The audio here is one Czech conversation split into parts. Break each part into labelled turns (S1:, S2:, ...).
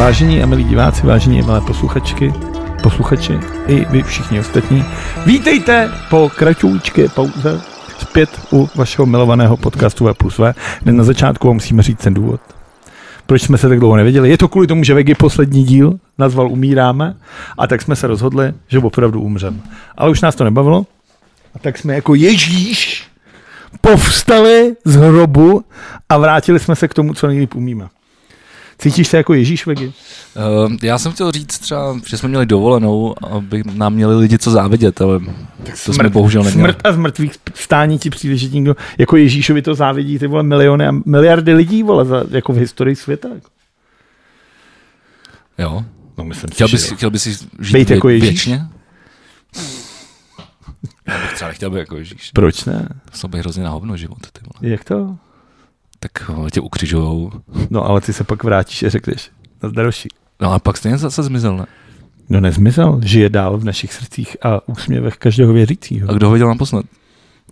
S1: Vážení a milí diváci, vážení a milé posluchačky, posluchači i vy všichni ostatní, vítejte po kraťoučké pauze zpět u vašeho milovaného podcastu V plus V, kde na začátku vám musíme říct ten důvod. Proč jsme se tak dlouho neviděli? Je to kvůli tomu, že Vegy poslední díl nazval Umíráme a tak jsme se rozhodli, že opravdu umřeme. Ale už nás to nebavilo a tak jsme jako Ježíš povstali z hrobu a vrátili jsme se k tomu, co nejlíp umíme. Cítíš se jako Ježíš Vegy?
S2: Uh, já jsem chtěl říct třeba, že jsme měli dovolenou, aby nám měli lidi co závidět, ale tak to smrt, jsme bohužel neměli.
S1: Smrt a zmrtvých stání ti přijde, že někdo jako Ježíšovi to závidí ty vole miliony a miliardy lidí vole za, jako v historii světa. Jako.
S2: Jo.
S1: No myslím si,
S2: Chtěl
S1: že
S2: bys,
S1: jo.
S2: chtěl bys jít žít
S1: Bejt
S2: vě-
S1: jako Ježíš?
S2: věčně? Já bych třeba nechtěl být jako Ježíš.
S1: Proč ne?
S2: To byl hrozně na hovno život, ty vole.
S1: Jak to?
S2: Tak vole, tě ukřižujou.
S1: No ale ty se pak vrátíš a řekneš. Na další.
S2: No a pak stejně zase zmizel, ne?
S1: No nezmizel, žije dál v našich srdcích a úsměvech každého věřícího.
S2: A kdo ho viděl naposled?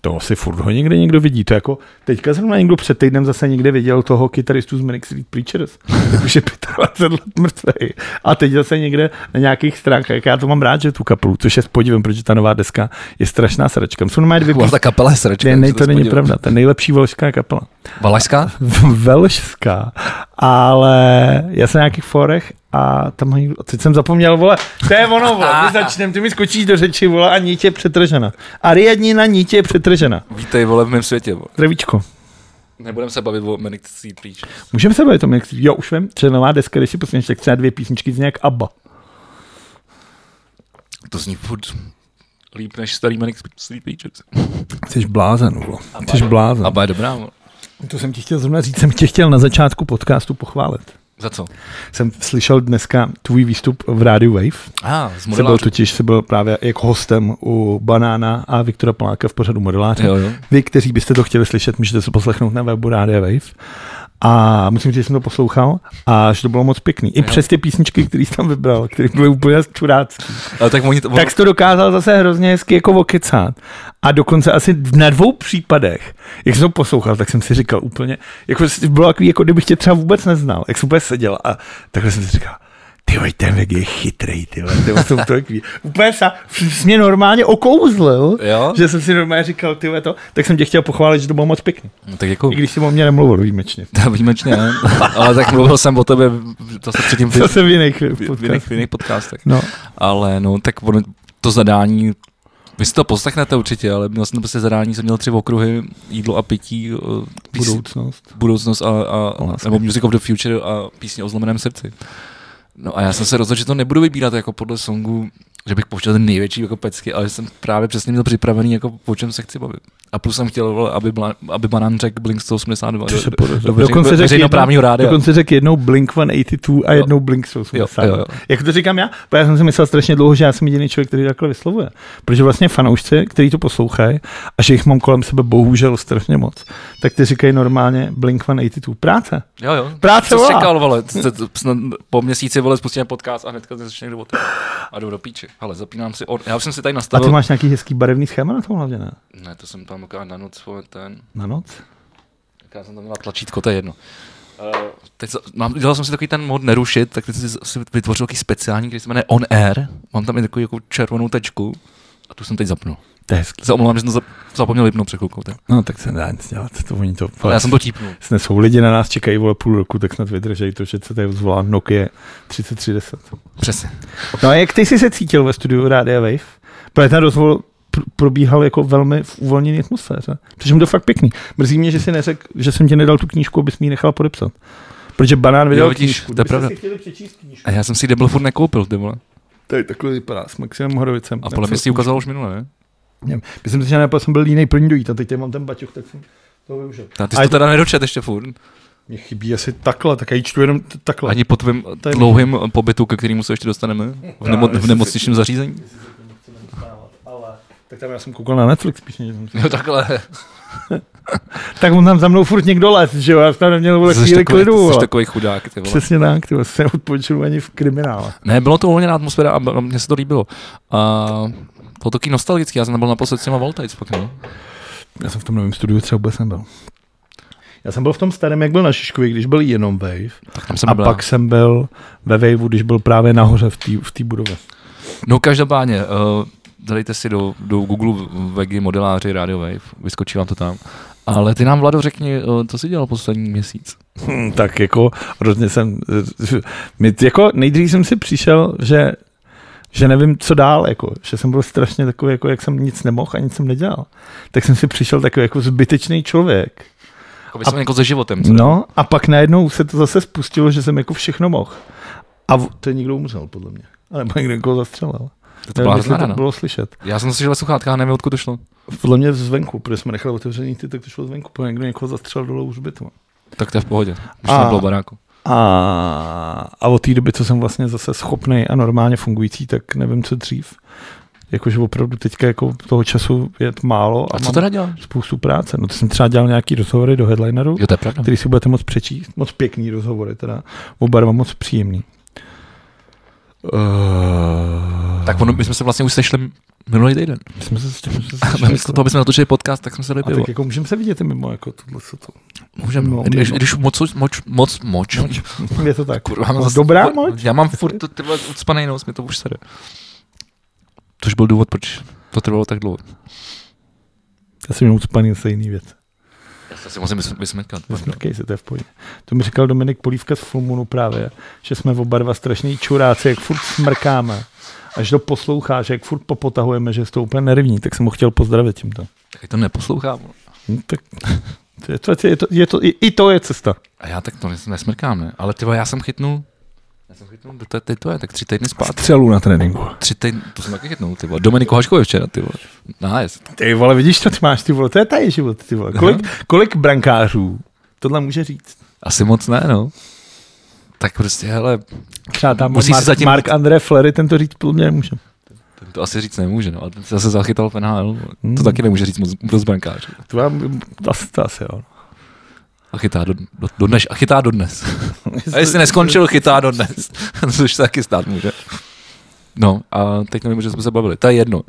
S1: To si furt ho někde někdo vidí. To jako teďka zrovna někdo před týdnem zase někde viděl toho kytaristu z Manic Street Preachers. Jak Už je 25 let mrtvej. A teď zase někde na nějakých stránkách. Já to mám rád, že tu kapelu, což je s podivem, protože ta nová deska je strašná sračka. Jsou normálně dvě
S2: Byla ta
S1: písně.
S2: kapela je sračka.
S1: Ne,
S2: jak
S1: ne,
S2: se
S1: to není
S2: spodívám.
S1: pravda. To je nejlepší velšská kapela.
S2: Valašská?
S1: Velšská. Ale já jsem na nějakých forech a tam mají, a teď jsem zapomněl, vole, to je ono, vole, my začneme, ty mi skočíš do řeči, vole, a nítě je přetržena. Ariadnina nítě je přetržena.
S2: Vítej, vole, v mém světě. Vole.
S1: Zdravíčko.
S2: Nebudeme se bavit o Manic Street Preachers.
S1: Můžeme se bavit o tom, jak jo, už vím, třeba nová deska, když si posloucháš, tak třeba dvě písničky z nějak ABBA.
S2: To zní furt líp než starý Manic Street Preachers.
S1: Jsi blázen, vole. Jsi blázen.
S2: A je dobrá, vole.
S1: To jsem ti chtěl zrovna říct, jsem tě chtěl na začátku podcastu pochválit.
S2: Za co?
S1: Jsem slyšel dneska tvůj výstup v rádiu Wave.
S2: A, z
S1: Se byl
S2: modelářů.
S1: totiž se byl právě jako hostem u Banána a Viktora Poláka v pořadu modeláře.
S2: Jo, jo.
S1: Vy, kteří byste to chtěli slyšet, můžete se poslechnout na webu Rádia Wave. A musím říct, že jsem to poslouchal a že to bylo moc pěkný. I přes ty písničky, které jsi tam vybral, které byly úplně čurácké.
S2: Ale tak oni to,
S1: tak jsi to dokázal zase hrozně hezky jako okecat. A dokonce asi na dvou případech, jak jsem to poslouchal, tak jsem si říkal úplně, jako s- bylo takový, jako kdybych tě třeba vůbec neznal, jak jsem úplně seděl a takhle jsem si říkal, ty vole, ten vek je chytrý, ty vole, ty vole, jsou to takový. Úplně sa, jsi mě normálně okouzlil,
S2: Jo?
S1: že jsem si normálně říkal, ty vole, to, tak jsem tě chtěl pochválit, že to bylo moc pěkný.
S2: No, tak jako,
S1: I když jsi o mě nemluvil výjimečně.
S2: ta výjimečně, ne? ale tak mluvil jsem o tebe zase předtím v,
S1: To jsem v jiných
S2: v, v, jiných,
S1: podcastech.
S2: v jiných podcastech.
S1: No,
S2: Ale no, tak ono, to zadání, vy si to poslechnete určitě, ale měl jsem prostě zadání, jsem měl tři okruhy, jídlo a pití, eh, pís,
S1: budoucnost.
S2: budoucnost a, a
S1: Láska.
S2: nebo Music of the Future a písně o zlomeném srdci. No a já jsem se rozhodl, že to nebudu vybírat jako podle songu, že bych pouštěl ten největší jako pecky, ale jsem právě přesně měl připravený, jako o čem se chci bavit. A plus jsem chtěl, vole, aby, bla, aby banán řekl Blink 182.
S1: To se
S2: do-
S1: podařilo.
S2: do
S1: Dokonce
S2: veřejno-
S1: řekl
S2: veřejnoprávního
S1: jednou,
S2: rádia.
S1: dokonce řek jednou Blink-182 a jednou Blink-180.
S2: Jo, jo, jo.
S1: Jak to říkám já? Bo já jsem si myslel strašně dlouho, že já jsem jediný člověk, který takhle vyslovuje. Protože vlastně fanoušci, kteří to poslouchají a že jich mám kolem sebe bohužel strašně moc, tak ty říkají normálně Blink-182 práce.
S2: Jo, jo.
S1: Práce
S2: Co jsi
S1: volá.
S2: čekal, vole? Co- co- snad Po měsíci, vole, spustíme podcast a hnedka začne někdo otevřít. A jdu do píči. Hele, zapínám si. Od... Já už jsem si tady
S1: A ty
S2: nastavil.
S1: máš nějaký hezký barevný schéma na tom hlavně, ne?
S2: Ne, to jsem tam ukážel na noc, vole, ten.
S1: Na noc?
S2: Já jsem tam měla tlačítko, to je jedno. Uh, teď za- mám, dělal jsem si takový ten mod nerušit, tak teď jsem si si vytvořil takový speciální, který se jmenuje On Air. Mám tam i takovou jako červenou tečku. A tu jsem teď zapnul.
S1: To je hezký.
S2: Se omlouvám, že jsem to zap- zapomněl vypnout před chvilkou. tak.
S1: No tak se nedá nic dělat, to oni to...
S2: Ale No, já jsem to típnul.
S1: Snesou lidi na nás, čekají vole půl roku, tak snad vydržej to, že se tady zvolá Nokia 3310.
S2: Přesně.
S1: No a jak ty jsi se cítil ve studiu Rádia Wave? Protože ten rozhovor pr- probíhal jako velmi v uvolněné atmosféře. Protože mi to fakt pěkný. Mrzí mě, že si neřekl, že jsem ti nedal tu knížku, abys mi ji nechal podepsat. Protože banán vydal
S2: Jo, vidíš,
S1: knížku.
S2: to je
S1: Kdybyste
S2: pravda.
S1: si chtěli přečíst knížku.
S2: A já jsem si ji debil furt nekoupil, ty vole.
S1: To je takhle vypadá s Maximem Horovicem.
S2: A podle mě si ji ukázal už minule, ne?
S1: Nevím. Myslím si, že nejprve jsem byl línej první dojít a teď tady mám ten baťoch, tak jsem to využil.
S2: Ta, ty
S1: A
S2: jsi
S1: je
S2: to teda nedočet ještě furt.
S1: Mně chybí asi takhle, tak já ji čtu jenom t- takhle.
S2: Ani po tvém
S1: To je-
S2: dlouhém pobytu, ke kterému se ještě dostaneme v, nemo, v nemocničním zařízení.
S1: Ale... Tak tam já jsem koukal na Netflix spíš, než jsem
S2: Jo, takhle.
S1: Tak on tam za mnou furt někdo les, že jo, já jsem tam neměl vůbec
S2: Jsi
S1: chvíli
S2: takový,
S1: klidu.
S2: jsi
S1: vole.
S2: takový chudák, ty vole.
S1: Přesně tak, ty se neodpočinu ani v kriminále.
S2: Ne, bylo to uvolněná atmosféra a b- mně se to líbilo. A bylo to taky nostalgický, já jsem tam byl naposled s těma Voltajc pak, no.
S1: Já jsem v tom novém studiu třeba vůbec nebyl. Já jsem byl v tom starém, jak byl na Šiškově, když byl jenom Wave.
S2: Tak tam jsem
S1: a
S2: byla.
S1: pak jsem byl ve Waveu, když byl právě nahoře v té v té budově.
S2: No každopádně, uh, dejte si do, do Google Vegi modeláři Radio Wave, vyskočí vám to tam. Ale ty nám, Vlado, řekni, uh, co jsi dělal poslední měsíc?
S1: Hm, tak jako hrozně jsem... My, jako nejdřív jsem si přišel, že že nevím, co dál, jako, že jsem byl strašně takový, jako, jak jsem nic nemohl a nic jsem nedělal. Tak jsem si přišel takový jako zbytečný člověk.
S2: Jako by jsem jako se životem. Co?
S1: No a pak najednou se to zase spustilo, že jsem jako všechno mohl. A v, to někdo umřel, podle mě. Ale pak někdo někoho zastřelil.
S2: to, to byla
S1: jestli
S2: hrozná
S1: to
S2: no.
S1: bylo slyšet.
S2: Já jsem to slyšel ve sluchátkách, nevím, odkud to šlo.
S1: Podle mě zvenku, protože jsme nechali otevřený ty, tak to šlo zvenku, protože někdo někoho zastřelil dolů už bytu.
S2: Tak to je v pohodě. Už
S1: A-
S2: to bylo baráku.
S1: A, a od té doby, co jsem vlastně zase schopný a normálně fungující, tak nevím, co dřív. Jakože opravdu teďka jako toho času je málo a,
S2: A co
S1: mám
S2: teda děláš?
S1: spoustu práce. No to jsem třeba dělal nějaký rozhovory do headlineru,
S2: Jo, to je pravda.
S1: který si budete moc přečíst. Moc pěkný rozhovory teda. Oba dva moc příjemný. Uh,
S2: Tak ono, my jsme se vlastně už sešli minulý týden.
S1: my jsme se s tím... jsme se
S2: A
S1: sešli
S2: místo toho, aby jsme natočili podcast, tak jsme se dali
S1: A
S2: pivo.
S1: tak jako můžeme se vidět i mimo, jako tohle co to.
S2: Můžeme,
S1: no,
S2: no, když,
S1: mimo.
S2: když moc, moc, moc, moč.
S1: Je to tak.
S2: Kurva, mám
S1: Moc
S2: zase-
S1: dobrá
S2: furt-
S1: moč?
S2: Já mám furt to, ty vole, ucpanej nos, mi to už sere. Což byl důvod, proč to trvalo tak dlouho.
S1: Já jsem jenom ucpaný se jiný věc.
S2: Já se asi musím vysm- vysmrkat.
S1: Nesmrkej se, to je v pohodě. To mi říkal Dominik Polívka z Fulmunu právě, že jsme oba dva strašní čuráci, jak furt smrkáme. Až to posloucháš, jak furt popotahujeme, že je to úplně nervní, tak jsem ho chtěl pozdravit tímto.
S2: Tak to neposlouchám.
S1: Hm, tak to je to, je to, je to, i, i to je cesta.
S2: A já tak to nes- nesmrkám, ne? Ale ty vole, já jsem chytnul, já jsem chytnul, to, je- teď to je, tak tři týdny zpátky.
S1: Střelů na tréninku.
S2: Tři týdny, to jsem taky chytnul, ty vole. Dominiku Haškovi včera, ty vole. Nájezd.
S1: Ty vole, vidíš, co ty máš, ty vole, to je tady život, ty vole. Kolik, kolik brankářů tohle může říct?
S2: Asi moc ne, no. Tak prostě, hele,
S1: Třeba tam
S2: Musí
S1: Musí
S2: se
S1: Mark,
S2: zatím-
S1: Mark André Flery, ten to říct podle mě nemůže.
S2: ten to asi říct nemůže, no. A ten se zase zachytal v NHL. vole.
S1: Hmm.
S2: To taky nemůže říct moc, moc brankářů.
S1: To vám, to asi, to asi jo.
S2: A chytá do, do, do dneš, a chytá do dnes. A jestli neskončil, chytá do dnes. Což se taky stát může. No a teď nevím, že jsme se bavili. To je jedno.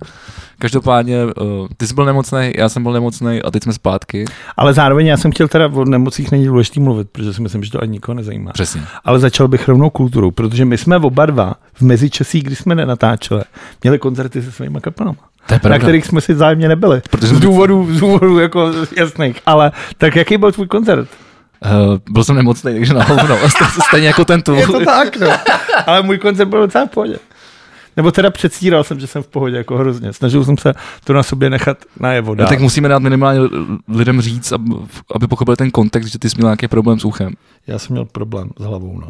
S2: Každopádně, uh, ty jsi byl nemocný, já jsem byl nemocný a teď jsme zpátky.
S1: Ale zároveň já jsem chtěl teda o nemocích není důležitý mluvit, protože si myslím, že to ani nikoho nezajímá.
S2: Přesně.
S1: Ale začal bych rovnou kulturou, protože my jsme oba dva v mezičasí, kdy jsme nenatáčeli, měli koncerty se svými kapelama,
S2: To je
S1: na
S2: pravda.
S1: kterých jsme si zájemně nebyli.
S2: Protože-
S1: Z důvodů, z důvodů jako jasných. Ale tak jaký byl tvůj koncert?
S2: Uh, byl jsem nemocný, takže na hovno. Ste- Stejně jako ten tu.
S1: Je to tak, no. Ale můj koncert byl docela v pohodě. Nebo teda předstíral jsem, že jsem v pohodě, jako hrozně. Snažil jsem se to na sobě nechat najevo.
S2: No,
S1: dál.
S2: tak musíme dát minimálně l- lidem říct, ab- aby pochopili ten kontext, že ty jsi měl nějaký problém s uchem.
S1: Já jsem měl problém s hlavou, no.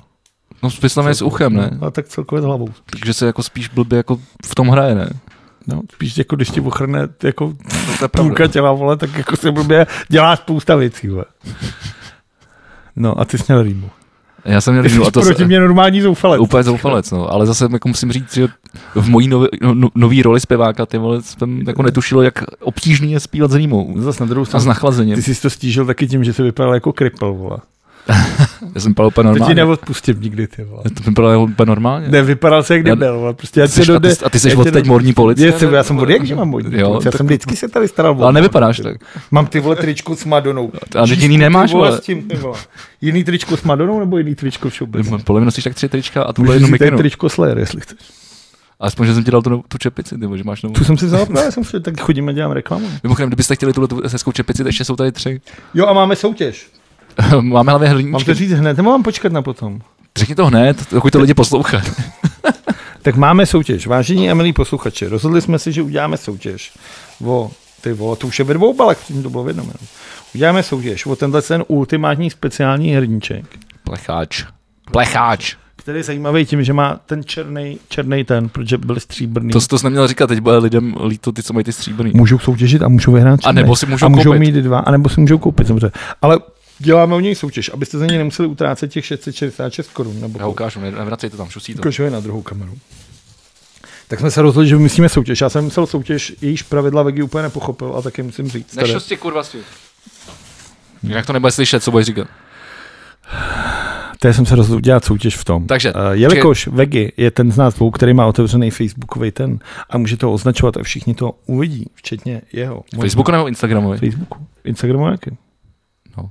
S2: No vysloveně s uchem, ne?
S1: No, a tak celkově s hlavou.
S2: Takže se jako spíš blbě jako v tom hraje, ne?
S1: No, spíš jako když ti ochrne jako
S2: To je
S1: půlka těla, vole, tak jako se blbě dělá spousta věcí, vole. No a ty jsi měl rýmu.
S2: Já jsem měl
S1: Ty jsi
S2: jednu a to
S1: proti
S2: se-
S1: mě normální zoufalec.
S2: Úplně zoufalec, no. Ale zase jako musím říct, že v mojí nový, no, nový roli zpěváka ty vole, jsem jako netušil, jak obtížný je zpívat zimou.
S1: Zas No na druhou
S2: A s
S1: stranu.
S2: nachlazením.
S1: Ty jsi to stížil taky tím, že jsi vypadal jako kripl, vole.
S2: Já jsem vypadal úplně
S1: To ti
S2: normálně.
S1: neodpustím nikdy, ty vole.
S2: Já To vypadal jako úplně normálně.
S1: Ne, vypadal se jak
S2: Já-
S1: debil, vole. Prostě já
S2: Ty
S1: tě
S2: seš-
S1: do
S2: a, ty,
S1: de...
S2: a ty jsi
S1: já
S2: od
S1: tě
S2: teď
S1: do-
S2: morní policie.
S1: Já jsem,
S2: ne?
S1: já jsem od jak, že mám modní.
S2: Jo,
S1: Já
S2: tak-
S1: jsem vždycky se tady staral. o-
S2: Ale nevypadáš tak.
S1: Mám ty vole tričku s Madonou.
S2: A teď jiný nemáš,
S1: Ty vole,
S2: vole.
S1: s tím, ty vole. Jiný tričko s Madonou nebo jiný tričko všeobecně?
S2: Podle mě nosíš tak tři trička a tuhle
S1: Můžeš
S2: jednu
S1: si tady
S2: mikinu.
S1: tričko Slayer, jestli chceš.
S2: Aspoň, že jsem ti dal tu, novou- tu čepici, nebo že máš novou.
S1: Tu jsem si vzal, právě jsem si, tak chodíme, dělám reklamu.
S2: Mimochodem, kdybyste chtěli tuhle tu hezkou čepici, tak ještě jsou tady tři.
S1: Jo a máme soutěž.
S2: Máme hlavně
S1: Mám to
S2: hrníčky.
S1: říct hned, nebo mám počkat na potom?
S2: Řekni to hned, dokud to lidi poslouchají.
S1: Tak máme soutěž. Vážení a milí posluchači, rozhodli jsme si, že uděláme soutěž o ty vole, to už je ve dvou balek, předtím to bylo v jednom jenom. Uděláme soutěž o tenhle ten ultimátní speciální hrníček,
S2: Plecháč. Plecháč.
S1: který je zajímavý tím, že má ten černý, černý ten, protože byl stříbrný.
S2: To, to jsi neměl říkat, teď bude lidem líto ty, co mají ty stříbrný.
S1: Můžou soutěžit a můžou vyhrát
S2: A
S1: černý.
S2: nebo si můžou
S1: a můžou
S2: koupit.
S1: mít i dva, a nebo si můžou koupit, samozřejmě. Ale děláme o něj soutěž, abyste za něj nemuseli utrácet těch 666 korun. Nebo
S2: Já
S1: kolik.
S2: ukážu, ne- nevracejte tam, šusí to.
S1: Kožuje na druhou kameru. Tak jsme se rozhodli, že vymyslíme soutěž. Já jsem myslel soutěž, jejíž pravidla Vegy úplně nepochopil a taky musím říct. Tady.
S2: Nešustě, kurva si. Jinak to nebude slyšet, co budeš říkat.
S1: Tady jsem se rozhodl dělat soutěž v tom.
S2: Takže,
S1: Eh, jelikož Vegy je ten z nás dvou, který má otevřený Facebookový ten a může to označovat a všichni to uvidí, včetně jeho.
S2: Facebooku nebo Instagramovi?
S1: Facebooku. Instagramu jaký?
S2: No.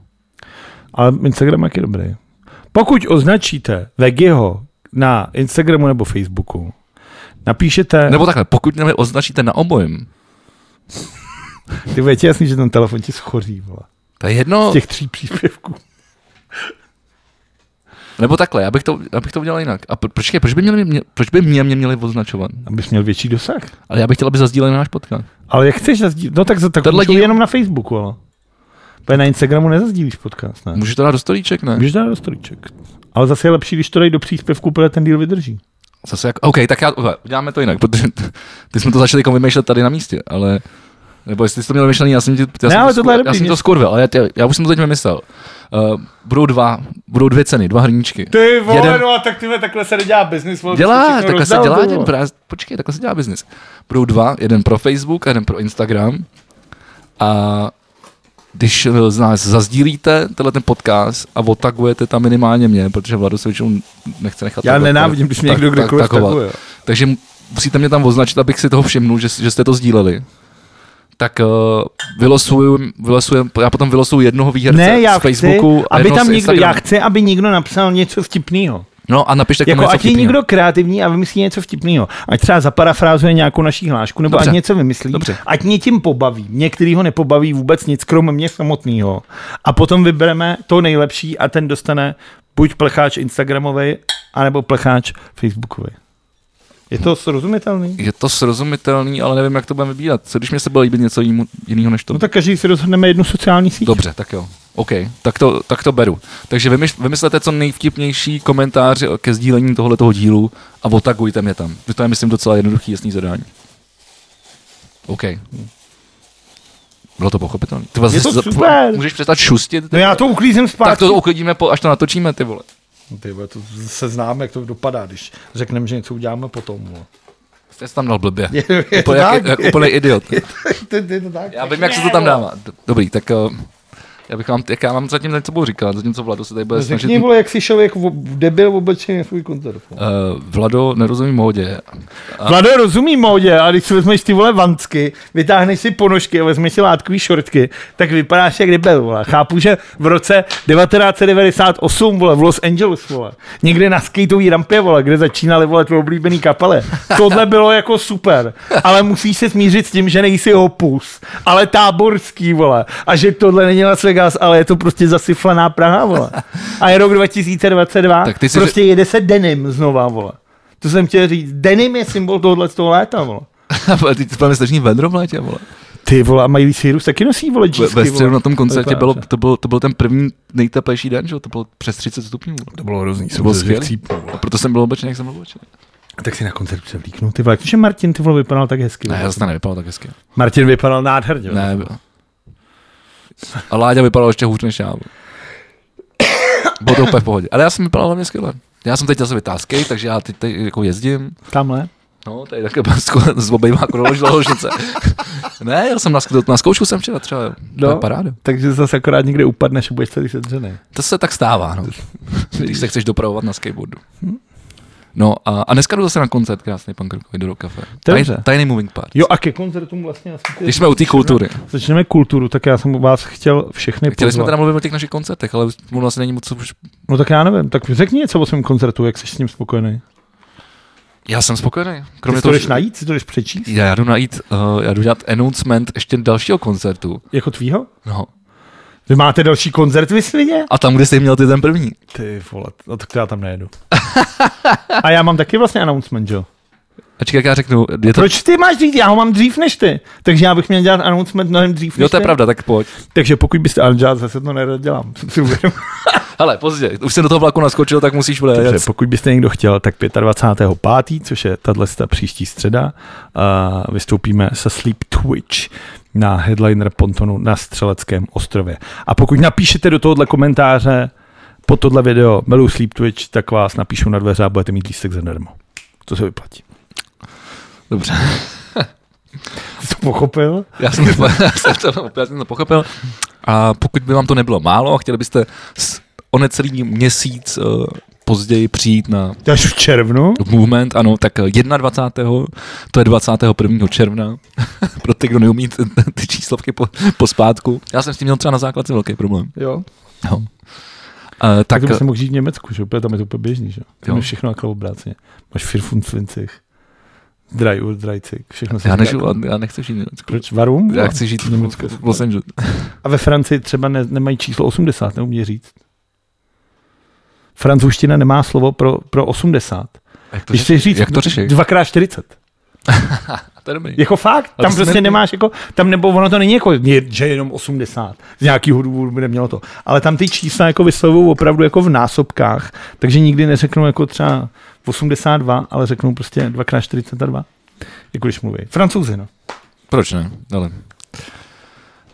S1: ale Instagram jak je dobrý. Pokud označíte Vegiho na Instagramu nebo Facebooku, napíšete, nebo...
S2: Nebo takhle, pokud mě označíte na obojím,
S1: ty vole, je ti jasný, že ten telefon ti schoří, vole,
S2: to je jedno,
S1: z těch tří příspěvků.
S2: nebo takhle, já bych to, já bych to udělal jinak. A pro, počkej, proč by, měli, mě, proč by mě, mě měli označovat?
S1: Abys měl větší dosah.
S2: Ale já bych chtěl, aby zazdíleli náš podcast.
S1: Ale jak chceš zazdílet? No tak, za- tak
S2: Tohle
S1: Tohle díl...
S2: díl-
S1: jenom na Facebooku, ale. Protože na Instagramu nezazdílíš podcast, ne?
S2: Můžeš to dát do stolíček, ne?
S1: Můžeš dát do storyček. Ale zase je lepší, když to dají do příspěvku, protože ten díl vydrží.
S2: Zase jak, OK, tak já, hele, uděláme to jinak, protože t- ty jsme to začali jako vymýšlet tady na místě, ale nebo jestli jsi to měl vymyšlený, já jsem, ti, já
S1: Ne,
S2: jsem,
S1: ale
S2: to,
S1: tohle je
S2: skur- já
S1: dobrý,
S2: jsem
S1: mě-
S2: to skurvil, ale já, t- já, už jsem to teď vymyslel. Uh, budou dva, budou dvě ceny, dva hrníčky.
S1: Ty
S2: vole, Jeden-
S1: no a tak tyhle, takhle se nedělá business.
S2: Dělá, takhle se dělá, jeden, prá- počkej, takhle se dělá biznis. Budou dva, jeden pro Facebook a jeden pro Instagram. A když eh, z nás zazdílíte tenhle ten podcast a otagujete tam minimálně mě, protože Vladu se většinou nechce nechat
S1: Já
S2: takhle-
S1: nenávidím, když mě
S2: tak-
S1: někdo
S2: tak-
S1: kdekoliv
S2: takovat.
S1: takuje.
S2: Takže m- musíte mě tam označit, abych si toho všimnul, že, že jste to sdíleli. Tak uh, vylosuju, vylosujem, já potom vylosuju jednoho výherce
S1: Ne, já
S2: z Facebooku
S1: chci,
S2: a
S1: aby
S2: jednoho
S1: tam
S2: z
S1: někdo, já
S2: Instagramu.
S1: chci, aby někdo napsal něco vtipného.
S2: No a napište k tomu
S1: Jako
S2: něco
S1: ať je
S2: vtipného.
S1: někdo kreativní a vymyslí něco vtipného. Ať třeba zaparafrázuje nějakou naší hlášku, nebo
S2: Dobře.
S1: ať něco vymyslí.
S2: Dobře.
S1: Ať mě tím pobaví. Některý ho nepobaví vůbec nic, krom mě samotného. A potom vybereme to nejlepší a ten dostane buď plecháč Instagramový, anebo plecháč Facebookový. Je to srozumitelný?
S2: Je to srozumitelný, ale nevím, jak to budeme vybírat. Co když mě se bude líbit něco jiného než to?
S1: No tak každý si rozhodneme jednu sociální síť.
S2: Dobře, tak jo. OK, tak to, tak to beru. Takže vymyš, vymyslete co nejvtipnější komentář ke sdílení tohoto dílu a otagujte mě tam. To je, myslím, docela jednoduchý, jasný zadání. OK. Bylo to pochopitelné. Ty vás
S1: Je to
S2: za-
S1: super.
S2: Můžeš přestat šustit? ty
S1: No já
S2: vole?
S1: to uklízím zpátky.
S2: tak to uklidíme, po, až to natočíme, ty vole.
S1: Ty vole, to se známe, jak to dopadá, když řekneme, že něco uděláme potom. vole.
S2: Jste se tam dal blbě.
S1: Je- je to
S2: úplně, jak,
S1: tak.
S2: jak, úplný idiot.
S1: To- to je to tak.
S2: Já vím, jak se to tam dává. D- Dobrý, tak uh, já bych vám, jak já mám zatím něco budu říkat, zatímco Vlado se tady bude snažit.
S1: Řekni, vole, jak jsi šel jako v- debil oblečený na svůj koncert.
S2: Uh, Vlado nerozumí módě.
S1: A... Vlado rozumí módě, ale když si vezmeš ty vole vansky, vytáhneš si ponožky a vezmeš si látkový šortky, tak vypadáš jak debil, vole. Chápu, že v roce 1998, vole, v Los Angeles, vole, někde na skateový rampě, vole, kde začínaly, vole, tvoje oblíbený kapele. Tohle bylo jako super, ale musíš se smířit s tím, že nejsi opus, ale táborský, vole, a že tohle není Las Vegas, ale je to prostě zasiflaná Praha, vole. A je rok 2022,
S2: Tak
S1: tak
S2: ty
S1: ty
S2: si-
S1: prostě jede se denim znova, vole. To jsem chtěl říct. Denim je symbol tohohle z toho léta, vole.
S2: A ty máme strašný vedro v létě, vole.
S1: Ty vole, a Miley Cyrus taky nosí, vole,
S2: Ve,
S1: džísky,
S2: ve středu
S1: vole.
S2: na tom koncertě
S1: Vypadá
S2: bylo,
S1: se.
S2: to, bylo, to byl ten první nejteplejší den, že jo? To bylo přes 30 stupňů. vole.
S1: To bylo hrozný,
S2: To bylo skvělé. A proto jsem byl oblečený, jak jsem byl oblečený.
S1: Tak si na koncert převlíknu, ty vole. Jak to, že Martin, ty vole, vypadal tak hezky.
S2: Ne,
S1: vole.
S2: já zase nevypadal tak hezky.
S1: Martin vypadal nádherně.
S2: Ne, bylo. A Láďa vypadala ještě hůř než já. vole. Bylo to úplně v pohodě. Ale já jsem vypadal hlavně skvěle. Já jsem teď zase vytázkej, takže já teď, teď jako jezdím.
S1: Tamhle.
S2: No, tady takhle s obejma jako kronolož ložnice. ne, jel jsem na, zkou- na zkoušku jsem včera třeba, jo. to je
S1: No.
S2: paráda.
S1: Takže zase akorát někde upadneš a budeš tady sedřený.
S2: To se tak stává, no. když se chceš dopravovat na skateboardu.
S1: Hm.
S2: No a, a dneska jdu zase na koncert, krásný pan Krkový, do kafe.
S1: Dobře.
S2: Tiny Moving Part.
S1: Jo a ke koncertům vlastně asi ty-
S2: Když jsme u té kultury.
S1: Začneme kulturu, tak já jsem vás chtěl všechny
S2: Chtěli jsme
S1: pozvat.
S2: teda mluvit o těch našich koncertech, ale ono vlastně není moc, co už...
S1: No tak já nevím, tak řekni něco o svém koncertu, jak jsi s ním spokojený.
S2: Já jsem spokojený.
S1: Ty
S2: Kromě
S1: si to
S2: toho,
S1: jdeš
S2: že...
S1: najít, si to jdeš přečíst?
S2: Já, já jdu najít, uh, já jdu dělat announcement ještě dalšího koncertu.
S1: Jako tvýho?
S2: No.
S1: Vy máte další koncert vy svině?
S2: A tam, kde jsi měl ty ten první.
S1: Ty vole, no tak to já tam nejedu. A já mám taky vlastně announcement, že jo?
S2: A čekaj, jak já řeknu, je to...
S1: Proč ty máš říct? Já ho mám dřív než ty. Takže já bych měl dělat announcement mnohem dřív
S2: Jo,
S1: než
S2: to je
S1: ty.
S2: pravda, tak pojď.
S1: Takže pokud byste, ale já zase to nerad dělám. jsem si uvědomil.
S2: Hele, pozdě, už jsem do toho vlaku naskočil, tak musíš bude
S1: Takže
S2: jet.
S1: pokud byste někdo chtěl, tak 25.5., což je tahle příští středa, a vystoupíme se Sleep Twitch na headliner Pontonu na Střeleckém ostrově. A pokud napíšete do tohohle komentáře pod tohle video Milu Sleep Twitch, tak vás napíšu na dveře a budete mít lístek zadarmo. To se vyplatí.
S2: Dobře.
S1: Jsi to pochopil?
S2: Já jsem, to, já jsem to, já jsem to pochopil. A pokud by vám to nebylo málo a chtěli byste s- o necelý měsíc uh, později přijít na
S1: To je Až v červnu?
S2: Movement, ano, tak eh, 21. to je 21. června, pro ty, kdo neumí ty, ty číslovky po, po, spátku. Já jsem s tím měl třeba na základce velký problém.
S1: Jo.
S2: No. Uh,
S1: Tak,
S2: tak,
S1: tak bys mohl žít v Německu, že? Úplně tam je to úplně běžný, že? Tam
S2: Jo.
S1: je všechno jako obráceně. Máš firfun fincich, drei Uhr, drajcik, všechno se
S2: já,
S1: říká
S2: nežiju,
S1: jako-
S2: já nechci žít v Německu.
S1: Proč? Varum?
S2: Já chci žít v
S1: Německo.
S2: Německu. V Los Angeles.
S1: A ve Francii třeba ne, nemají číslo 80, neumějí říct. Francouzština nemá slovo pro, pro 80.
S2: Jak to,
S1: Když chceš říct
S2: jak to řeší?
S1: dvakrát 40.
S2: To je dobrý.
S1: Jako fakt,
S2: to
S1: tam
S2: jsme
S1: prostě
S2: ne-
S1: nemáš jako, tam nebo ono to není jako, je- že jenom 80. Z nějakého důvodu by nemělo to. Ale tam ty čísla jako vyslovují opravdu jako v násobkách, takže nikdy neřeknou jako třeba 82, ale řeknou prostě dvakrát 42. Jako když mluví. Francouzi, no.
S2: Proč ne? Ale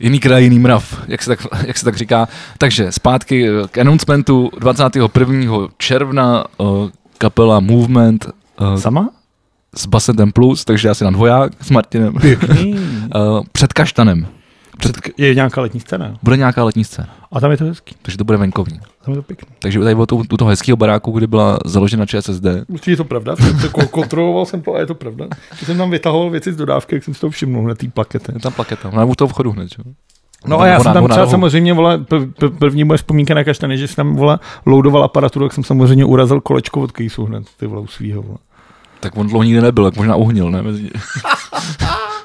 S2: jiný kraj, jiný mrav, jak se, tak, jak se tak říká. Takže zpátky eh, k announcementu 21. června eh, kapela Movement eh,
S1: Sama?
S2: s Bassetem Plus, takže já si na dvoják s Martinem.
S1: Pěkný.
S2: Eh, Před Kaštanem. Před,
S1: Hmm. Je nějaká letní scéna. no.
S2: bude nějaká letní scéna,
S1: A tam je to hezký.
S2: takže to bude venkovní.
S1: Tam je to pěkný.
S2: Takže tady bylo to, u toho hezkého baráku, kdy byla založena ČSSD.
S1: Určitě je to pravda, to ko- kontroloval jsem to a je to pravda. Když jsem tam vytahoval věci z dodávky, jak jsem si to všiml na té plakete.
S2: Je tam plaketa, no, u toho vchodu hned, že? jo?
S1: No
S2: Nebo
S1: a já
S2: na-
S1: jsem tam
S2: nebo na
S1: třeba
S2: rohu.
S1: samozřejmě, vole, p- p- první moje vzpomínka na kaštany, že jsem tam, vole, loadoval aparaturu, tak jsem samozřejmě urazil kolečko od kejsu hned, ty vole, u svýho, vole.
S2: Tak on dlouho nikdy nebyl, tak možná uhnil, ne? Mezi-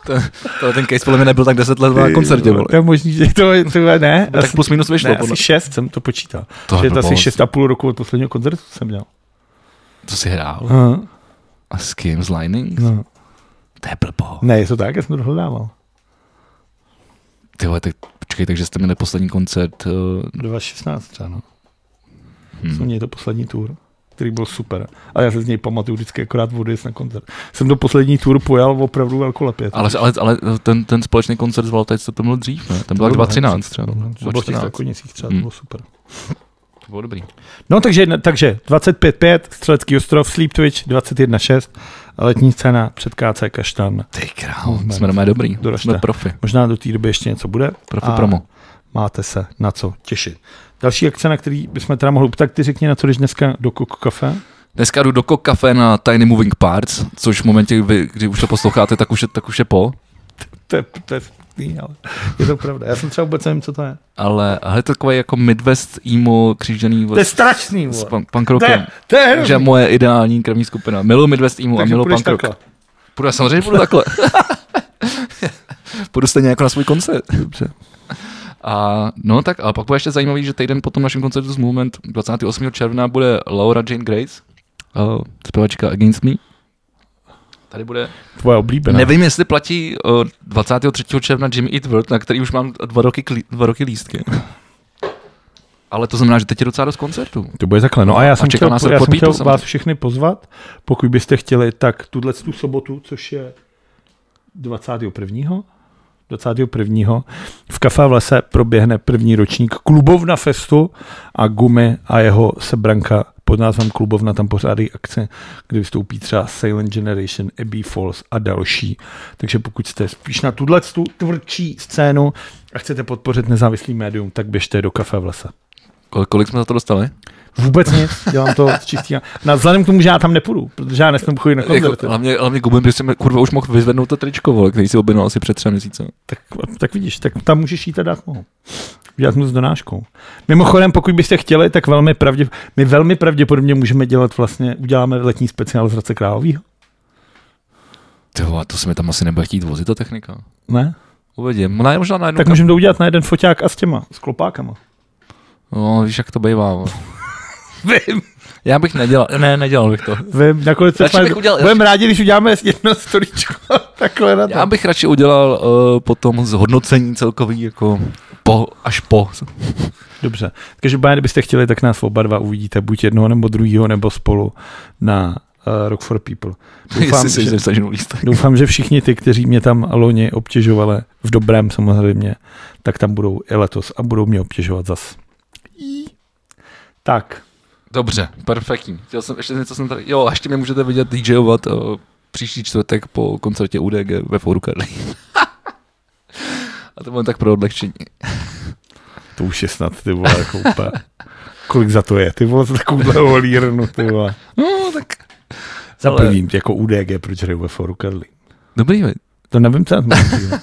S2: to, to, ten case podle mě nebyl tak 10 let na koncertě, vole.
S1: To je možný, že to, to je- ne,
S2: No, Tak
S1: asi,
S2: plus minus vyšlo,
S1: ne,
S2: podle
S1: asi šest jsem to počítal.
S2: To
S1: To
S2: je
S1: že to asi
S2: blbost.
S1: šest a půl roku od posledního koncertu jsem měl.
S2: To si hrál?
S1: Aha,
S2: A s kým? S Lining? No.
S1: no.
S2: To je blbo.
S1: Ne, je to tak, já jsem to dohledával.
S2: Ty vole, tak počkej, takže jste měli poslední koncert. Uh,
S1: 2016 třeba, no. Jsme
S2: hm.
S1: měli to poslední tour, který byl super. A já se z něj pamatuju vždycky akorát odjezd na koncert. Jsem to poslední tour pojal opravdu velkolepě.
S2: ale, ale, ale, ten, ten společný koncert zval, teď se to byl dřív, ne? Ten byl tak 2013 třeba. no.
S1: To bylo v těch
S2: 14.
S1: zákonicích třeba, to
S2: Hmm.
S1: bylo super.
S2: To bylo dobrý.
S1: No takže, takže 25.5, Střelecký ostrov, Sleep Twitch, 21.6, letní scéna před KC Kaštan.
S2: Ty král,
S1: Movement.
S2: jsme doma dobrý.
S1: No, Doražte.
S2: Jsme profi.
S1: Možná do té doby ještě něco bude.
S2: Profi
S1: A-
S2: promo.
S1: Máte se na co těšit. Další akce, na který bychom teda mohli ptat, ty řekni, na co jdeš dneska do Coco Café.
S2: Dneska jdu do Coke Cafe na Tiny Moving Parts, což v momentě, kdy, kdy už to posloucháte, tak už je, tak už je po.
S1: To je, to je, smutný, ale je to pravda. Já jsem třeba vůbec nevím, co to je.
S2: Ale ale je to takový jako Midwest emo křížený
S1: To je
S2: s,
S1: strašný,
S2: s
S1: vole.
S2: punk, punk
S1: To
S2: rockem.
S1: je, to je
S2: Že
S1: hrozný.
S2: moje ideální krevní skupina. Miluji Midwest emo a
S1: Takže
S2: miluji
S1: půjdeš
S2: punk rock.
S1: takhle.
S2: Půjdu, já samozřejmě půjdu takhle. půjdu stejně jako na svůj koncert. Dobře. A no tak, a pak bude ještě zajímavý, že týden po tom našem koncertu z Movement 28. června bude Laura Jane Grace, uh,
S1: Oh.
S2: zpěvačka Against Me. Tady bude,
S1: Tvoje oblíbená.
S2: nevím, jestli platí uh, 23. června Jimmy Eat World, na který už mám dva roky, klí, dva roky lístky. Ale to znamená, že teď je docela dost koncertů.
S1: To bude takhle. No a já jsem
S2: čeká
S1: chtěl,
S2: nás
S1: já jsem
S2: Report
S1: chtěl
S2: People
S1: vás všechny pozvat, pokud byste chtěli, tak tuhle tu sobotu, což je 21. 21. v Kafe v lese proběhne první ročník Klubovna Festu a Gumy a jeho sebranka pod názvem Klubovna tam pořádají akce, kde vystoupí třeba Silent Generation, Abbey Falls a další. Takže pokud jste spíš na tuhle tu tvrdší scénu a chcete podpořit nezávislý médium, tak běžte do Kafe v lese.
S2: Kol- kolik jsme za to dostali?
S1: Jako Vůbec nic, dělám to z čistý. Na, vzhledem k tomu, že já tam nepůjdu, protože já nesmím chodit na
S2: Jako,
S1: koncerty.
S2: hlavně, hlavně Gubin by si mi kurva už mohl vyzvednout to tričko, vole, který si objednal asi před třemi měsíci.
S1: Tak, tak vidíš, tak tam můžeš jít a dát mu. ho. Udělat mu s donáškou. Mimochodem, pokud byste chtěli, tak velmi pravdě, my velmi pravděpodobně můžeme dělat vlastně, uděláme letní speciál z Hradce Královýho.
S2: Ty vole, to se mi tam asi nebude chtít vozit, ta technika.
S1: Ne?
S2: Uvidím. Ne, možná najednou.
S1: Tak
S2: kam-
S1: můžeme to udělat na jeden foťák a s těma, s klopákama.
S2: No, víš, jak to bývá. vole.
S1: Vím.
S2: Já bych nedělal, ne, nedělal bych to.
S1: Vím, nakonec se
S2: Radši
S1: jsme,
S2: bych udělal-
S1: budeme rádi, když uděláme jedno storičko takhle na
S2: Já
S1: to.
S2: bych radši udělal uh, potom zhodnocení celkový, jako po, až po.
S1: Dobře. Každopádně, kdybyste chtěli, tak nás oba dva uvidíte, buď jednoho nebo druhého, nebo spolu na uh, Rock for People. Doufám,
S2: Jestli si
S1: že,
S2: že... zaženu lístek.
S1: doufám, že všichni ty, kteří mě tam loni obtěžovali, v dobrém samozřejmě, tak tam budou i letos a budou mě obtěžovat zas. Tak,
S2: Dobře, perfektní. Chtěl jsem ještě něco jsem tady. Jo, a ještě mě můžete vidět DJovat uh, příští čtvrtek po koncertě UDG ve Foru Karlí. a to bylo tak pro odlehčení.
S1: to už je snad, ty vole, jako úplně. Kolik za to je, ty vole, za takovouhle holírnu, ty vole.
S2: No, tak.
S1: Za
S2: Ale-
S1: prvním, jako UDG, proč hraju ve Foru Karlí.
S2: Dobrý, veď.
S1: To nevím, co já tam mám, ty vole.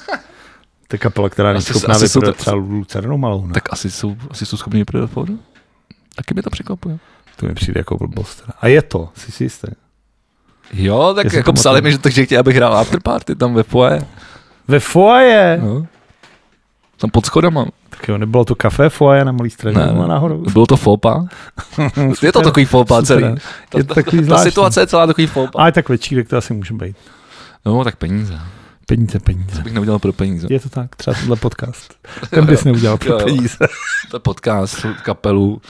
S1: To je kapela, která není
S2: Asi-
S1: schopná
S2: asi jsou to-
S1: vyprodat třeba Lucernou malou. Ne?
S2: Tak asi jsou, asi jsou schopni vyprodat pohodu. Taky mě to překvapuje.
S1: To mi přijde jako blbost. teda. A je to, jsi si jistý.
S2: Jo, tak
S1: Já si
S2: jako psali
S1: pamatuju.
S2: mi, že, to, že chtějí, abych hrál afterparty tam ve foje.
S1: Ve foaje.
S2: No. Tam pod schodama.
S1: Tak jo, nebylo to kafe foaje na malý straně,
S2: Ne,
S1: ne,
S2: ne.
S1: náhodou.
S2: Bylo to fopa. Je to takový fopa celý.
S1: Super.
S2: Ta,
S1: Je to
S2: ta,
S1: takový
S2: ta
S1: zvláštní.
S2: situace je celá takový fopa.
S1: Ale tak večírek to asi může být.
S2: No, tak peníze.
S1: Peníze, peníze.
S2: Co bych neudělal pro peníze?
S1: Je to tak, třeba tenhle podcast. Ten bys neudělal pro
S2: Jo, jo.
S1: peníze.
S2: To je podcast, kapelu.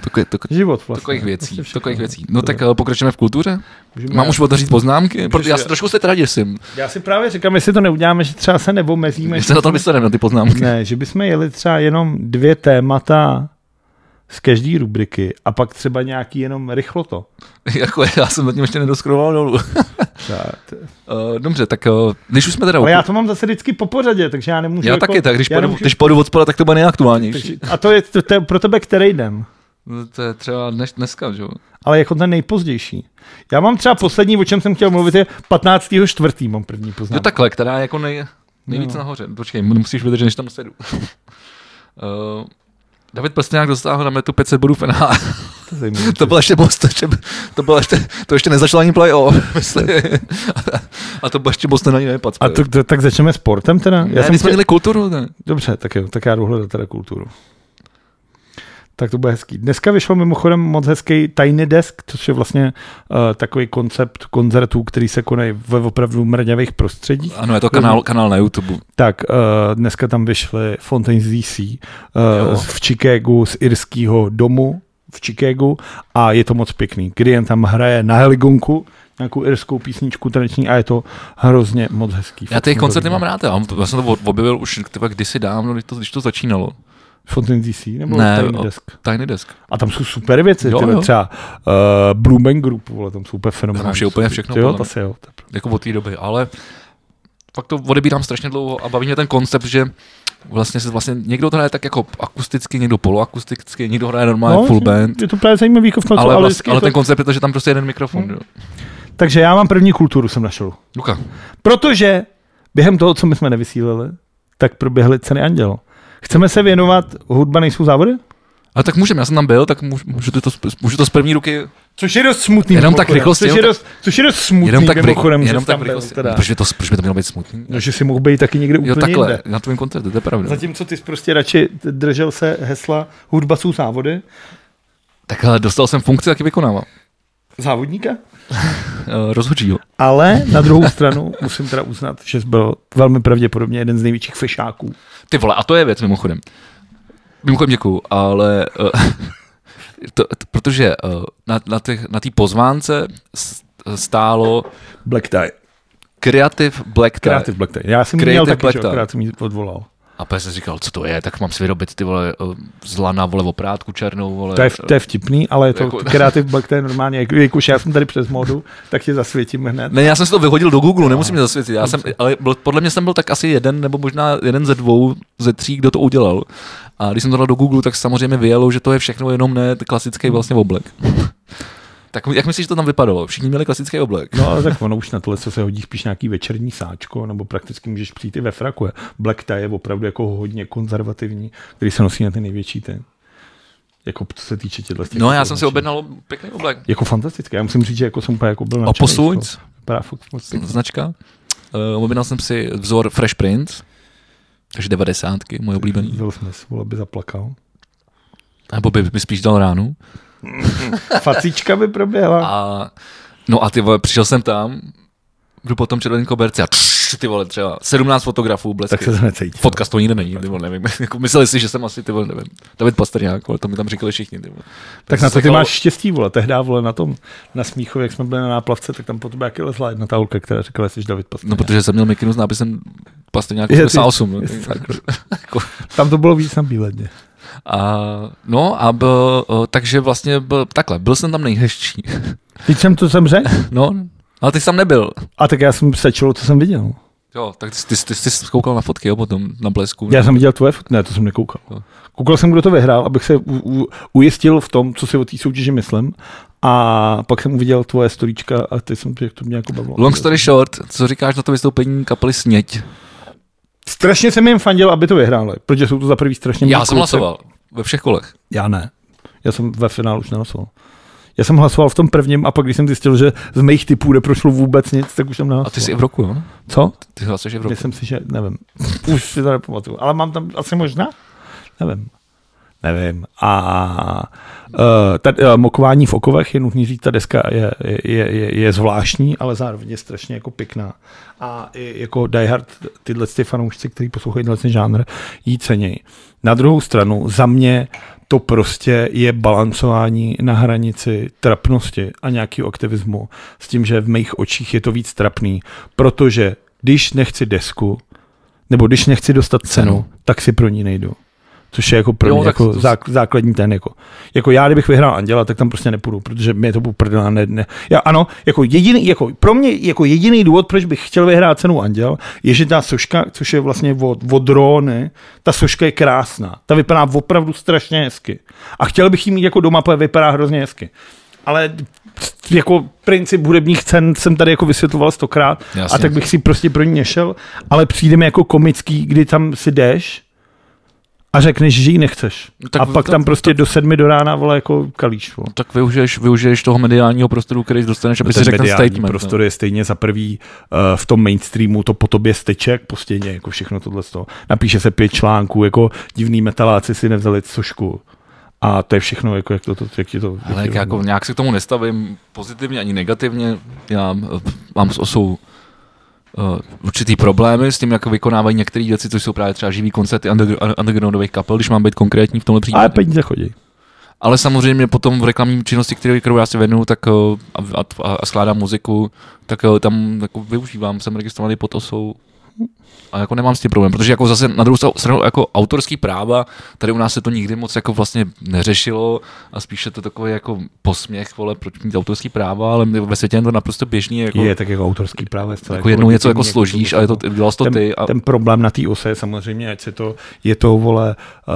S2: Takové, to,
S1: Život vlastně.
S2: takových věcí,
S1: všechno.
S2: takových věcí. No tak
S1: Dobře.
S2: eh, pokračujeme v kultuře.
S1: Můžeme-
S2: Mám už otevřít poznámky? Protože já
S1: je-
S2: se trošku se teda děsím.
S1: Já si právě říkám, jestli to neuděláme, že třeba se nebomezíme.
S2: Když se na to myslím, na ty poznámky.
S1: Ne, že bychom jeli třeba jenom dvě témata z každé rubriky a pak třeba nějaký jenom rychlo to.
S2: jako já jsem zatím ještě nedoskroval dolů.
S1: Třeba t-
S2: Eh, Dobře, tak eh, když už jsme teda...
S1: Ale já to mám zase vždycky po pořadě, takže já nemůžu.
S2: já
S1: jako,
S2: taky, tak když
S1: já
S2: půjdu,
S1: nemůžu-
S2: když půjdu od spoda, tak to bude nejaktuálnější.
S1: takže- A to je, to, to je pro tebe který den?
S2: No, to je třeba dnes, dneska, že jo?
S1: Ale jako ten nejpozdější. Já mám třeba poslední, o čem jsem chtěl mluvit, je 15. čtvrtý mám první
S2: Jo
S1: poznámku.
S2: takhle, která je jako nej, nejvíc
S1: No.
S2: no. nahoře. Počkej, musíš vydržet, než tam sedu. uh, David Plstňák dostáhl na metu 500 bodů v NH.
S1: To, je zajímavé.
S2: to bylo ještě moc, to ještě, to bylo ještě, to ještě nezačalo ani playoff, myslím. a, a to bylo ještě moc na něj nepad.
S1: a to, to, tak začneme sportem teda?
S2: já jsem jsme měli kulturu, ne?
S1: Dobře, tak jo, tak já jdu hledat teda kulturu. Tak to bude hezký. Dneska vyšlo mimochodem moc hezký Tiny Desk, což je vlastně uh, takový koncept koncertů, který se konají ve opravdu mrňavých prostředích.
S2: Ano, je to kanál, kanál na YouTube.
S1: Tak uh, dneska tam vyšly Fontaines DC uh,
S2: Jo.
S1: z- v Chicagu z irského domu v Chicagu a je to moc pěkný. Grien tam hraje na heligonku nějakou irskou písničku taneční a je to hrozně moc hezký.
S2: Já
S1: Fakt
S2: ty
S1: jsem to
S2: koncerty
S1: viděl.
S2: mám rád, já, mám to- já jsem to od- objevil už tyba, kdysi dávno, když to, když to začínalo.
S1: Fontaines DC nebo
S2: Ne,
S1: Tiny
S2: o-
S1: Desk?
S2: Tiny Desk.
S1: A tam jsou super věci,
S2: Jo,
S1: jo, tyhle,
S2: jo.
S1: jo. třeba uh, Blumen Group, vole, tam jsou úplně fenomenální.
S2: Tam už je úplně všechno,
S1: Ty jo,
S2: podle
S1: to
S2: mě.
S1: se jo. to je pro-
S2: jako od té doby, ale fakt to odebírám strašně dlouho a baví mě ten koncept, že vlastně se vlastně někdo to hraje tak jako akusticky, někdo poloakusticky, někdo hraje normálně no, full band,
S1: Je to právě zajímavý jako koncept, ale,
S2: ale, vlastně,
S1: vždycky je
S2: ale ten
S1: to...
S2: koncept je to, že tam prostě jeden mikrofon. Hmm.
S1: Takže já mám první kulturu, jsem našel.
S2: Luka,
S1: Protože během toho, co my jsme nevysílali, tak proběhly ceny Anděl. Chceme se věnovat hudba nejsou závody?
S2: ale tak můžeme, já jsem tam byl, tak můžu, můžu, to, z- můžu to z první ruky,
S1: Což je dost smutný.
S2: Jenom tak
S1: mimochodem.
S2: rychlosti,
S1: Což,
S2: jenom
S1: je
S2: tak-
S1: dost, což je dost smutný
S2: jenom tak,
S1: mimochodem,
S2: rychle,
S1: že
S2: jenom
S1: jsi
S2: tak
S1: tam byl
S2: rychlosti.
S1: teda.
S2: Proč, by to, proč by to mělo být smutný?
S1: No, že si mohl být taky někde úplně
S2: Jo, takhle,
S1: jinde.
S2: na tvém koncertu, to je pravda.
S1: Zatímco ty jsi prostě radši držel se hesla hudba jsou závody,
S2: Tak ale dostal jsem funkci, taky vykonávám.
S1: závodníka?
S2: Uh, rozhodčího.
S1: Ale na druhou stranu musím teda uznat, že jsi byl velmi pravděpodobně jeden z největších fešáků.
S2: Ty vole, a to je věc mimochodem. Mimochodem děkuju, ale uh, to, to, protože uh, na té na těch- na tý pozvánce s- stálo
S1: Black tie.
S2: Creative Black Tie.
S1: Kreativ Black tie. Já jsem ji
S2: Creative
S1: měl taky,
S2: black
S1: že jo,
S2: tie.
S1: akorát jsem ji odvolal.
S2: A pak jsem říkal, co to je, tak mám si vyrobit ty vole uh, zlana, vole oprátku černou, vole.
S1: To je, to je vtipný, ale je to
S2: Jako-
S1: kreativ Black tie normálně. jak- Jelikož já jsem tady přes modu, tak tě zasvětím hned.
S2: Ne, já jsem si to vyhodil do Google, nemusím mě zasvětit. Já jsem, ale byl, podle mě jsem byl tak asi jeden, nebo možná jeden ze dvou, ze tří, kdo to udělal. A když jsem to dal do Google, tak samozřejmě vyjelo, že to je všechno jenom ne klasický vlastně oblek. tak jak myslíš, že to tam vypadalo? Všichni měli klasický oblek.
S1: No ale tak ono už na tohle co se hodí spíš nějaký večerní sáčko, nebo prakticky můžeš přijít i ve fraku. Black tie je opravdu jako hodně konzervativní, který se nosí na ty největší ty. Jako co se týče těchto těch
S2: No, já jsem si
S1: označení.
S2: objednal pěkný oblek.
S1: Jako fantastické. Já musím říct, že jako jsem úplně jako byl
S2: A
S1: nadšený z toho.
S2: posuň,
S1: Vypadá fakt moc pěkně.
S2: značka. Uh, objednal jsem si vzor Fresh Print, takže devadesátky, můj oblíbený.
S1: Will Smith, vole, by zaplakal.
S2: Nebo by mi spíš dal ránu.
S1: Facička by proběhla.
S2: A, no a ty vole, přišel jsem tam, jdu po tom červeném koberci a tš, ty vole, třeba 17 fotografů,
S1: Tak
S2: blesky.
S1: se to necítí.
S2: Fotka z toho nikde není, ty vole, nevím. Jako mysleli si, že jsem asi, ty vole, nevím. David Pastrňák, ale to mi tam říkali všichni, ty vole.
S1: tak
S2: jsem
S1: na to
S2: se
S1: ty
S2: chal-
S1: máš štěstí, vole. Tehdy, vole, na tom, na Smíchově, jak jsme byli na náplavce, tak tam po tebe jaký lezla jedna ta holka, která říkala, že jsi David Pastrňák.
S2: No, protože jsem měl mikinu s nápisem Pastrňák
S1: Je, ty-
S2: 88. no,
S1: je
S2: tak-
S1: tak.
S2: Jako-
S1: Tam to bylo víc na Bíledně.
S2: A, no a byl, o, takže vlastně byl, takhle, byl jsem tam nejhezčí.
S1: Teď jsem to sem řekl?
S2: No, ale ty jsi tam nebyl.
S1: A tak já jsem stačilo, co jsem viděl.
S2: Jo, tak ty, ty, ty, ty jsi koukal na fotky, jo, potom na blesku.
S1: Já jsem viděl tvoje fotky, ne, to jsem nekoukal.
S2: No.
S1: Koukal jsem, kdo to vyhrál, abych se u, u, ujistil v tom, co si o té soutěži myslím. A pak jsem uviděl tvoje storíčka a teď jsem si, jak to mě jako bavilo.
S2: Long story short, co říkáš na to vystoupení kapely Sněď?
S1: Strašně jsem jim fandil, aby to vyhráli, protože jsou to za prvý strašně
S2: Já
S1: milí
S2: jsem
S1: kluci.
S2: hlasoval ve všech kolech.
S1: Já ne. Já jsem ve finále už nehlasoval. Já jsem hlasoval v tom prvním a pak, když jsem zjistil, že z mých typů neprošlo vůbec nic, tak už jsem
S2: A
S1: nehlasoval.
S2: ty jsi i v roku, jo?
S1: Co?
S2: Ty hlasuješ i v roku.
S1: Myslím si, že nevím. Už si to nepamatuju. Ale mám tam asi možná? Nevím. Nevím. A uh, tady, uh, mokování v okovech, je nutný říct, ta deska je, je, je, je zvláštní, ale zároveň je strašně jako pěkná. A i jako Die Hard, tyhle ty fanoušci, kteří poslouchají tenhle ten žánr, jí cenějí. Na druhou stranu, za mě to prostě je balancování na hranici trapnosti a nějakého aktivismu s tím, že v mých očích je to víc trapný, protože když nechci desku, nebo když nechci dostat cenu, tak si pro ní nejdu. Což je jako pro
S2: Jo,
S1: mě
S2: tak
S1: jako
S2: to-
S1: zák- základní ten. Jako. jako já, kdybych vyhrál Anděla, tak tam prostě nepůjdu, protože mě to prdela. Ne, ne. Já, ano, jako jediný, jako pro mě jako jediný důvod, proč bych chtěl vyhrát cenu Anděl, je, že ta soška, což je vlastně od, od Rony, ta soška je krásná. Ta vypadá opravdu strašně hezky. A chtěl bych ji mít jako doma, protože vypadá hrozně hezky. Ale jako princip hudebních cen jsem tady jako vysvětloval stokrát
S2: Jasně.
S1: a tak bych si prostě pro ní nešel, ale přijde mi jako komický, kdy tam si jdeš a řekneš, že ji nechceš.
S2: No tak-
S1: Tak, a pak
S2: tak-
S1: tam prostě do sedmi do rána vole jako kalíš. Vole.
S2: Tak využiješ, využiješ toho mediálního prostoru, který dostaneš, aby
S1: No
S2: si
S1: ten
S2: řekl
S1: mediální
S2: statement. no.
S1: prostor je stejně za prvý uh, v tom mainstreamu, to po tobě steče jak po stěně, jako všechno tohle z toho. Napíše se pět článků, jako divný metaláci si nevzali sošku. A to je všechno, jako jak to, to jak ti to... jak
S2: Ale
S1: ti
S2: jak
S1: to-
S2: já jako nějak se k tomu nestavím pozitivně ani negativně. Já eh, mám s osou eh, určitý problémy s tím, jak vykonávají některé věci, což jsou právě třeba živý koncerty undergr- undergroundových kapel, když mám být konkrétní v tomhle případě.
S1: Ale peníze chodí.
S2: Ale samozřejmě potom v reklamní činnosti, které, kterou já se věnuju tak, eh, a, a, a skládám muziku, tak eh, tam jako využívám, jsem registrovaný pod osou a jako nemám s tím problém, protože jako zase na druhou stranu jako autorský práva, tady u nás se to nikdy moc jako vlastně neřešilo a spíše to takový jako posměch, vole, proč mít autorský práva, ale ve světě je to naprosto běžný, jako,
S1: Je tak jako autorský právo. je zcela
S2: jako jednou něco jako
S1: legitimní,
S2: složíš a je to, dělal jsi to
S1: ten,
S2: ty a
S1: ten problém na té ose je samozřejmě, ať se to, je to, vole, uh,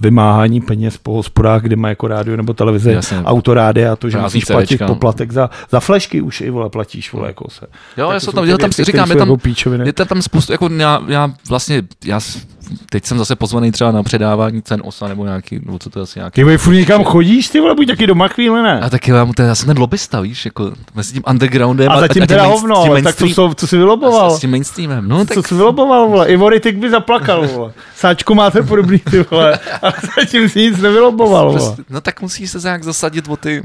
S1: vymáhání peněz po hospodách, kde má jako rádio nebo televize,
S2: Jasně.
S1: Jasně. autorády a to, že
S2: Prázdný no.
S1: musíš platit
S2: CDčka.
S1: poplatek za, za flešky už i, vole, platíš, vole, jako se. Tak
S2: jo, No, já
S1: to
S2: jsem
S1: jsou
S2: tam,
S1: ty
S2: já tam
S1: věci,
S2: říkám,
S1: které jsou
S2: je tam,
S1: jako píčoviny.
S2: Je tam, tam spoustu, jako já, já vlastně, já s- teď jsem zase pozvaný třeba na předávání cen OSA nebo nějaký, nebo co to je asi nějaký.
S1: Ty vole, furt někam chodíš, ty vole, buď taky doma chvíli, ne?
S2: A taky já, mu ten, já jsem ten lobbysta, víš, jako mezi tím undergroundem
S1: A zatím
S2: a,
S1: teda
S2: main-
S1: hovno, ale tak co,
S2: mainstream-
S1: jsou- co jsi
S2: a,
S1: vyloboval?
S2: s tím mainstreamem, no tak
S1: Co jsi vyloboval, vole? Ivory, ty by zaplakal, vole. Sáčku máte podobný, ty vole. Ale zatím si nic nevyloboval, vole.
S2: prostě, no tak musíš se nějak zasadit o ty,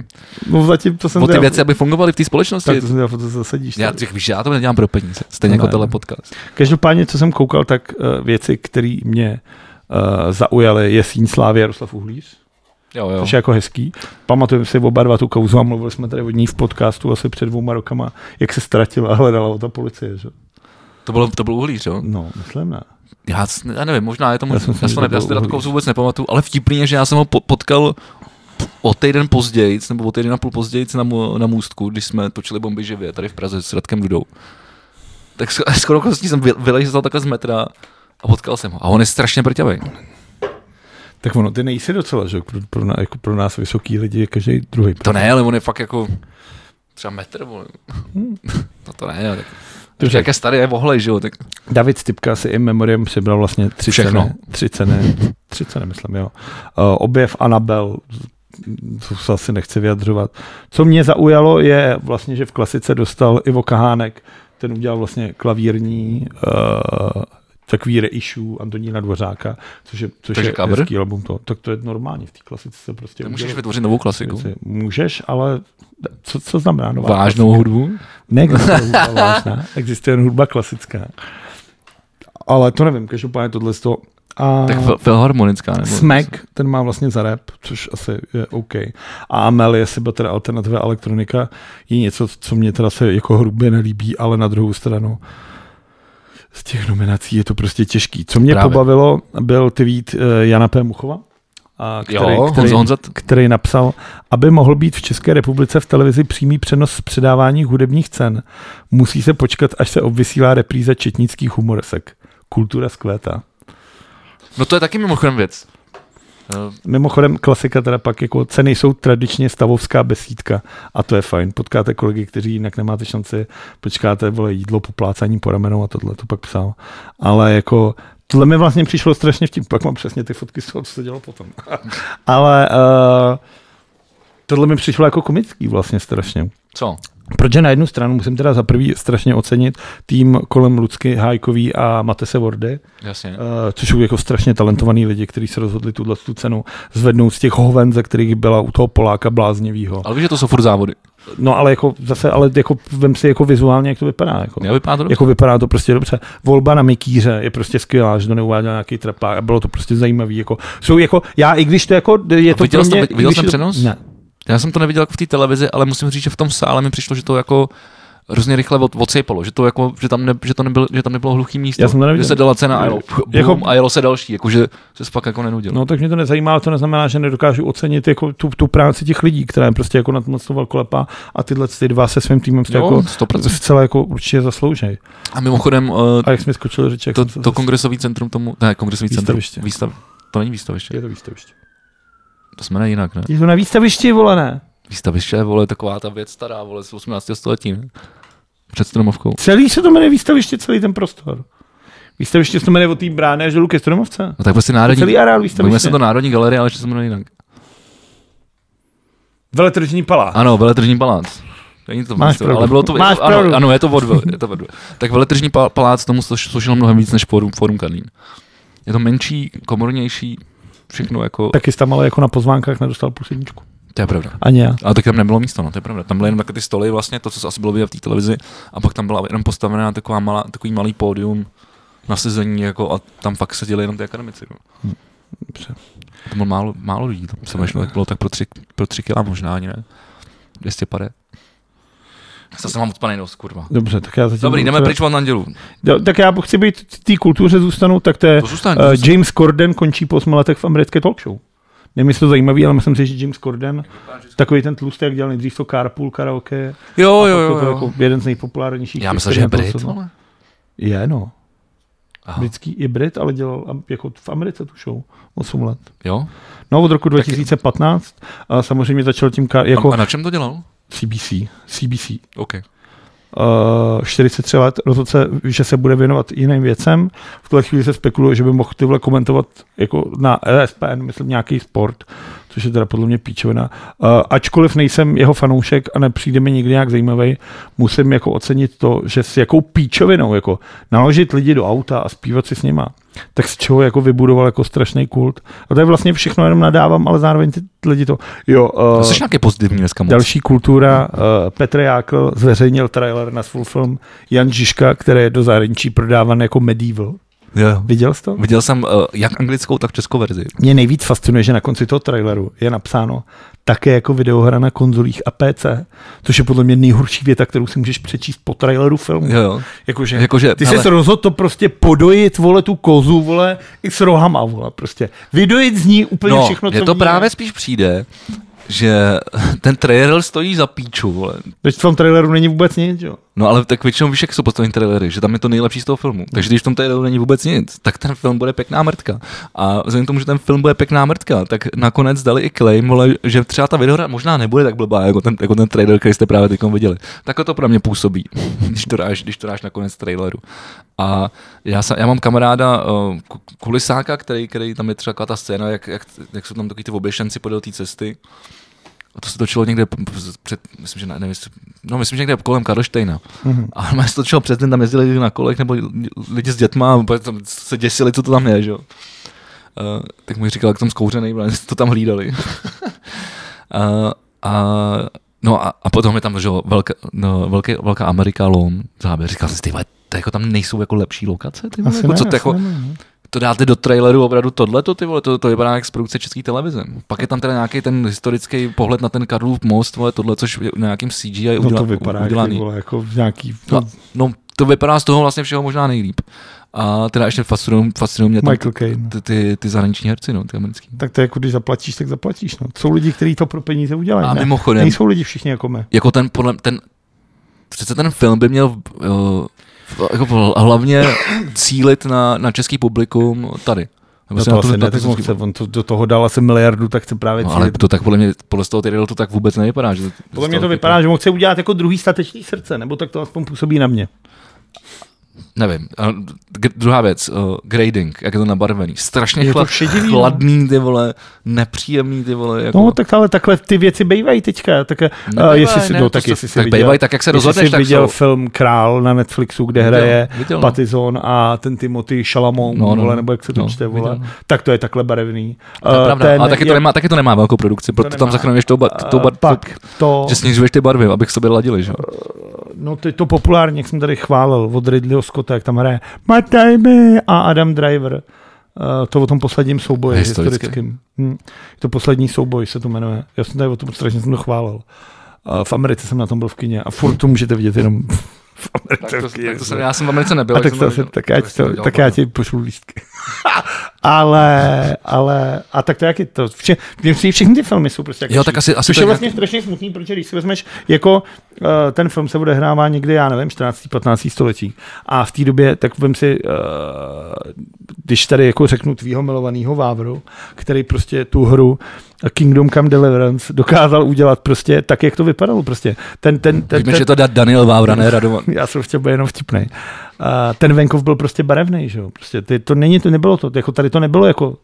S1: No zatím to jsem
S2: o ty
S1: teda-
S2: věci, aby fungovaly v té společnosti.
S1: Tak to jsem dělal, to zasadíš.
S2: Já,
S1: tady.
S2: těch, víš, já to nedělám pro peníze, stejně
S1: No
S2: jako
S1: ne.
S2: tenhle podcast.
S1: Každopádně, co jsem koukal, tak uh, věci, které mě uh, zaujaly, je Síň Slávy Jaroslav Uhlíř,
S2: Jo, jo.
S1: což je jako hezký. Pamatujeme si oba dva tu kauzu a mluvili jsme tady od ní v podcastu asi před dvouma rokama, jak se ztratila a hledala o ta policie, že?
S2: To bylo, to bylo uhlíř, jo?
S1: No, myslím ne.
S2: Já, s- já nevím, možná je to
S1: Já
S2: možná.
S1: jsem
S2: Já,
S1: si
S2: já,
S1: myslel,
S2: to ne,
S1: že
S2: já
S1: to
S2: si teda
S1: bylo
S2: takovou
S1: uhlí.
S2: vůbec nepamatuju, ale vtipný je, že já jsem ho po, potkal o týden později, nebo o týden a půl později na, mu- na můstku, když jsme točili bomby živě tady v Praze s Radkem Dudou. Tak sk- skoro kostí jsem vy- vylezl takhle z metra a potkal jsem ho. A on je strašně prťavý.
S1: Tak ono, ty nejsi docela, že? jo, Pro, pro, na- jako pro nás vysoký lidi je každý druhý.
S2: To ne, ale on je fakt jako třeba metr, vole. No to ne, ale tak. Protože jak je starý, je vohlej, že jo, tak
S1: David Stipka si i memoriam přebral vlastně tři
S2: Všechno.
S1: ceny. Tři ceny, tři ceny, myslím, jo. Uh, objev Anabel, to se asi nechci vyjadřovat. Co mě zaujalo je vlastně, že v klasice dostal Ivo Kahánek, ten udělal vlastně klavírní uh, takový reissue Antonína Dvořáka, což je, což
S2: Takže
S1: je
S2: cover?
S1: hezký album to. Tak to je normální, v té klasice se prostě
S2: ty
S1: udělají
S2: můžeš vytvořit novou klasiku.
S1: věci. Můžeš, ale co, co znamená nová
S2: Vážnou hudbu.
S1: Neexistuje hudba vážná, existuje jen hudba klasická. Ale to nevím, každopádně tohle z toho. A
S2: Tak fil- filharmonická. Nebo
S1: Smack, ten má vlastně za rap, což asi je OK. A Amel je seba teda alternativa elektronika, je něco, co mě teda se jako hrubě nelíbí, ale na druhou stranu z těch nominací je to prostě těžký. Co mě
S2: Právě.
S1: Právě. pobavilo, byl tweet eh, Jana P. Muchova, a který,
S2: Jo,
S1: který,
S2: Honza, Honza, t-
S1: který napsal, aby mohl být v České republice v televizi přímý přenos z předávání hudebních cen, musí se počkat, až se obvysílá repríza četnických humoresek. Kultura zkvétá.
S2: No to je taky mimochodem věc. Eh,
S1: Mimochodem klasika teda pak jako ceny jsou tradičně stavovská besídka a to je fajn. Potkáte kolegy, kteří jinak nemáte šanci, počkáte, vole, jídlo, poplácání po ramenou a tohle to pak psal. Ale jako tohle mi vlastně přišlo strašně vtip, pak mám přesně ty fotky z toho, co se dělo potom. Ale uh, tohle mi přišlo jako komický vlastně strašně.
S2: Co?
S1: Protože na jednu stranu musím teda za prvý strašně ocenit tým kolem Lucky, Hájkový a Matese Vordy,
S2: Jasně.
S1: Eh, což jsou jako strašně talentovaní lidi, kteří se rozhodli tuhle tu cenu zvednout z těch hoven, ze kterých byla u toho Poláka bláznivýho.
S2: Ale víš, že to jsou furt závody.
S1: No ale jako zase, ale jako vem si jako vizuálně, jak to vypadá. Jako.
S2: Já vypadá to dobře.
S1: Jako vypadá to prostě dobře. Volba na Mikýře je prostě skvělá, že to neuváděl nějaký trapák a bylo to prostě zajímavý. Jako, jsou jako, já i když to jako, je
S2: A
S1: to
S2: viděl
S1: pro
S2: jsi to-
S1: mě,
S2: viděl
S1: i když
S2: jsi ten
S1: je to-
S2: přenos?
S1: Ne.
S2: Já jsem to neviděl jako v té televizi, ale musím říct, že v tom sále mi přišlo, že to jako hrozně rychle od, odsejpalo, že to, jako, že, tam ne, že, to nebylo, že tam nebylo hluchý místo,
S1: Já jsem to neviděl.
S2: že se dala cena a jelo,
S1: Jako-
S2: jako, a jelo se další, jakože se pak jako nenudil.
S1: No, tak mě to nezajímá, ale to neznamená, že nedokážu ocenit jako tu, tu práci těch lidí, která je prostě jako na tom to velkolepá a tyhle ty dva se svým týmem se
S2: Jo,
S1: jako
S2: 100%.
S1: zcela jako určitě zasloužej.
S2: A mimochodem, uh,
S1: A jak jsi mi skočil řeč, jak
S2: to,
S1: jsem se
S2: to kongresový centrum tomu, ne, kongresový
S1: Výstaviště.
S2: centrum, výstav, to není výstaviště,
S1: to výstaviště.
S2: to jsme ne jinak, ne?
S1: Je to na výstavišti, vole, ne?
S2: Výstaviště, vole, taková ta věc stará, vole, z 18. století, ne? Před stromovkou.
S1: Celý se to jmenuje výstaviště, celý ten prostor. Výstaviště se to jmenuje od té brány až dolů ke Stromovce.
S2: No tak prostě
S1: Celý
S2: národní,
S1: areál
S2: Mluvíme
S1: výstaviště.
S2: se
S1: To...
S2: to Národní galerie, ale ještě se jmenuje jinak.
S1: Veletržní palác.
S2: Ano, veletržní palác. Není to
S1: Máš
S2: Máš
S1: pravdu.
S2: ale bylo to,
S1: Máš pravdu.
S2: ano, ano, je to odvel, je to odvel. Tak veletržní pa- palác tomu slož- složilo mnohem víc než Forum, forum Karlín. Je to menší, komornější, všechno jako, tak.
S1: Taky jsi tam ale jako na pozvánkách nedostal půl sedničku.
S2: to je pravda.
S1: Ani já.
S2: Ale tak tam nebylo místo, no, to je pravda. Tam byly jenom takové ty stoly, vlastně to, co asi bylo vidět v té televizi, a pak tam byla jenom postavená taková malá, takový malý pódium na sezení, jako, a tam fakt seděli jenom ty akademici. No.
S1: Dobře.
S2: To bylo málo, málo lidí, tam se vešlo, tak bylo tak pro tři, pro tři kila možná, ani ne? 200 pade. Zase mám odpanej nos, kurva.
S1: Dobře, tak já zatím...
S2: Dobrý, jdeme pryč od andělů.
S1: Jo, tak já chci být v té kultuře zůstanu, tak to je
S2: To zůstaň, to
S1: Uh,
S2: zůstaň.
S1: James Corden končí po 8 letech v americké talk show. Nevím, jestli to zajímavý, ale myslím si, že James Corden, takový ten tlustý, jak dělal nejdřív to Carpool karaoke,
S2: Jo, jo,
S1: to
S2: jo,
S1: byl
S2: jo.
S1: jako jeden z nejpopulárnějších.
S2: Já myslím,
S1: který
S2: že je
S1: nebyl
S2: Brit,
S1: co-
S2: vole.
S1: Je, no.
S2: Aha.
S1: Britský je Brit, ale dělal am- jako v Americe tu show 8 let.
S2: Jo?
S1: No od roku 2015 a samozřejmě začal tím ka-
S2: Jako...
S1: jako
S2: A na čem to dělal?
S1: CBC, CBC
S2: OK.
S1: uh, 43 let, rozhodl se, že se bude věnovat jiným věcem. V tuhle chvíli se spekuluje, že by mohl tyhle komentovat jako na ESPN, myslím nějaký sport, což je teda podle mě píčovina. Uh, ačkoliv nejsem jeho fanoušek a nepřijde mi nikdy nějak zajímavý, musím jako ocenit to, že s jakou píčovinou jako naložit lidi do auta a zpívat si s nima, tak z čeho jako vybudoval jako strašný kult. A to je vlastně všechno jenom nadávám, ale zároveň ty lidi to... Jo,
S2: To
S1: uh,
S2: jsi nějaký pozitivní dneska moc.
S1: Další kultura. eh, Petr Jákl zveřejnil trailer na svůj film Jan Žižka, který je do zahraničí prodávan jako medieval.
S2: Jo.
S1: Viděl jsi to?
S2: Viděl jsem uh, jak anglickou, tak českou verzi.
S1: Mě nejvíc fascinuje, že na konci toho traileru je napsáno také jako videohra na konzolích a PC, což je podle mě nejhorší věta, kterou si můžeš přečíst po traileru filmu.
S2: Jo, jo.
S1: Jakože,
S2: Jakože,
S1: ty jsi
S2: hele.
S1: se rozhodl to prostě podojit, vole, tu kozu, vole, i s rohama, vole, prostě. Vydojit z ní úplně
S2: No,
S1: všechno, co
S2: mně to
S1: v ní
S2: právě
S1: je.
S2: spíš přijde, že ten trailer stojí za píču, vole.
S1: Teď v tom traileru není vůbec nic, jo.
S2: No ale tak většinou víš, jak jsou postaveny trailery, že tam je to nejlepší z toho filmu. Takže když v tom traileru není vůbec nic, tak ten film bude pěkná mrtka. A vzhledem k tomu, že ten film bude pěkná mrtka, tak nakonec dali i claim, vole, že třeba ta videohra možná nebude tak blbá, jako ten, jako ten trailer, který jste právě teď viděli. Takhle to pro mě působí, když to dáš, když to dáš na konec traileru. A já, jsem, já mám kamaráda uh, kulisáka, který, který, tam je třeba taková ta scéna, jak, jak, jak jsou tam takový ty oběšenci podél té cesty. A to se točilo někde p- p- před, myslím, že ne, nevím, jestli- no, myslím, že někde kolem Karlštejna.
S1: Mhm.
S2: Mm-hmm. A normálně se točilo před, tam jezdili lidi na kolech nebo lidi s dětma a úplně tam se děsili, co to tam je, že jo. Uh, tak mu říkal, jak tam zkouřený, protože to tam hlídali. uh, a, no a, a, potom je tam, že jo, velká, no, velký, velká Amerika lom, záběr. Říkal jsem si, ty vole, to jako tam nejsou jako lepší lokace, ty vole,
S1: Asi
S2: jako,
S1: ne,
S2: co, to
S1: asi
S2: jako,
S1: ne, no.
S2: to dáte do traileru opravdu tohleto, ty vole, to, to vypadá jak z produkce české televize. Pak je tam teda nějaký ten historický pohled na ten Karlův most, vole, tohle, což je nějakým CGI
S1: No
S2: uděla,
S1: to vypadá, jak, ty
S2: udělaný.
S1: vole, jako nějaký...
S2: no, no, to vypadá z toho vlastně všeho možná nejlíp. A teda ještě fascinují fascinují mě tam
S1: Michael Caine.
S2: ty, ty, ty, zahraniční herci, no, ty americký.
S1: Tak to je jako, když zaplatíš, tak zaplatíš. No. Jsou lidi, kteří to pro peníze udělají.
S2: A
S1: ne?
S2: mimochodem,
S1: Nejsou lidi všichni jako my.
S2: jako ten, podle, ten, přece ten film by měl eh, v- jako v- hlavně cílit na, na český publikum tady. Nebo
S1: No
S2: se
S1: to
S2: na tu-
S1: asi
S2: na
S1: ne,
S2: tu
S1: tak on,
S2: vždycky-
S1: chce, on to, do toho dal asi miliardu, tak chce právě
S2: No,
S1: no,
S2: ale to tak podle mě, podle z toho ty to tak vůbec nevypadá. Že
S1: Podle mě to vypadá, že on chce udělat jako druhý stateční srdce, nebo tak to aspoň působí na mě.
S2: Nevím. A gr- druhá věc, uh, grading, jak je to nabarvený. Strašně
S1: Je to
S2: chlad,
S1: šedivý, no.
S2: chladný, ty vole, nepříjemný, ty vole. Jako...
S1: No, tak ale takhle ty věci bejvají teďka. Tak, a,
S2: Nebejvaj,
S1: jestli si,
S2: ne,
S1: no,
S2: to
S1: tak
S2: se-
S1: jestli si
S2: tak
S1: viděl,
S2: bejvaj, tak jak se rozhodneš,
S1: jestli jsi
S2: tak
S1: viděl
S2: jsou.
S1: film Král na Netflixu, kde
S2: Viděl,
S1: hraje
S2: viděl, no.
S1: Patizon a ten Timothy Chalamet,
S2: No,
S1: no,
S2: no,
S1: vole, nebo jak se to
S2: no,
S1: čte, vole,
S2: viděl, no.
S1: tak to je takhle barevný.
S2: To je
S1: Eh,
S2: pravda, ale taky to,
S1: je-
S2: nemá, taky to nemá velkou produkci, proto tam
S1: nemá.
S2: zachraňuješ tou, ba, tou bar,
S1: eh, pak to,
S2: to, že snižuješ ty barvy, abych sobě ladili, že? jo?
S1: no ty to populárně, jak jsem tady chválil, od Ridleyho Scotta, jak tam hraje Matt Damon a Adam Driver. Eh, To o tom posledním souboji
S2: Historickém.
S1: historickém. historickém. Hm. To poslední souboj se to jmenuje. Já jsem tady o tom strašně jsem to chválil. Eh, V Americe jsem na tom byl v kině a furt to můžete vidět jenom v Americe.
S2: Tak to,
S1: v kině.
S2: tak to jsem, já jsem v Americe nebyl.
S1: Eh, no. a tak,
S2: jsem
S1: to, asi-
S2: neviděl.
S1: tak, já,
S2: To
S1: ti
S2: jsem
S1: to,
S2: nedělal
S1: tak já
S2: barvu.
S1: ti pošlu lístky. ale, ale, a tak to jak je to, vše, vše, všechny ty filmy jsou prostě jako
S2: Jo, tak asi, asi
S1: Což
S2: to
S1: je
S2: je
S1: vlastně strašně smutný, protože když si vezmeš, jako uh, ten film se odehrává někdy, já nevím, 14. 15. století. A v té době, tak vím si, uh, když tady jako řeknu tvýho milovaného Vávru, který prostě tu hru Kingdom Come Deliverance dokázal udělat prostě tak, jak to vypadalo prostě. Ten, ten, ten,
S2: Víme,
S1: ten,
S2: že to da- Daniel Vávra, ne Radovan.
S1: já jsem chtěl být jenom vtipnej. A ten venkov byl prostě barevný, že jo? Prostě ty, to není, to nebylo to, jako tady to nebylo jako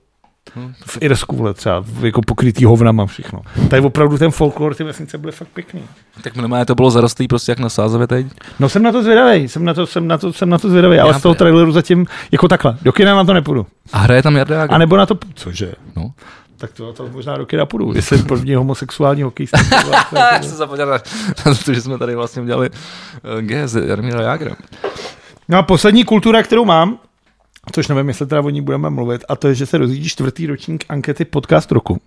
S2: Hm.
S1: v Irsku vle, třeba, v- jako pokrytý hovnama všechno. Tady opravdu ten folklor, ty vesnice byly fakt pěkný.
S2: Tak minimálně to bylo zarostlý prostě jak na Sázově teď.
S1: No jsem na to zvědavý, jsem na to, jsem na to, jsem na to zvědavý, ale
S2: Já-
S1: z toho traileru zatím, jako takhle, do kina na to nepůjdu.
S2: A hraje tam Jarda Jágr.
S1: A nebo na to, cože?
S2: No.
S1: Tak to, to možná do kina půjdu, jestli první homosexuální hokejista.
S2: Já jsem zapomněl na na to, že jsme tady vlastně udělali eh, G s Jarmíra Jágrem.
S1: No a poslední kultura, kterou mám, což nevím, jestli teda o ní budeme mluvit, a to je, že se rozjíždí čtvrtý ročník ankety Podcast roku.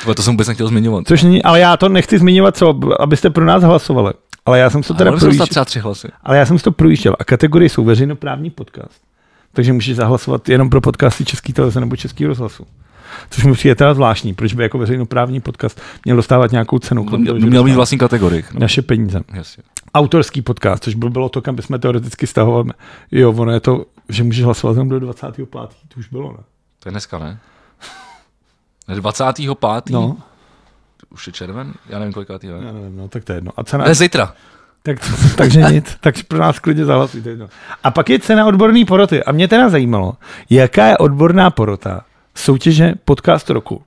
S2: Tyhle, To jsem vůbec nechtěl zmiňovat.
S1: Což není, ale já to nechci zmiňovat, co, abyste pro nás hlasovali. Ale já jsem si to teda
S2: Ale jsem
S1: projížděl,
S2: snad třeba tři hlasy.
S1: ale já jsem si to projížděl a kategorie jsou veřejnoprávní podcast. Takže můžeš zahlasovat jenom pro podcasty Český televize nebo Český rozhlasu. Což mi přijde teda zvláštní, proč by jako veřejnoprávní podcast měl dostávat nějakou cenu.
S2: To
S1: kromě
S2: No, měl,
S1: toho, že
S2: měl mít
S1: dostává
S2: vlastní kategorii. No.
S1: Naše peníze.
S2: Jasně.
S1: Autorský podcast, což by bylo to, kam bychom teoreticky stahovali. Jo, ono je to, že můžeš hlasovat jenom do 25. To už bylo, ne?
S2: To je dneska, ne? Ne, 25.
S1: No,
S2: Už je červen? Já nevím, kolikátý je.
S1: já nevím, no, tak to je jedno. A cena,
S2: Ne, zítra.
S1: Tak, takže nic, tak pro nás klidně zahlasujte. jedno. A pak je cena odborné poroty. A mě teda zajímalo, jaká je odborná porota soutěže podcast roku.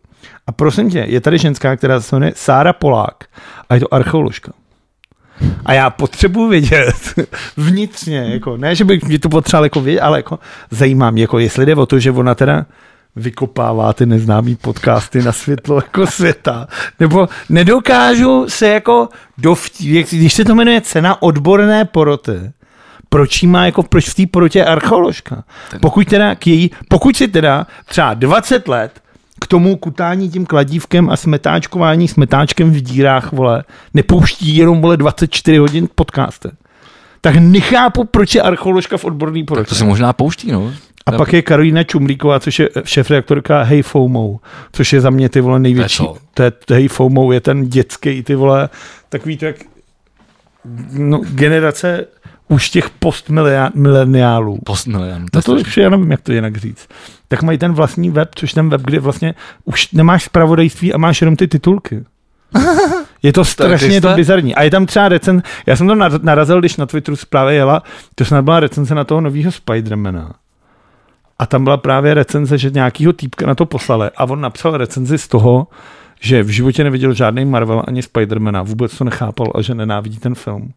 S1: A prosím tě, je tady ženská, která se jmenuje Sára Polák a je to archeoložka. A já potřebuji vědět vnitřně, jako, ne, že bych mě to potřeboval jako vědět, ale jako zajímá mě, jako, jestli jde o to, že ona teda vykopává ty neznámý podcasty na světlo jako světa. Nebo nedokážu se jako dovtí, jak- když se to jmenuje cena odborné poroty, proč jí má jako, proč v té porotě je archeoložka? Pokud teda k její, pokud si teda třeba 20 let k tomu kutání tím kladívkem a smetáčkování smetáčkem v dírách, vole, nepouští jenom, vole, 24 hodin podcasty. Tak nechápu, proč je archeoložka v odborný
S2: Tak to
S1: porotě.
S2: se možná pouští, no.
S1: A pak je Karolina Čumlíková, což je eh, šéfredaktorka Hey FOMO, což je za mě ty vole největší.
S2: To je co?
S1: To je, Hey FOMO je ten dětský ty vole, takový to jak no, generace už těch postmileniálů.
S2: Post milion.
S1: No to už já nevím, jak to jinak říct. Tak mají ten vlastní web, což ten web, kde vlastně už nemáš zpravodajství a máš jenom ty titulky. Je to strašně je to
S2: jste?
S1: bizarní. A je tam třeba recenze, já jsem to nar- narazil, když na Twitteru zprávě jela, to snad byla recenze na toho nového Spidermana. A tam byla právě recenze, že nějakýho týpka na to poslali a on napsal recenzi z toho, že v životě neviděl žádný Marvel ani Spidermana, vůbec to nechápal a že nenávidí ten film.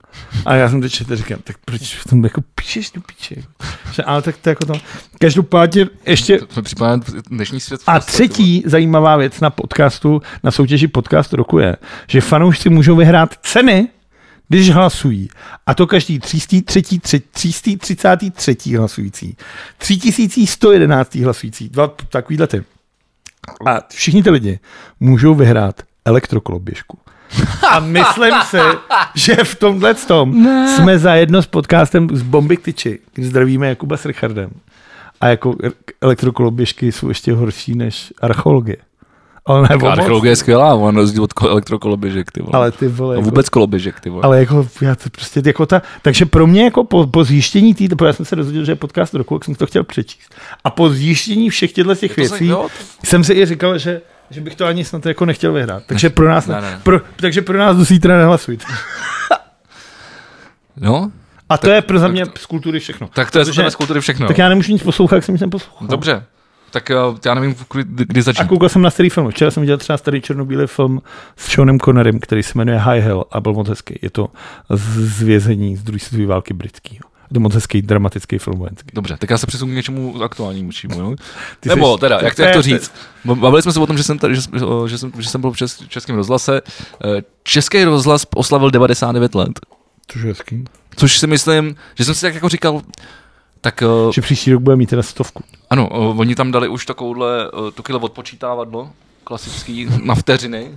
S1: A já jsem teď četl, říkám, tak proč v tom jako píšeš do píče? jako? Že, ale tak to jako to. Každopádně ještě
S2: jsme připadá dnešní svět.
S1: a třetí zajímavá věc na podcastu, na soutěži podcast roku je, že fanoušci můžou vyhrát ceny, když hlasují. A to každý 333 hlasující, 3111 hlasující, dva takovýhle ty. A všichni ty lidi můžou vyhrát elektrokoloběžku. A myslím si, že v tomhle tom jsme zajedno s podcastem z Bomby k tyči. Zdravíme Jakuba s Richardem. A jako elektrokoloběžky jsou ještě horší než archeologie. ale ne o moc.
S2: Archeologie je skvělá, on rozdíl od ko- elektrokoloběžek, ty vole.
S1: Ale ty vole,
S2: a
S1: jako,
S2: vůbec koloběžek, ty vole.
S1: ale jako, já to prostě, jako ta, takže pro mě jako po, po zjištění tý, protože já jsem se dozvěděl, že je podcast roku, jak jsem to chtěl přečíst. A po zjištění všech těchto těch
S2: To se-
S1: věcí,
S2: jo,
S1: jsem si i říkal, že, že bych to ani snad jako nechtěl vyhrát. Takže pro nás, ne,
S2: Ne, ne.
S1: Pro, takže pro nás do zítra nehlasujte.
S2: No,
S1: A to je pro za
S2: tak
S1: mě z kultury všechno.
S2: tak to je
S1: Protože-
S2: z kultury všechno.
S1: Tak já nemůžu nic poslouchat, jak jsem nic neposlouchal.
S2: No Dobře, tak eh, já nevím, kdy, kdy
S1: A
S2: začít.
S1: koukal jsem na starý film. Včera jsem viděl třeba starý černobílý film s Seanem Connerem, který se jmenuje High Hell a byl moc hezký. Je to z z vězení z druhé světové války britského. Je to moc hezký, dramatický film vojenský.
S2: Dobře, tak já se přesunu k něčemu aktuálnímu čímu, jo?
S1: Ty
S2: Nebo
S1: jsi-
S2: teda, jak,
S1: to
S2: jak
S1: je-
S2: to říct? Bavili jsme se o tom, že jsem, tady, že, jsme- o, že jsem, že jsem byl v čes, českém rozhlase. Eh, Český rozhlas oslavil 99 let,
S1: To je hezký.
S2: což si myslím, že jsem si tak jako říkal, tak eh,
S1: Že příští rok bude mít teda stovku.
S2: ano, eh, oni tam dali už takovouhle, eh, takovýhle odpočítávadlo, klasický na vteřiny.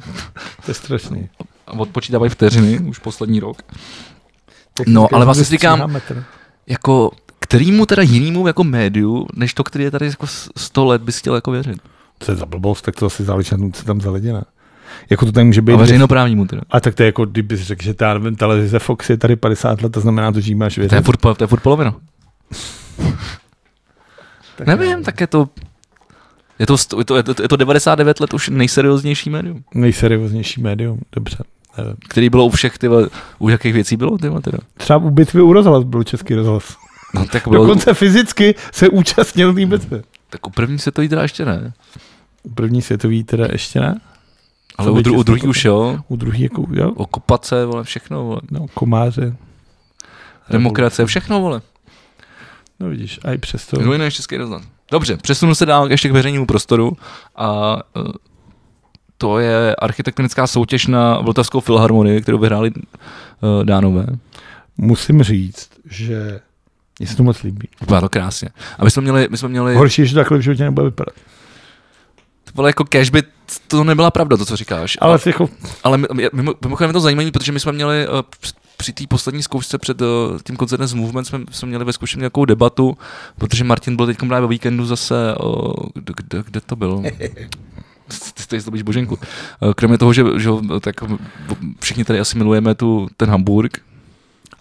S1: To je strašný.
S2: Odpočítávají vteřiny už poslední rok.
S1: Tak
S2: No,
S1: dneska
S2: ale
S1: to
S2: vlastně si říkám-
S1: stříháme teda.
S2: Jako, kterýmu teda jinému jako médiu, než to, který je tady jako s- 100 let, bys chtěl jako věřit?
S1: Co je za blbost, tak to asi záleží na tom, co tam za lidi, ne? Jako to tam může být...
S2: A veřejnoprávnímu teda.
S1: A tak to je jako, kdyby jsi řekl, že ta nevím, televize Fox je tady 50 let, to znamená, to, že jí máš
S2: To je
S1: věřit.
S2: furt, po- to je furt polovina.
S1: Tak
S2: Nevím, tak je to... Je to, sto- je, to, je, to, je to 99 let už nejserióznější médium,
S1: Nejserióznější médium, dobře. Nevím.
S2: který bylo u všech, ty vole, u jakých věcí bylo, ty vole, teda.
S1: Třeba u bitvy u rozhlas byl český rozhlas.
S2: No, tak, bylo,
S1: Dokonce fyzicky se účastnil té bitvy.
S2: tak u první se to jít ještě ne,
S1: U první světový teda ještě ne,
S2: ale
S1: Co
S2: u,
S1: by
S2: dru,
S1: tě
S2: u druhý
S1: stalo?
S2: už jo,
S1: u druhý jako, jo,
S2: o kopace, vole, všechno, vole.
S1: no, komáře.
S2: demokracie, všechno, vole.
S1: No vidíš, a i přesto.
S2: No jiné český rozhlas. Dobře, přesunu se dál ještě k veřejnému prostoru a eh, to je architektonická soutěž na Vltavskou filharmonii, kterou vyhráli eh, Dánové.
S1: Musím říct, že mně se to moc líbí.
S2: Vypadá to krásně. A my jsme měli, my jsme měli
S1: Horší je, že to takhle v životě nebude vypadat.
S2: To bylo jako cash by t- to nebyla pravda, to, co říkáš.
S1: Ale
S2: Ale,
S1: si jako,
S2: ale mi- mi- mimo, mimochodem je to zajímavé, protože my jsme měli eh, př- při té poslední zkoušce před eh, tím koncertem z Movement jsme, jsme měli ve zkušení nějakou debatu, protože Martin byl teď právě ve víkendu zase, o, kde, kde, kde to byl? Ty tady zdobíš boženku. Eh, Kromě toho, že, že jo, tak v- všichni tady asi milujeme tu, ten Hamburg,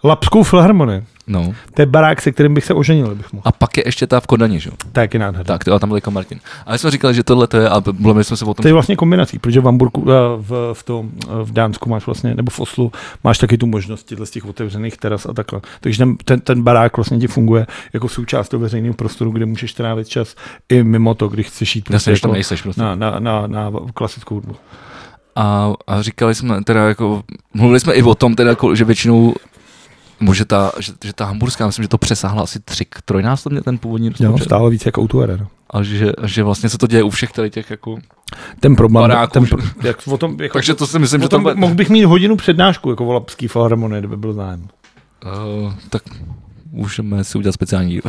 S1: Lapskou filharmonii.
S2: no.
S1: To je barák, se kterým bych se oženil, bych mohl.
S2: A pak je ještě ta v Kodani, že jo?
S1: Tak je nádherný.
S2: Tak, to, a tam byl jako Martin. A my jsme říkali, že tohle to je, a bylo, my jsme se o tom
S1: To je vlastně kombinací, protože v Hamburgu, eh, v, v, tom, eh, v Dánsku máš vlastně, nebo v Oslu, máš taky tu možnost těchto z těch otevřených teras a takhle. Takže ten, ten, ten barák vlastně ti funguje jako součást toho veřejného prostoru, kde můžeš trávit čas i mimo to, když chceš jít
S2: Já jsem,
S1: prostě
S2: že tam
S1: jako
S2: nejseš prostě.
S1: na, na, na, na, klasickou hudbu.
S2: A, a říkali jsme teda jako, mluvili jsme i o tom teda, jako, že většinou nebo že ta, že, že ta hamburská, myslím, že to přesáhla asi tři, trojnásobně ten původní
S1: Jo,
S2: rozpočet.
S1: stále víc jako u tu arenu.
S2: a že, a že vlastně se to děje u všech tady těch jako...
S1: Ten problém,
S2: Baráků,
S1: ten,
S2: že-
S1: pro- jak, o tom, jako,
S2: Takže to si myslím,
S1: o
S2: že
S1: tom,
S2: tam...
S1: by- mohl bych mít hodinu přednášku jako volapský filharmonie, kdyby byl zájem.
S2: Uh, tak můžeme si udělat speciální díl.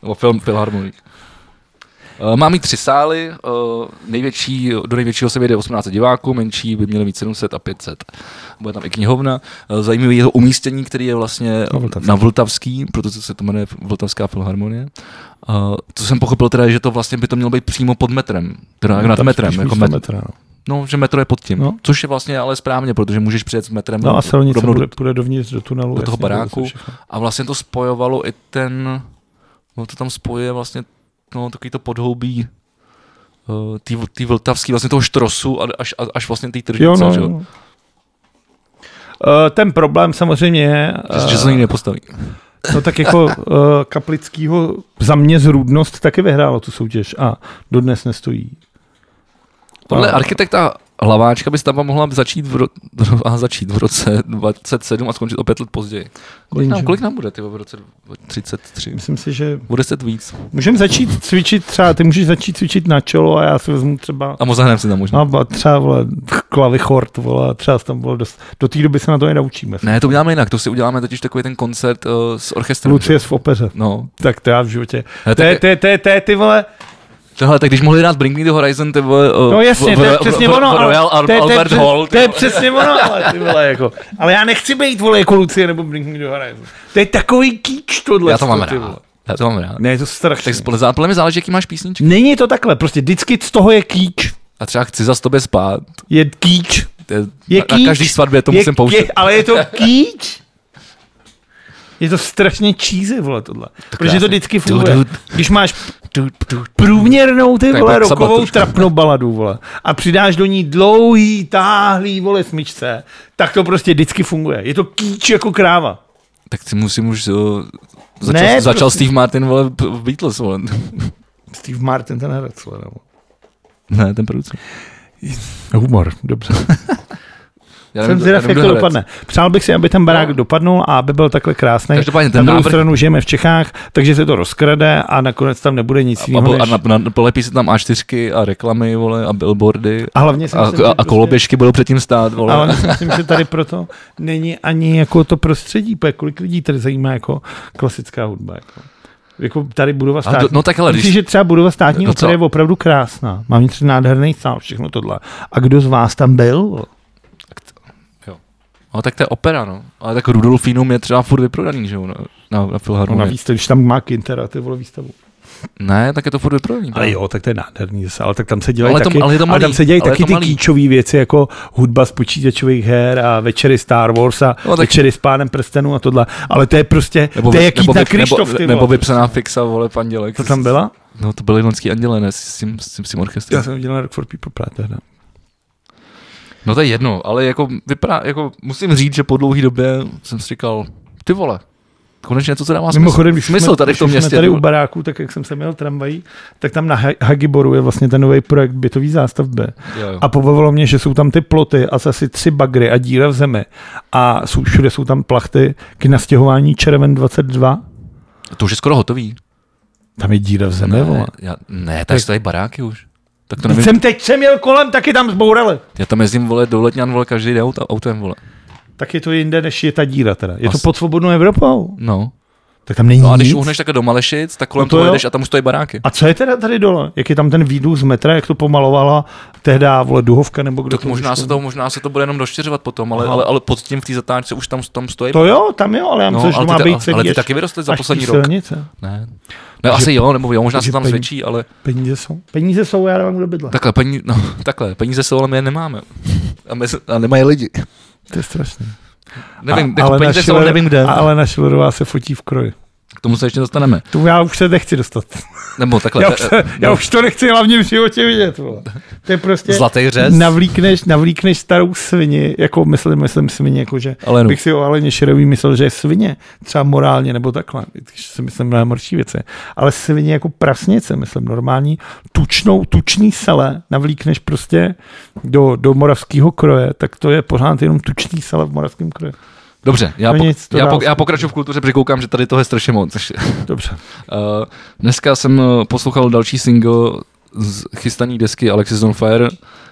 S2: o film Filharmonii. Uh, má mít tři sály, uh, největší, do největšího se vejde 18 diváků, menší by měly mít 700 a 500. Bude tam i knihovna. Uh, zajímavé je to umístění, který je vlastně
S1: Na Vltavský.
S2: na Vltavský, protože se to jmenuje Vltavská filharmonie. Uh, co jsem pochopil teda, je, že to vlastně by to mělo být přímo pod metrem, teda jako nad
S1: No, Tam
S2: metrem,
S1: spíš
S2: jako
S1: místo
S2: met,
S1: metra, no.
S2: no, že metro je pod tím,
S1: No.
S2: no. což je vlastně ale správně, protože můžeš přijet s metrem
S1: no a silnice
S2: rovnou do-
S1: půjde, půjde dovnitř do tunelu.
S2: do toho
S1: jasně,
S2: baráku.
S1: to je všechno.
S2: a vlastně to spojovalo i ten, no to tam spojuje vlastně no, takový to podhoubí eh, tý, tý vltavský, vlastně toho štrosu a, až, a- až vlastně té tržnice,
S1: Jo, no,
S2: že,
S1: jo.
S2: jo?
S1: Uh, ten problém samozřejmě je,
S2: Že,
S1: eh,
S2: že se ní nepostaví.
S1: no tak jako uh, Kaplickýho za mě zrůdnost taky vyhrálo tu soutěž a dodnes nestojí.
S2: Podle
S1: A-
S2: architekta Hlaváčka by stavba mohla začít v, ro, a začít v roce 27 a skončit o pět let později. Kolik nám,
S1: Jenže-
S2: kolik nám bude ty vole, v roce 33?
S1: Myslím si, že
S2: O 10 víc.
S1: můžeme začít cvičit třeba, ty můžeš začít cvičit na čelo a já si vezmu třeba no,
S2: A mozahneme si tam možná.
S1: a ba- třeba vole, klavichord, vole, třeba tam bylo dost, do té doby se na to nenaučíme.
S2: Ne, to uděláme jinak. To si uděláme totiž takový ten koncert uh, s orchestrem.
S1: Lucie v opeře.
S2: No.
S1: Tak to já v životě.
S2: Ne,
S1: To
S2: tak-
S1: je, to je, to je, to je ty vole,
S2: Tohle, No, tak když mohli dát Bring Me the Horizon, ty vole, uh,
S1: No jasně,
S2: v-
S1: to je
S2: v-
S1: přesně
S2: v- v-
S1: ono. ale
S2: Royal Al-
S1: to je- to je
S2: Albert
S1: přes-
S2: Hall,
S1: To je přesně ono, ale ty vole, jako. Ale já nechci být, vole, jako Lucie nebo Bring Me the Horizon. To je takový kýč tohle.
S2: Já to mám
S1: ty vole.
S2: rád. Já to mám rád.
S1: Ne, je to strašně.
S2: Tak spole- podle mě záleží, jaký máš písničky.
S1: Není to takhle, prostě vždycky z toho je kýč.
S2: a třeba chci za tobě spát.
S1: Je kýč.
S2: To je,
S1: Je
S2: na, na
S1: kýč.
S2: každý svatbě to
S1: je,
S2: musím pouštět.
S1: Je, ale je to kýč. Je to strašně cheesy, vole, tohle. Protože to
S2: krásně.
S1: vždycky
S2: Du,
S1: funguje.
S2: du,
S1: Když máš průměrnou ty
S2: Tak
S1: vole
S2: jak Saba
S1: rokovou
S2: trošku.
S1: trapnou baladu, vole, a přidáš do ní dlouhý, táhlý, vole, smyčce, tak to prostě vždycky funguje. Je to kýč jako kráva.
S2: Tak si musím už... Jo, začal,
S1: Ne,
S2: ne, začal
S1: prosím.
S2: Steve Martin, vole, p- v Beatles, vole.
S1: Steve Martin ten herec, vole, nebo.
S2: ne, ten producent.
S1: Humor, dobře.
S2: Já
S1: Jsem
S2: nevím,
S1: zvědav,
S2: nevím,
S1: jak
S2: kdo
S1: to
S2: herec.
S1: dopadne. Přál bych si, aby ten barák
S2: No.
S1: dopadnul a aby byl takhle krásný.
S2: Každopádně ten
S1: Na druhou
S2: návrh-
S1: stranu žijeme v Čechách, takže se to rozkrade a nakonec tam nebude nic
S2: A,
S1: jiného.
S2: po- a
S1: než-
S2: na, na, polepí se tam A4 a reklamy, vole, a billboardy.
S1: A hlavně si
S2: A,
S1: myslím, že
S2: a, a
S1: prostě-
S2: koloběžky budou předtím stát, vole.
S1: Ale myslím, že tady proto není ani jako to prostředí, protože kolik lidí tady zajímá jako klasická hudba. Jako, jako tady budova
S2: A
S1: státní.
S2: do, no tak ale,
S1: Myslím,
S2: když,
S1: že třeba budova státní
S2: No
S1: no je
S2: co?
S1: opravdu krásná. Má vnitř nádherný sál, všechno tohle. A kdo z vás tam byl?
S2: no, tak to je opera, no. Ale tak Rudolfinum je třeba furt vyprodaný, že jo, na, na, na
S1: No, na
S2: filharmonii.
S1: výstavu, když tam má Kintera, ty vole výstavu.
S2: ne, tak je to furt vyprodaný.
S1: Ale jo, tak to je nádherný zase, ale tak tam se dělají
S2: No. Ale to-
S1: taky,
S2: ale je to malý,
S1: tam se dělají
S2: ale je
S1: taky
S2: to
S1: ty
S2: malý.
S1: klíčové věci, jako hudba z počítačových her a večery Star Wars a
S2: No, tak-
S1: večery s pánem prstenů a tohle. Ale to je prostě, to je
S2: vy-
S1: jaký
S2: nebo,
S1: na
S2: vy-
S1: Krištof,
S2: nebo,
S1: ty
S2: nebo
S1: vole.
S2: vypsaná fixa, vole, pandělek.
S1: To tam byla?
S2: No, to byly lonský anděle, ne, s tím, s tím, s tím orchestrem.
S1: jsem viděl na Rock for People Play tehda.
S2: No to je jedno, ale jako, vypadá, jako musím říct, že po dlouhé době jsem si říkal, ty vole, konečně to, co dává smysl,
S1: Mimochodem, když
S2: smysl
S1: jsme,
S2: tady v tom
S1: když
S2: městě.
S1: jsme tady
S2: ty
S1: u
S2: vole.
S1: baráku, tak jak jsem se měl tramvají, tak tam na Ha- Hagiboru je vlastně ten nový projekt bytový zástavby.
S2: Jo, jo.
S1: A pobavilo mě, že jsou tam ty ploty a asi tři bagry a díra v zemi. A jsou, všude jsou tam plachty k nastěhování červen 22.
S2: To už je skoro hotový.
S1: Tam je díra v zemi, vole.
S2: Ne, já, ne tak
S1: Tak-
S2: jsou tady baráky už. Tak to
S1: Teď
S2: nevím,
S1: jsem, teď jsem jel kolem, taky tam zbourali.
S2: já tam jezdím, vole, do Letňan, vole, každý den auta, autem, vole.
S1: Tak je to jinde, než je ta díra teda. Je to
S2: Asi.
S1: pod svobodnou Evropou.
S2: No.
S1: Tak tam není
S2: no a když
S1: nic.
S2: uhneš takhle do Malešic, tak kolem
S1: No to
S2: no toho
S1: jo.
S2: jedeš a tam už stojí baráky.
S1: A co je teda tady dole? Jak je tam ten výduch z metra, jak to pomalovala tehda, vole, Duhovka nebo kdo
S2: tak možná se,
S1: vyšlo?
S2: to, možná se to bude jenom doštěřovat potom, ale,
S1: Aha.
S2: ale, ale pod tím v té zatáčce už tam, tam stojí.
S1: To jo, tam jo, ale já myslím,
S2: no,
S1: že
S2: ale,
S1: to má
S2: ty, ta-
S1: být celý
S2: ale ty
S1: až-
S2: taky vyrostly za
S1: až
S2: poslední
S1: tý
S2: rok.
S1: Silnice.
S2: Ne. Ne, asi jo, nebo jo, možná
S1: takže
S2: se tam
S1: peníze-
S2: zvětší, ale
S1: Peníze jsou. Peníze jsou, já nevím, kdo bydle. Tak.
S2: takhle, peníze, no, takhle, peníze se ale nemáme. A, mezi, a nemají lidi.
S1: To je strašné.
S2: Nevím,
S1: A-
S2: a,
S1: ale na
S2: ale peníze se ale
S1: Schiller-
S2: nevím kde.
S1: A Alena Šilerová se fotí v kroji.
S2: K tomu se ještě dostaneme.
S1: Tu já už se nechci dostat.
S2: Nebo takhle.
S1: Já už,
S2: eh,
S1: se, já už to nechci hlavně v životě vidět. Vole. To je prostě...
S2: Zlatý řez.
S1: Navlíkneš, navlíkneš starou svini, jako myslím, myslím svini, jako že
S2: Alenu.
S1: bych si o Aleně Širový myslel, že je svině, třeba morálně nebo takhle, i když si myslím mnohem horší věci, ale svině jako prasnice, myslím normální, tučnou, tučný sele navlíkneš prostě do, do moravského kroje, tak to je pořád jenom tučný sele v moravském kroji.
S2: Dobře, já,
S1: No
S2: po,
S1: nic, to
S2: já,
S1: dál
S2: po,
S1: se-
S2: já pokračuju v kultuře, protože koukám, že tady toho je strašně moc. Takže,
S1: Dobře.
S2: eh, dneska jsem eh, poslouchal další single z chystaný desky Alexis on Fire,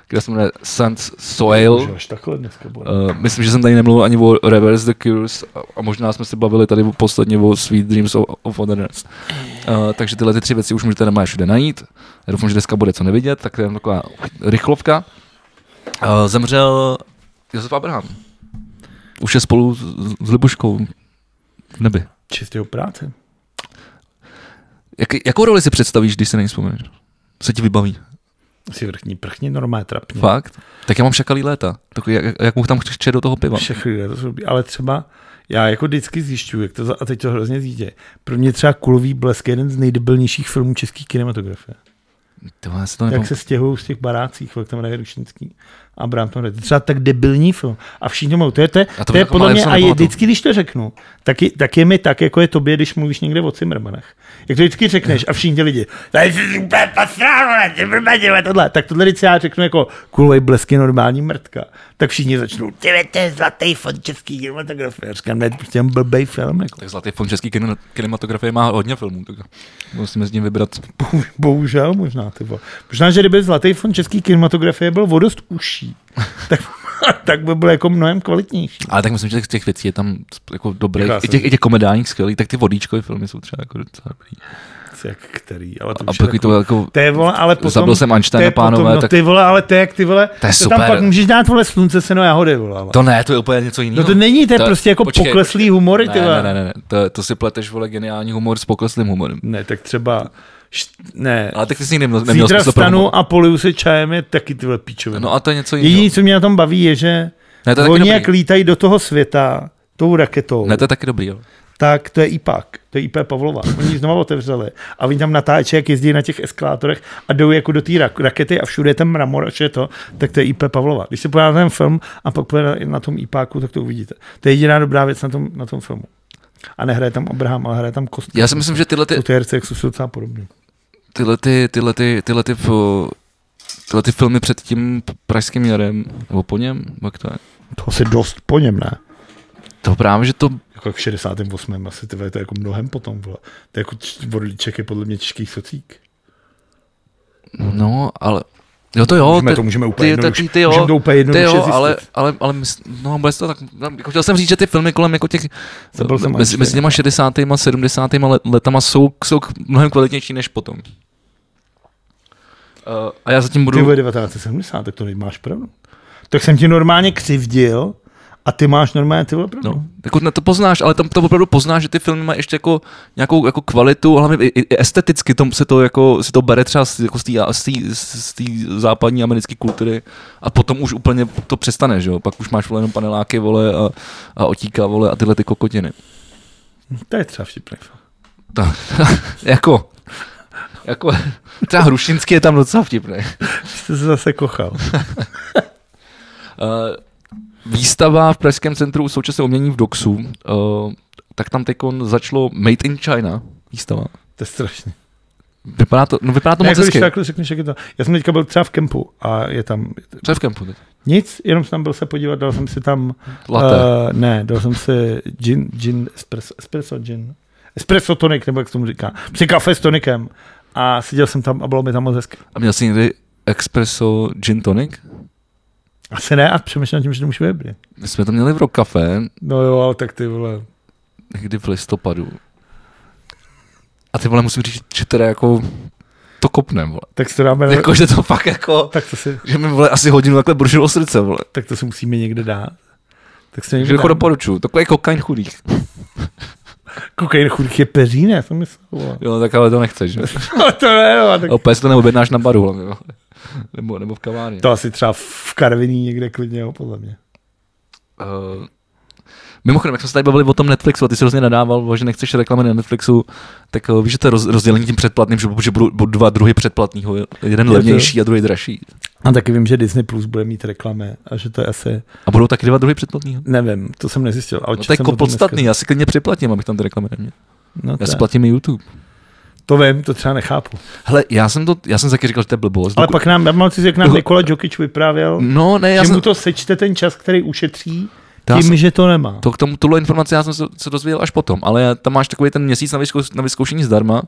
S2: kde se jmenuje Sans Soil.
S1: Bože, až takhle dneska bude.
S2: Uh, myslím, že jsem tady nemluvil ani o Reverse the Cures a, a možná jsme se bavili tady o- posledně o Sweet Dreams of, of Otherness. Uh, takže tyhle ty tři věci už můžete doma všude najít. Já doufám, že dneska bude co nevidět, tak to je jenom taková rychlovka. Uh, zemřel Josef Abraham. Už je spolu s, s Libuškou v nebi.
S1: Čistého práce.
S2: Jak, jakou roli si představíš, když se na ní vzpomeneš? Co ti vybaví?
S1: Asi vrchní prchni, normálně trapně.
S2: Fakt? Tak já mám šakalý léta. Tak jak, jak mu tam křiče do toho piva?
S1: Všechny lidé to jsou dobrý, ale třeba já jako vždycky zjišťuju, jak to za, a teď to hrozně zjistě. Pro mě třeba Kulový blesk je jeden z nejdebilnějších filmů české kinematografie.
S2: Tyhle, já si to
S1: Jak
S2: nepam...
S1: se stěhují z těch barácích, jak tam hraje Rušnický a Brám tam hraje. To je Třeba tak debilní film. A všichni mluví, to je, to je,
S2: A
S1: to
S2: to
S1: je
S2: jako
S1: podle
S2: malý
S1: mě,
S2: jsem
S1: a je,
S2: nepamatuju.
S1: vždycky, když to řeknu, tak je, tak je mi tak, jako je tobě, když mluvíš někde o Cimrmanech. Jak to vždycky řekneš a všichni ti lidi, tady jsi úplně pasráno, ne, Cimrmani, vole, tohle. Tak tohle, když já řeknu jako kulej blesky normální mrtka, tak všichni začnou, ty vole, to je zlatý fond český kinematografie. Já Říkám, ne, to je prostě jen blbej film, jako.
S2: Tak Zlatý fond český kin- kinematografie má hodně filmů, tak musíme z ní vybrat.
S1: Bo- Bohužel možná, ty vole. Možná, že kdyby Zlatý fond český kinematografie byl o dost užší, tak, tak by byl jako mnohem kvalitnější.
S2: Ale tak myslím, že těch- těch věcí je tam jako dobrých,
S1: Krásný.
S2: i těch, i těch komedálních skvělých, tak ty vodíčkové filmy jsou třeba jako docela dobrý.
S1: Jak který, ale to
S2: A
S1: už je
S2: pokud to jako,
S1: To je, vole, ale potom...
S2: Zabil jsem Einsteina,
S1: to je
S2: pánové,
S1: no,
S2: tak-
S1: ty vole, ale to je, jak ty vole...
S2: To je
S1: tam
S2: super.
S1: pak můžeš dát, vole, slunce, seno, jahody, vole. ale-
S2: to ne, to je úplně něco jiného.
S1: no to není, to je prostě jako pokleslý humory, ty
S2: ne,
S1: vole.
S2: ne, ne, ne, to, to si pleteš, vole, geniální humor s pokleslým humorem.
S1: Ne, tak třeba št- ne,
S2: Ale tak ty jsi nikdy neměl, neměl
S1: zítra
S2: smysl
S1: vstanu a poliju se čajem je taky tyhle píčovina.
S2: No a to je něco jiného.
S1: Jediné, co mě na tom baví, je, že
S2: Ne, to je
S1: oni
S2: taky
S1: jak
S2: dobrý.
S1: lítají do toho světa tou raketou,
S2: Ne, to je taky dobrý, jo.
S1: tak to je IPAK, to je IP Pavlova. Oni ji znovu otevřeli a oni tam natáčí, jak jezdí na těch eskalátorech a jdou jako do té rak- rakety a všude je ten mramor a vše to, tak to je IP Pavlova. Když se podíváte na ten film a pak podíváte na tom IPáku, tak to uvidíte. To je jediná dobrá věc na tom, na tom filmu. A nehraje tam Abraham, ale hraje tam Kostka.
S2: Já si myslím, že tyhle ty,
S1: Jsou ty herce, jak jsou si docela podobný.
S2: tyhle ty, tyhle ty, tyhle ty, f- tyhle ty filmy před tím pražským jarem, nebo po něm, jak to je?
S1: To se dost po něm, ne?
S2: To právě, že to,
S1: Jako v 68. asi ty vole, to je jako mnohem potom. Vole. To je jako č- Vorlíček je podle mě český socík.
S2: no, ale, jo to jo,
S1: Můžeme
S2: ty,
S1: to můžeme úplně
S2: ty-
S1: jednoduše,
S2: taky ty jo,
S1: můžeme to úplně
S2: ty
S1: jednoduše
S2: jo,
S1: zjistit.
S2: ale, ale, ale mys, no, bude to tak, no, jako chtěl jsem říct, že ty filmy kolem jako těch,
S1: Zabil jsem
S2: mezi, mezi těma 60. a 70. let- letama jsou, jsou k- mnohem kvalitnější než potom. Eh, A já zatím
S1: Ty
S2: budu...
S1: vole 1970, tak to máš pravdu. Tak jsem ti normálně křivdil a ty máš normálně ty vole pravdu.
S2: No, jako na to poznáš, ale tam to opravdu poznáš, že ty filmy mají ještě jako nějakou jako kvalitu, hlavně i, i esteticky tom se to jako, si to bere třeba z, jako z té z té- z té západní americké kultury a potom už úplně to přestane, že jo? Pak už máš vole jenom paneláky, vole, a, a otíka, vole, a tyhle ty kokotiny. No.
S1: To je třeba vtipný. film.
S2: Tak, jako, jako, třeba Hrušinský je tam docela vtipný.
S1: Jste se zase kochal.
S2: Eh, výstava v Pražském centru současného umění v Doxu, eh, tak tam teď začalo Made in China výstava.
S1: To je strašný.
S2: Vypadá to, no vypadá to
S1: Ne,
S2: moc
S1: jako když
S2: hezky.
S1: to takhle řekneš, jak je to. Já jsem teďka byl třeba v kempu a je tam
S2: Co je v kempu teď?
S1: nic, jenom jsem tam byl se podívat, dal jsem si tam
S2: Latte. Uh,
S1: Eh, ne, dal jsem si gin, gin espresso, espresso gin. Espresso tonic, nebo jak se tomu říká. Při kafe s tonikem. A seděl jsem tam a bylo mi tam moc hezky.
S2: a měl jsi někdy espresso gin tonic?
S1: Asi ne, a přemýšlím nad tím, že to můžu vybrat.
S2: My jsme to měli v Rock Café,
S1: No jo, ale tak ty vole.
S2: někdy v listopadu. A ty vole musím říct, že teda jako to kopnem, vole.
S1: Tak si to dáme. Jako...
S2: Jako, že to fakt jako,
S1: Tak, to si,
S2: že mi vole asi hodinu takhle bržilo srdce, vole.
S1: tak to si musíme někde dát. Tak se
S2: Takže
S1: někde
S2: jako
S1: dát.
S2: doporučuju, takový kokain chudých.
S1: Kokain chudých je peřín, já jsem myslel. vole.
S2: Jo, tak ale to nechceš, že?
S1: No, to ne, jo, tak...
S2: A opět si to neobjednáš na baru, hlavně, vole. nebo, nebo v kavárně.
S1: To asi třeba v Karviní někde klidně, jo, podle mě.
S2: Uh, mimochodem, jak jsme se tady bavili o tom Netflixu, a ty jsi hrozně nadával, že nechceš reklamy na Netflixu, tak uh, víš, že to je roz, rozdělení tím předplatným, že, že budou, budou dva druhy předplatného, jeden
S1: to-
S2: levnější a druhý dražší.
S1: A taky vím, že Disney Plus bude mít reklamy a že to je asi,
S2: A budou taky dva druhy předplatného?
S1: nevím, to jsem nezjistil. Ale
S2: No, to
S1: četl
S2: je
S1: jsem
S2: jako
S1: o tom dneska.
S2: podstatný, já si klidně připlatím, abych tam ty reklamy neměl.
S1: No,
S2: Já
S1: to
S2: si
S1: je.
S2: platím i YouTube.
S1: To vím, to třeba nechápu.
S2: Hele, já jsem to, já jsem taky říkal, že to je blbost.
S1: Ale
S2: dokud-
S1: pak nám, já mám pocit, jak nám
S2: Dokud-
S1: Nikola Jokic vyprávěl,
S2: No, ne, já
S1: že
S2: jsem,
S1: mu to sečte ten čas, který ušetří,
S2: Já
S1: tím,
S2: jsem-
S1: že to nemá.
S2: To k tomu, tuhle informaci já jsem se, se dozvěděl až potom, ale tam máš takový ten měsíc na, vyzkou, na vyzkoušení zdarma.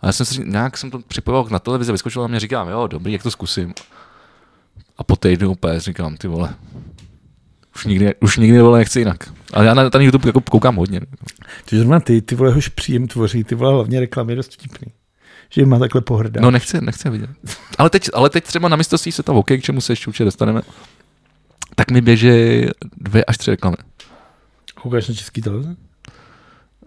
S2: A já jsem si nějak jsem to připojoval na televizi, vyskočil na mě, říkám, jo, dobrý, jak to zkusím. A po týdnu úplně říkám, ty vole, už nikdy, už nikdy vole nechci jinak. Ale já na ten YouTube jako koukám hodně.
S1: Ty zrovna ty, ty vole, jehož příjem tvoří, ty vole, hlavně reklamy je dost vtipný. Že jim má takhle pohrdá.
S2: No nechci, nechci je vidět. Ale teď, ale teď třeba na mistrovství se tam OK, k čemu se ještě určitě dostaneme, tak mi běží dvě až tři reklamy.
S1: Koukáš na český televize?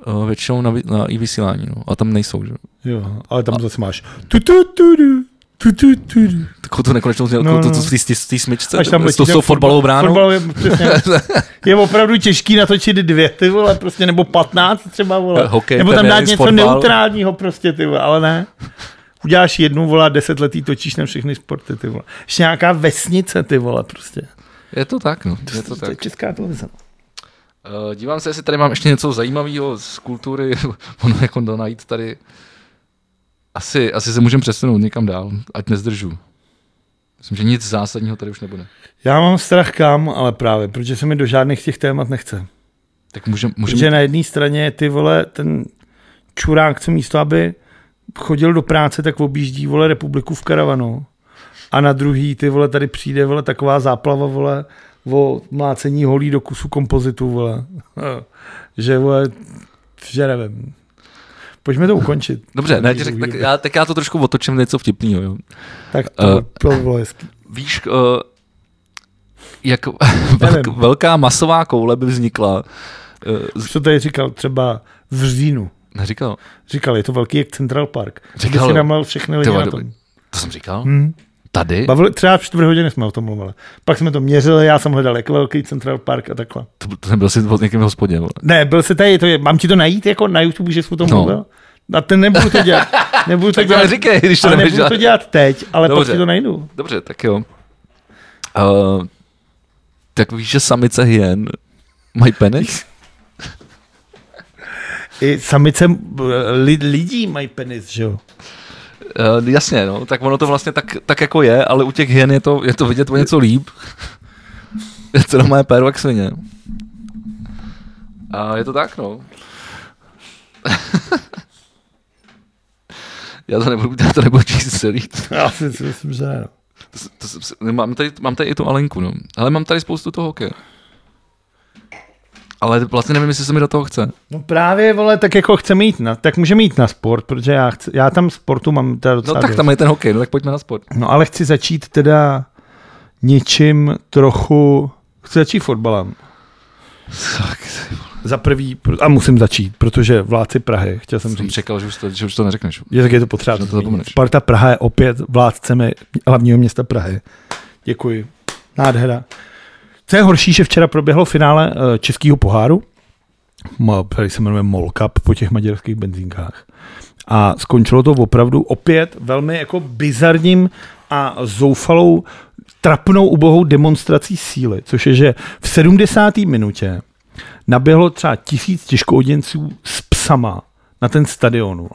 S2: Eh, Většinou na, vy- na i vysílání, no. a tam nejsou. Že?
S1: Jo, ale tam zase máš tu tu tu du, tu tu tu du.
S2: Takovou tu nekonečnou znělku,
S1: No,
S2: no, no.
S1: no.
S2: to, to v té- té- té smyčce,
S1: Až tam
S2: s tou,
S1: letíš
S2: s tou fotbalovou bránou.
S1: Fotbal je, přesně, je opravdu těžký natočit dvě, ty vole, prostě, nebo patnáct třeba, vole.
S2: Hokej,
S1: nebo tam
S2: tenis,
S1: dát něco
S2: fotbal.
S1: neutrálního prostě, ty vole, ale ne. Uděláš jednu, vole, a deset letý točíš na všechny sporty, ty vole. Ještě nějaká vesnice, ty vole, prostě.
S2: Je to tak, no. Je to
S1: To je
S2: tak.
S1: česká televize.
S2: Uh, dívám se, jestli tady mám ještě něco zajímavého z kultury, ono jako to najít tady. Asi, asi se můžeme přesunout někam dál, ať nezdržu. Myslím, že nic zásadního tady už nebude.
S1: Já mám strach kam, ale právě, protože se mi do žádných těch témat nechce.
S2: Tak můžeme... Můžem,
S1: Protože na jedné straně je ty vole, ten čurák, co místo, aby chodil do práce, tak objíždí vole republiku v karavanu. A na druhý ty vole, tady přijde vole taková záplava vole o mlácení holí do kusu kompozitu vole. že vole, že nevím. Pojďme to ukončit.
S2: Dobře, ne, ti řek, tak, já, tak já to trošku otočím něco vtipného. Jo.
S1: Tak
S2: Eh,
S1: to, to bylo hezký.
S2: Víš, uh, jak velk, velká masová koule by vznikla eh, z-
S1: Už to tady říkal třeba v říjnu.
S2: Neříkal.
S1: Říkal, je to velký jak Central Park. Říkal,
S2: Říkal,
S1: si
S2: jo.
S1: namal všechny lidi
S2: Ty vole,
S1: na tom.
S2: To jsem říkal?
S1: Hmm.
S2: Tady?
S1: Bavili, třeba čtvrt hodiny jsme o tom mluvili. Pak jsme to měřili, já jsem hledal, jak velký Central Park a takhle.
S2: To, byl- to nebyl jsi pod někým v hospodě. Vole.
S1: Ne, byl jsi tady, to je, mám ti to najít jako na YouTube, že jsi o tom
S2: No.
S1: mluvil? A ten nebudu to dělat. Nebudu to
S2: Tak to
S1: dělat,
S2: ale říkej, když to
S1: ale
S2: nebudeš
S1: nebudu
S2: dělat.
S1: to dělat teď, ale Dobře.
S2: Dobře.
S1: pak si to najdu.
S2: Dobře, tak jo. Uh, tak víš, že samice hyen mají penis?
S1: I samice eh, li, lidí mají penis, že jo?
S2: Uh, jasně, no, tak ono to vlastně tak, tak jako je, ale u těch hyen je to, je to vidět o něco líp. je to doma péro jak svině. A je to tak, no. Já to nebudu, já to nebudu číst celý.
S1: Já si si myslím, že jo.
S2: To, s- to, s- mám, tady, mám tady i tu Alenku, no. Ale mám tady spoustu toho hokeje. Ale vlastně nevím, jestli se mi do toho chce.
S1: No právě, vole, tak jako chceme jít na, tak můžeme jít na sport, protože já, chci, já tam sportu mám teda
S2: No
S1: docela
S2: tak
S1: dost.
S2: tam je ten hokej, no tak pojďme na sport.
S1: No ale chci začít teda něčím trochu, chci začít fotbalem.
S2: Tak, jsem,
S1: Za prvý, pro- a musím začít, protože vládci Prahy, chtěl jsem říct,
S2: čekal, že už, to, že už to neřekneš.
S1: je, tak je to potřeba.
S2: Že to
S1: zmínit.
S2: zapomeneš.
S1: Sparta Praha je opět vládcem hlavního města Prahy. Děkuji. Nádhera. Co je horší, že včera proběhlo finále eh, českého poháru, Ma- který se jmenuje MOL Cup po těch maďarských benzínkách. A skončilo to opravdu opět velmi jako bizarním a zoufalou, trapnou, ubohou demonstrací síly, což je, že v 70. minutě naběhlo třeba tisíc těžkooděnců s psama na ten stadionu.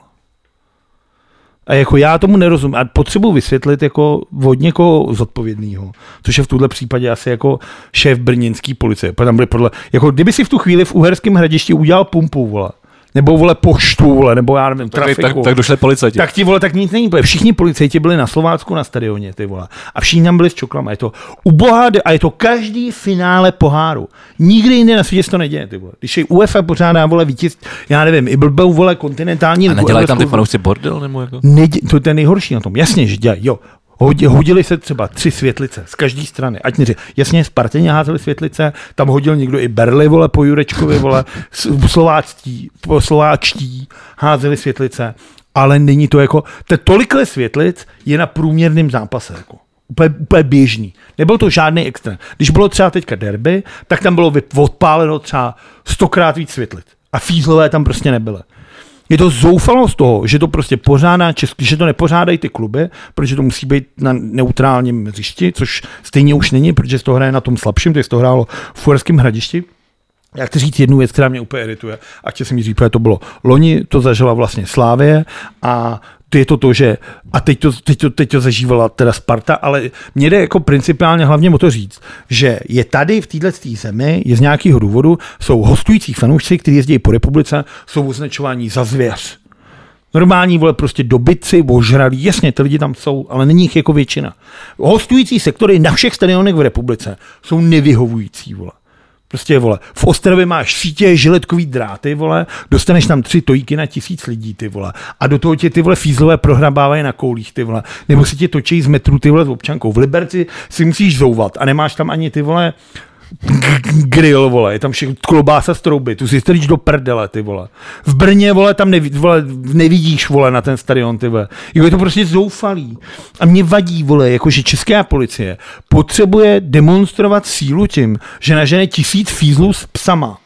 S1: A jako já tomu nerozumím. A potřebuji vysvětlit jako od někoho zodpovědného, což je v tuhle případě asi jako šéf brněnský policie. Protože tam byly podle, jako kdyby si v tu chvíli v Uherském hradišti udělal pumpu, vole. Nebo vole poštu, vole, nebo já nevím,
S2: Tak,
S1: trafiku.
S2: tak, tak došli policajti.
S1: Tak ti vole, tak nic není. protože Všichni policajti byli na Slovácku na stadioně, ty vole. A všichni tam byli s čoklama. Je to ubohá, de- a je to každý finále poháru. Nikdy jinde na světě se to neděje, ty vole. Když je UEFA pořádá, vole, vítěz, já nevím, i blbou, vole, kontinentální.
S2: a
S1: ligu,
S2: nedělají tam ty
S1: Evropskou-
S2: fanoušci bordel, nebo jako?
S1: Nedě- to, to je nejhorší na tom. Jasně, že dělají, jo. Hodě, hodili se třeba tři světlice z každé strany. Ať neří. Jasně, Spartěni házeli světlice, tam hodil někdo i Berli, vole, po Jurečkovi, vole, s- slováctí, po slováčtí házeli světlice. Ale není to jako, to tolikle světlic je na průměrném zápase. Jako. Úplně, úplně běžný. Nebyl to žádný extrém. Když bylo třeba teďka derby, tak tam bylo vyp- odpáleno třeba stokrát víc světlic. A fízlové tam prostě nebyly. Je to zoufalost toho, že to prostě pořádá český, že to nepořádají ty kluby, protože to musí být na neutrálním hřišti, což stejně už není, protože se to hraje na tom slabším, teď se to hrálo v Fuerském hradišti. Já chci říct jednu věc, která mě úplně irituje a chtěl jsem jí říct, protože to bylo loni, to zažila vlastně Slávě a to je to to, že a teď to, teď, to, teď to zažívala teda Sparta, ale mě jde jako principiálně hlavně o to říct, že je tady v této zemi, je z nějakého důvodu, jsou hostující fanoušci, kteří jezdí po republice, jsou označováni za zvěř. Normální, vole, prostě dobytci, ožralí, jasně, ty lidi tam jsou, ale není jich jako většina. Hostující sektory na všech stadionech v republice jsou nevyhovující, vole. Prostě, vole, v Ostravě máš sítě, žiletkový dráty, vole, dostaneš tam tři tojíky na tisíc lidí, ty vole. A do toho tě ty vole fízlové prohrabávají na koulích, ty vole. Nebo si tě točí z metru, ty vole, s občankou. V Liberci si musíš zouvat a nemáš tam ani ty vole grill, vole, je tam všechno klobása z trouby, tu si strýč do prdele, ty vole. V Brně, vole, tam nevi, vole, nevidíš, vole, na ten stadion, ty vole. Jo, je to prostě zoufalý. A mě vadí, vole, jakože česká policie potřebuje demonstrovat sílu tím, že nažene tisíc fízlů s psama.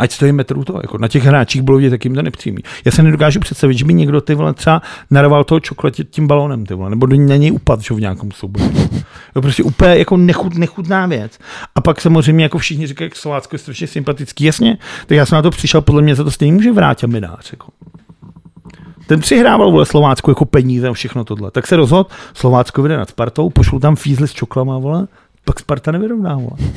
S1: Ať stojí metrů to, jako na těch hráčích bylo vidět, jak jim to nepřímý. Já se nedokážu představit, že by někdo ty vole třeba narval toho čokoladě tím balónem, ty vole, nebo do ní- na něj upadl, že jo, v nějakém souboji. To prostě úplně jako nechut, nechutná věc. A pak samozřejmě, jako všichni říkají, jak Slovácko je strašně sympatický, jasně, tak já jsem na to přišel, podle mě za to stejně může vrátit minář, jako. Ten přihrával vole Slovácku jako peníze a všechno tohle. Tak se rozhodl, Slovácko vyjde nad Spartou, pošlou tam fízly s čoklama, vole, pak Sparta nevyrovná, vole.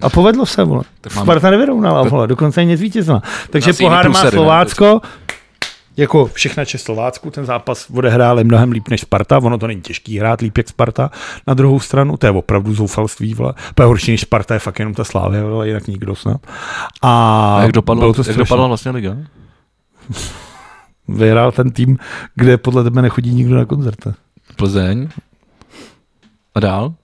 S1: A povedlo se, vole.
S2: Tak máme-
S1: Sparta nevyrovnala, vole, dokonce ani nezvítězila. Takže
S2: Nás jiný
S1: pohár má
S2: průsery, ne?
S1: Slovácko, jako všechna čest Slovácku, ten zápas odehráli mnohem líp než Sparta, ono to není těžký hrát líp jak Sparta. Na druhou stranu, to je opravdu zoufalství, vole. To je horší než Sparta, je fakt jenom ta Slávě, vole, jinak nikdo snad. A,
S2: A jak
S1: bylo
S2: dopadla,
S1: to
S2: jak
S1: strašný.
S2: dopadla vlastně liga?
S1: Vyhrál ten tým, kde podle tebe nechodí nikdo na koncerte.
S2: Plzeň. A dál?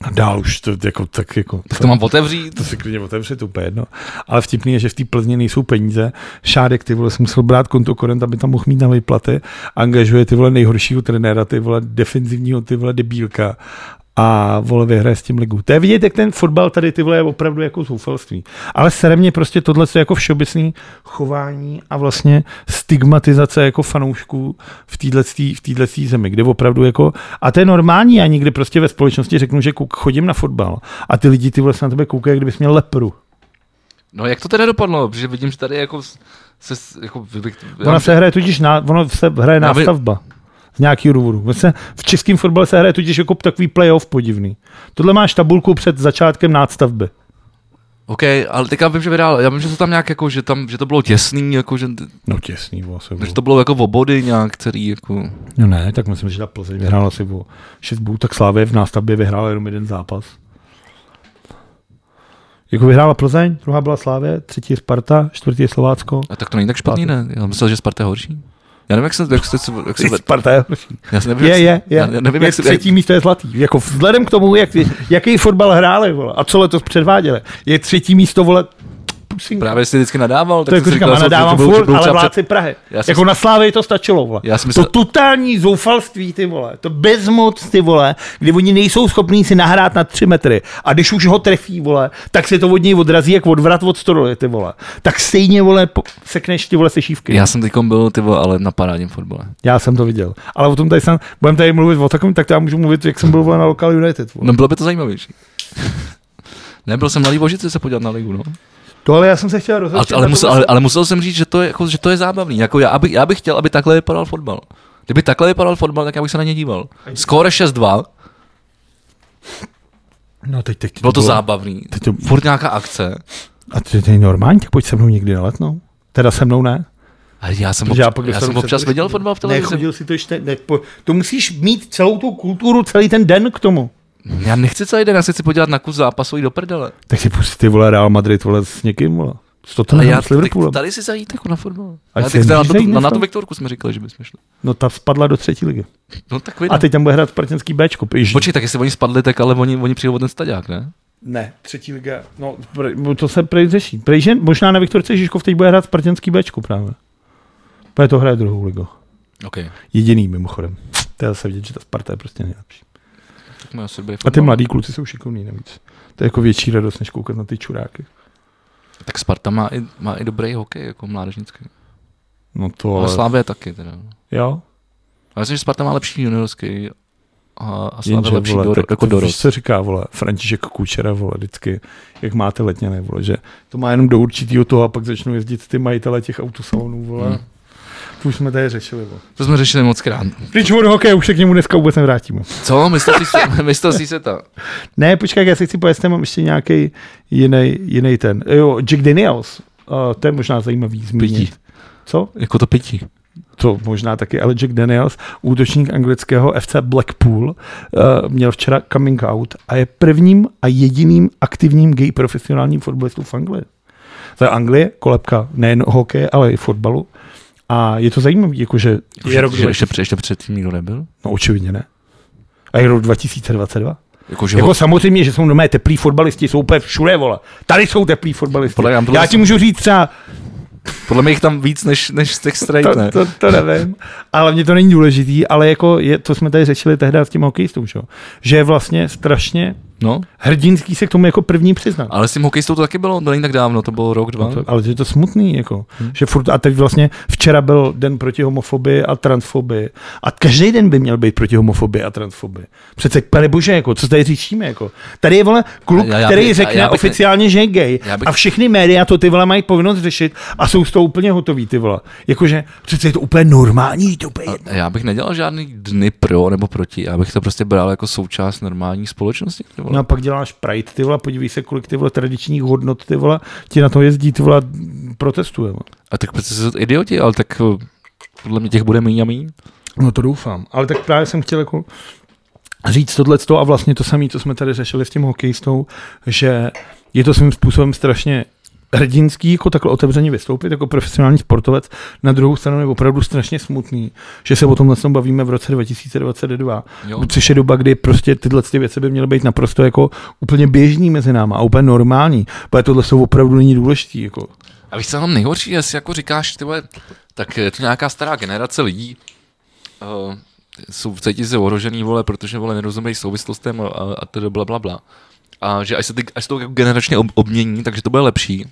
S1: A dál už to jako tak jako...
S2: Tak to mám otevřít.
S1: To si klidně otevře, to úplně jedno. Ale vtipný je, že v té Plzni nejsou peníze. Šádek ty vole si musel brát konto korent, aby tam mohl mít na výplaty. Angažuje ty vole nejhoršího trenéra, ty vole defenzivního ty vole debílka a vole vyhraje s tím ligu. To je vidět, jak ten fotbal tady ty vole je opravdu jako zoufalství. Ale sere mě prostě tohle je jako všeobecný chování a vlastně stigmatizace jako fanoušků v této v této zemi, kde opravdu jako, a to je normální, já nikdy prostě ve společnosti řeknu, že kouk, chodím na fotbal a ty lidi ty vole se na tebe koukají, jak kdybys měl lepru.
S2: No jak to teda dopadlo? Protože vidím, že tady jako s- se, s- jako, bych,
S1: Ona se hraje totiž, na, ono se hraje
S2: Já by-
S1: nástavba. Z nějakého důvodu. Vlastně v českém fotbale se hraje totiž jako takový playoff podivný. Tohle máš tabulku před začátkem nástavby.
S2: OK, ale teďka vím, že vydál, já vím, že to tam nějak jako, že, tam, že to bylo těsný, jako, že,
S1: No těsný, vlastně.
S2: že to bylo jako o body nějak, který jako...
S1: No ne, tak myslím, že ta Plzeň vyhrála asi o 6 bů, tak Slávě v nástavbě vyhrála jenom jeden zápas. Jako vyhrála Plzeň, druhá byla Slávě, třetí je Sparta, čtvrtý je Slovácko.
S2: A tak to není tak špatný, ne? Já myslel, že Sparta je horší. Já nevím, jak se, jak se, jak se,
S1: Sparta je horší.
S2: já se nevím,
S1: Je,
S2: jak se-
S1: je, je.
S2: Já, já nevím,
S1: je
S2: jak se, jak,
S1: třetí místo je zlatý. Jako vzhledem k tomu, jak, jaký fotbal hráli vole, a co letos předváděli, je třetí místo vole pusinka.
S2: právě jsi vždycky nadával,
S1: To
S2: tak jsem
S1: jako
S2: si
S1: říkám, a
S2: že
S1: nadávám
S2: budou- že
S1: furt,
S2: budou
S1: ale
S2: třeba před-
S1: vláci Prahy.
S2: Já jsem
S1: Jako
S2: si-
S1: na Slávě to stačilo, vole.
S2: Já jsem
S1: To
S2: myslel-
S1: totální zoufalství, ty vole. To bezmoc, ty vole, kdy oni nejsou schopní si nahrát na tři metry. A když už ho trefí, vole, tak se to od něj odrazí, jak odvrat od stroje, ty vole. Tak stejně, vole, po- sekneš ty vole se šívky.
S2: Já jsem teďkom byl, ty vole, ale na parádním fotbale.
S1: Já jsem to viděl. Ale o tom tady jsem, budeme tady mluvit o takovém, tak já můžu mluvit, jak jsem byl vole, na Local United. Vole.
S2: No bylo by to zajímavější. Nebyl jsem na Líbožici se podívat na ligu, no.
S1: Tohle já jsem se chtěl
S2: Ale,
S1: rozhodčit.
S2: ale, musel, ale, ale, musel, jsem říct, že to je, jako, že to je zábavný. Jako já, aby, já bych chtěl, aby takhle vypadal fotbal. Kdyby takhle vypadal fotbal, tak já bych se na ně díval. Skóre 6-2,
S1: No teď, teď,
S2: bylo to zábavný.
S1: teď to,
S2: Furt nějaká akce.
S1: a to je normální, tak pojď se mnou někdy na letnou. Teda se mnou ne.
S2: Ale já jsem,
S1: Protože já
S2: obč-
S1: pak
S2: já, jsem občas viděl fotbal v televizi.
S1: Nechodil si to ještě, ne, po, to musíš mít celou tu kulturu, celý ten den k tomu.
S2: Já nechci celý den, já se chci podívat na kus zápasu i do prdele.
S1: Tak si pusti ty vole Real Madrid vole s někým vole. S
S2: Ale
S1: Tottenham,
S2: já
S1: no, s Liverpoolem.
S2: tak tady si zajít jako na fotbal.
S1: A
S2: Já
S1: si
S2: teď na,
S1: můžeš
S2: tu,
S1: zajít
S2: na,
S1: na
S2: na tu
S1: fotbal.
S2: Viktorku jsme říkali, že bychom šli.
S1: No ta spadla do třetí ligy.
S2: No tak
S1: A
S2: vidím.
S1: teď tam bude hrát spartanský Bčko. Ježiš.
S2: Počkej, tak jestli oni spadli, tak ale oni, oni přijdou o ten staďák, ne?
S1: Ne, třetí liga. No, pr- to se prej řeší. Prej, že možná na Viktorce Žižkov teď bude hrát spartanský Bčko právě. Bude to hraje druhou ligu.
S2: OK.
S1: Jediný mimochodem. To je zase vidět, že ta Sparta je prostě nejlepší.
S2: Tak mi asi bude
S1: A ty
S2: fotbal.
S1: mladí kluci jsou šikovní navíc. To je jako větší radost, než koukat na ty čuráky.
S2: Tak Sparta má i, má i dobrý hokej, jako mládežnický.
S1: No to
S2: Ale
S1: ale...
S2: Slávě taky teda.
S1: Jo,
S2: Já myslím, že Sparta má lepší juniorský a, a Slávě
S1: Jenže,
S2: lepší
S1: vole,
S2: do,
S1: tak
S2: jako
S1: to víš,
S2: dorost.
S1: co říká, vole, František Kučera, vole, vždycky, jak máte letněné, vole, že to má jenom do určitýho toho a pak začnou jezdit ty majitele těch autosalonů, vole.
S2: Hmm.
S1: Hmm. To už jsme tady řešili, vole.
S2: To jsme řešili moc krát.
S1: Pryč od hokeje, už se k němu dneska vůbec nevrátíme.
S2: Co? Mistrovství světa? Mistrovství světa.
S1: Ne, počkej, já si chci pojít, mám ještě nějaký jiný, jiný ten. Jo, Jack Daniels, uh, to je možná zajímavý zmínit.
S2: Pití.
S1: Co?
S2: Jako to pití.
S1: To možná taky, ale Jack Daniels, útočník anglického FC Blackpool, eh, měl včera coming out a je prvním a jediným aktivním gay profesionálním fotbalistou v Anglii. To je Anglie, kolebka nejen hokeje, ale i fotbalu. A je to zajímavé, jakože
S2: Jako, že- že, ještě, před- ještě předtím nikdo nebyl?
S1: No očividně ne. A je rok 2022.
S2: Jako, že
S1: Jako
S2: ho,
S1: samozřejmě, že jsou nové teplí fotbalisti, jsou úplně všude, vole. Tady jsou teplí fotbalisti.
S2: Podle mě tam bylo-
S1: Já ti můžu říct třeba
S2: podle mě jich tam víc než, než z těch straight, ne?
S1: Jako- to, to, to nevím, ale mě to není důležitý, ale jako je, to jsme tady řešili tehdy s tím hokejistou, že, jo? že je vlastně strašně
S2: No,
S1: hrdinský se k tomu jako první přiznat.
S2: ale s tím hokejistou to taky bylo, to není tak dávno, to bylo rok, dva.
S1: No to, ale je to smutný, jako, hmm. že furt, a teď vlastně včera byl den proti homofobii a transfobii a každý den by měl být proti homofobii a transfobii. Přece, pane bože, jako, co tady řešíme, jako. Tady je, vole, kluk,
S2: Já- já
S1: který
S2: bych-
S1: řekne
S2: já bych-
S1: oficiálně, že je gay
S2: Já bych-
S1: a všechny média to, ty vole, mají povinnost řešit a jsou z toho úplně hotoví, ty vole. Jakože, přece je to úplně normální, to úplně
S2: A Já bych nedělal žádný dny pro nebo proti, já bych to prostě bral jako součást normální společnosti. ty vole.
S1: No a pak děláš Pride, ty vole, podívej se, kolik ty vole tradičních hodnot, ty vole, ti na to jezdí, ty vole, protestuje. vole.
S2: A tak přece jsou to idioti, ale tak eh, podle mě těch bude míň a míň.
S1: No to doufám. Ale tak právě jsem chtěl jako říct tohle a vlastně to samé, co jsme tady řešili s tím hokejistou, že je to svým způsobem strašně hrdinský jako takhle otevřeně vystoupit jako profesionální sportovec. Na druhou stranu je opravdu strašně smutný, že se o tomhle tom bavíme v roce 2022,
S2: Jo.
S1: což je doba, kdy prostě tyhle ty věci by měly být naprosto jako úplně běžný mezi náma a úplně normální, protože tohle jsou opravdu není důležitý. Jako.
S2: A víš, co tam nejhorší je, si jako říkáš, ty vole, tak je to nějaká stará generace lidí, uh, jsou cítí se ohrožený, vole, protože, vole, nerozumějí souvislostem a, a, a tedy bla, bla, bla. A že až se, ty, až se to jako generačně ob, obmění, takže to bude lepší.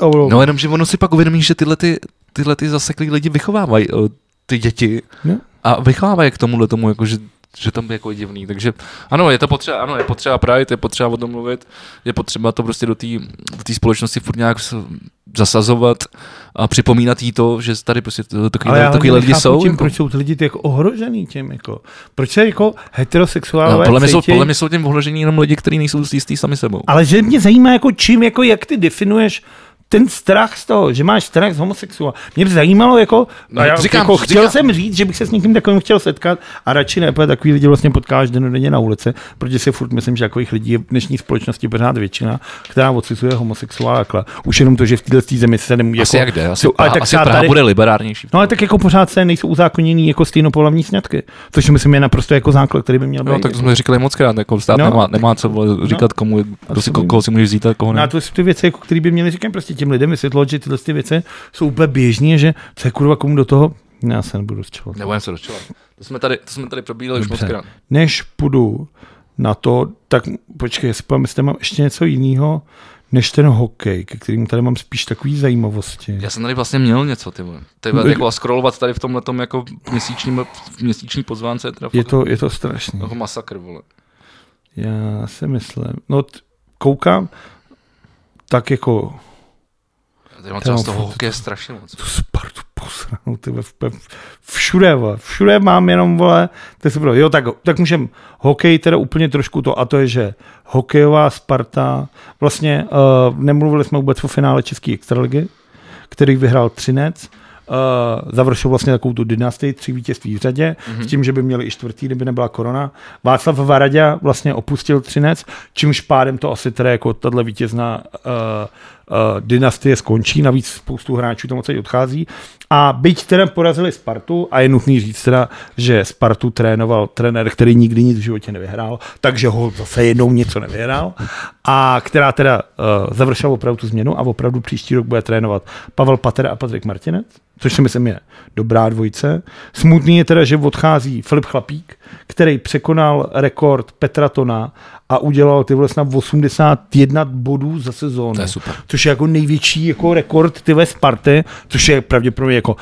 S1: Oh,
S2: No jenom, že ono si pak uvědomí, že tyhle, ty, tyhle ty zaseklí lidi vychovávají eh, ty děti
S1: No.
S2: a vychovávají k tomuhle tomu, jako, že, že tam je jako je divný. Takže ano, je to potřeba, ano, je potřeba prajit, je potřeba o tom mluvit, je potřeba to prostě do té do té společnosti furt nějak s- zasazovat a připomínat jí to, že tady prostě to-
S1: Ale já
S2: takovýhle,
S1: hlavně
S2: takovýhle lidi
S1: nechápu
S2: jsou.
S1: tím,
S2: jako.
S1: proč jsou ty lidi tak ohrožený tím. Jako. Proč se jako heterosexuálové
S2: No, podle, mě jsou,
S1: cítí-
S2: podle mě jsou tím ohrožení jenom lidi, kteří nejsou si jistý sami sebou.
S1: Ale že mě zajímá, jako čím, jako jak ty definuješ ten strach z toho, že máš strach z homosexuála. Mě by zajímalo, jako,
S2: No,
S1: a já,
S2: říkám,
S1: jako chtěl
S2: říkám.
S1: jsem říct, že bych se s někým takovým chtěl setkat a radši ne, protože takový lidi vlastně potkáš denodenně na ulici, protože si furt myslím, že takových lidí je v dnešní společnosti pořád většina, která odsuzuje homosexuála. takhle. Už jenom to, že v této zemi se nemůže.
S2: Asi
S1: jako,
S2: jak jde, asi,
S1: jsou- ale
S2: Praha,
S1: tak
S2: asi
S1: třeba
S2: Praha
S1: tady-
S2: bude liberárnější.
S1: No ale tak jako pořád se nejsou uzákoněný jako stejnopohlavní sňatky, což myslím je naprosto jako základ, který by měl být.
S2: No, tak to jsme říkali moc krát, jako stát
S1: No.
S2: no. nemá, nemá co vole, říkat, komu, je- kdo si, ko- koho si může vzít a koho
S1: No a
S2: ne.
S1: to jsou ty věci, jako které by měli říkat prostě těm lidem vysvětlovat, že tyhle ty věci jsou úplně běžné, že co je kurva komu do toho, já se nebudu rozčovat.
S2: Nebudeme se dočovat. To jsme tady, to jsme tady probíjeli už moc
S1: Dobře.
S2: krát.
S1: Než půjdu na to, tak počkej, jestli mám, jestli mám ještě něco jiného, než ten hokej, ke kterému tady mám spíš takové zajímavosti.
S2: Já jsem tady vlastně měl něco, ty vole. Ty
S1: No,
S2: vole, jako a scrollovat tady v tomhle tom jako měsíčním, v měsíční pozvánce je teda
S1: Je
S2: fakt
S1: to, je to strašný.
S2: jako masakr, vole.
S1: Já si myslím, no t- koukám, tak jako
S2: Tady mám
S1: To
S2: třeba
S1: mám
S2: z toho
S1: furt-
S2: hokeje strašně moc.
S1: tu Spartu posranou, ty vole, v- v- všude, vole, všude mám jenom, vole, to se jo, tak, tak můžem hokej teda úplně trošku to, a to je, že hokejová Sparta, vlastně uh, nemluvili jsme vůbec o finále České extraligy, který vyhrál Třinec, Uh, završil vlastně takovou tu dynastii tří vítězství v řadě, mm-hmm. s tím, že by měli i čtvrtý, kdyby nebyla korona. Václav Varadě vlastně opustil Třinec, čímž pádem to asi teda jako tahle vítězná uh, uh, dynastie skončí, navíc spoustu hráčů tam odsaď odchází. A byť teda porazili Spartu, a je nutný říct teda, že Spartu trénoval trenér, který nikdy nic v životě nevyhrál, takže ho zase jednou něco nevyhrál, a která teda uh, završila opravdu tu změnu a opravdu příští rok bude trénovat Pavel Patera a Patrik Martinec, což si myslím je dobrá dvojce. Smutný je teda, že odchází Filip Chlapík, který překonal rekord Petra Tona a udělal ty vlastně 81 bodů za sezónu
S2: To je super.
S1: což je jako největší jako rekord ty ve Sparty, což je pravděpodobně jako,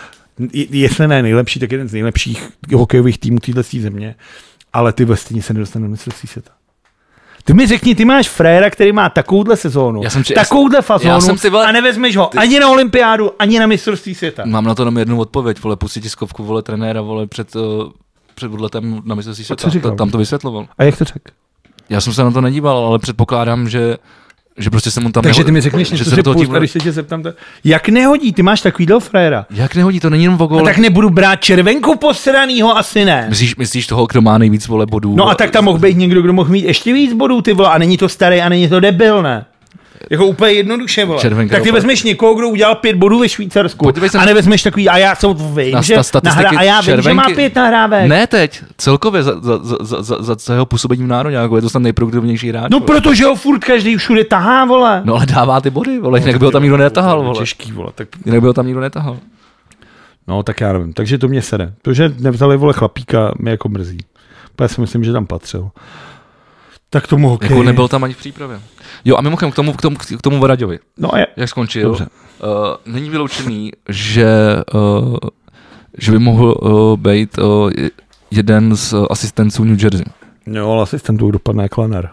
S1: je- jestli ne nejlepší, tak jeden z nejlepších hokejových týmů této země, ale ty ve stejně se nedostanou do mistrovství světa. Ty mi řekni, ty máš fréra, který má takovouhle sezónu,
S2: Já jsem či-
S1: takovouhle fazónu
S2: já jsem si, vole- No.
S1: a nevezmeš ho ani na olympiádu, ani na mistrovství světa.
S2: Mám na to jenom jednu odpověď, vole, pustit tiskovku, vole, trenéra, vole, před, eh, před odletem na mistrovství
S1: co říkal?
S2: světa. Tam to vysvětloval.
S1: A jak to řekl?
S2: Já jsem se na to nedíval, ale předpokládám, že že prostě se mu tam
S1: Takže
S2: neho-
S1: ty mi řekneš
S2: že
S1: něco,
S2: se
S1: že
S2: do toho
S1: pust,
S2: tím-
S1: a když se tě zeptám, to, jak nehodí, ty máš takovýhle fréra.
S2: Jak nehodí, to není jenom o
S1: A
S2: gole.
S1: No tak nebudu brát červenku posranýho, asi ne.
S2: Myslíš, myslíš toho, kdo má nejvíc vole bodů?
S1: No a tak tam mohl být někdo, kdo mohl mít ještě víc bodů, ty vole, a není to starý a není to debil, ne? Jako úplně jednoduše, vole.
S2: Červenka
S1: tak ty
S2: opravdu.
S1: vezmeš někoho, kdo udělal pět bodů ve Švýcarsku
S2: Podívej se
S1: a
S2: na-
S1: nevezmeš takový, a já jsem vím,
S2: Na
S1: že
S2: sta- statistiky
S1: nahra, a já vím, že má
S2: Červenky-
S1: pět nahrávek.
S2: Ne teď, celkově za, za, za, za- za, za, za jeho působení v národě, jako je to snad nejproduktivnější hráč.
S1: No
S2: vole.
S1: protože ho furt každý všude tahá, vole.
S2: no ale dává ty body, vole, jinak by ho tam nikdo netahal, vole.
S1: Těžký, vole, tak
S2: Jinak by ho tam nikdo netahal.
S1: No, tak já nevím. Takže to mě sere. To, že nevzali vole chlapíka, mě jako mrzí. Já si myslím, že tam patřil. Tak tomu hokej.
S2: Jako nebyl tam ani v přípravě. Jo a mimochodem k tomu, k tomu, k tomu Varaďovi,
S1: No, a je...
S2: jak skončil,
S1: Dobře.
S2: Uh, není vyloučený, že, uh, že by mohl uh, být uh, jeden z uh, asistenců New Jersey.
S1: no ale asistentů dopadne jako Lenner.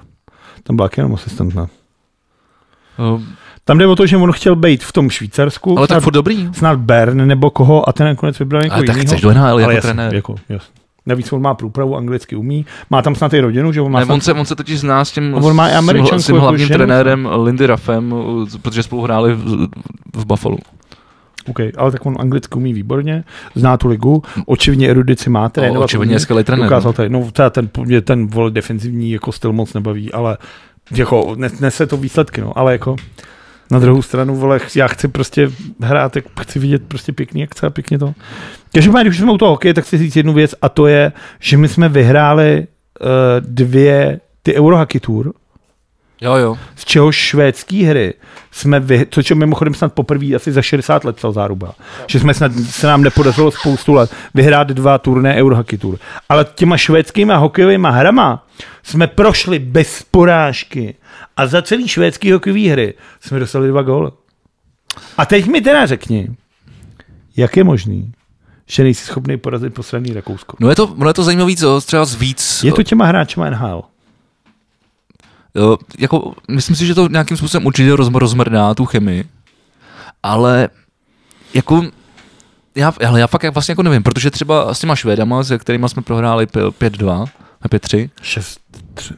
S1: Tam byl taky jenom asistent, ne?
S2: Uh,
S1: Tam jde o to, že on chtěl být v tom Švýcarsku,
S2: ale tak
S1: snad,
S2: furt dobrý.
S1: snad Bern nebo koho, a ten nakonec vybral někoho
S2: Ale tak
S1: jinýho.
S2: chceš do NHL jako
S1: jasně,
S2: trenér.
S1: Jako, jasně. Navíc on má průpravu, anglicky umí, má tam snad i rodinu, že on má
S2: Ne,
S1: snad...
S2: on, se, on se totiž zná s tím,
S1: A on má i
S2: s tím,
S1: Američanku
S2: hla- s tím
S1: jako
S2: hlavním
S1: ženu.
S2: trenérem Lindy Raffem, eh, protože spolu hráli v, v Buffalo.
S1: okay, ale tak on anglicky umí výborně, zná tu ligu, očividně erudici má, trénovat
S2: očividně
S1: umí.
S2: je skvělý trenér,
S1: Ukázal tady, no teda ten, mě ten vole defenzivní jako styl moc nebaví, ale jako nes- nese to výsledky, no, ale jako Na druhou stranu, vole, ch- já chci prostě hrát, jak chci vidět prostě pěkný akce a pěkně to. Každopádně, když jsme u toho hokeje, tak chci říct jednu věc a to je, že my jsme vyhráli uh, dvě ty Eurohockey Tour,
S2: Jo, jo.
S1: z čehož švédský hry jsme, vy, což je mimochodem snad poprvé asi za 60 let psal záruba, že jsme snad, se nám nepodařilo spoustu let vyhrát dva turné Eurohockey Tour. Ale těma švédskýma hokejovýma hrama jsme prošli bez porážky a za celý švédský hokejový hry jsme dostali dva góly. A teď mi teda řekni, jak je možný, že nejsi schopný porazit poslední Rakousko.
S2: No je to, ono je to zajímavý, co třeba z víc.
S1: Je to těma hráčema NHL.
S2: Jo, jako, myslím si, že to nějakým způsobem určitě roz, rozmrdá tu chemii, ale jako já, ale já fakt já vlastně jako nevím, protože třeba s těma Švédama, se kterými jsme prohráli p- 5-2, ne, 5-3,
S1: 6, 3.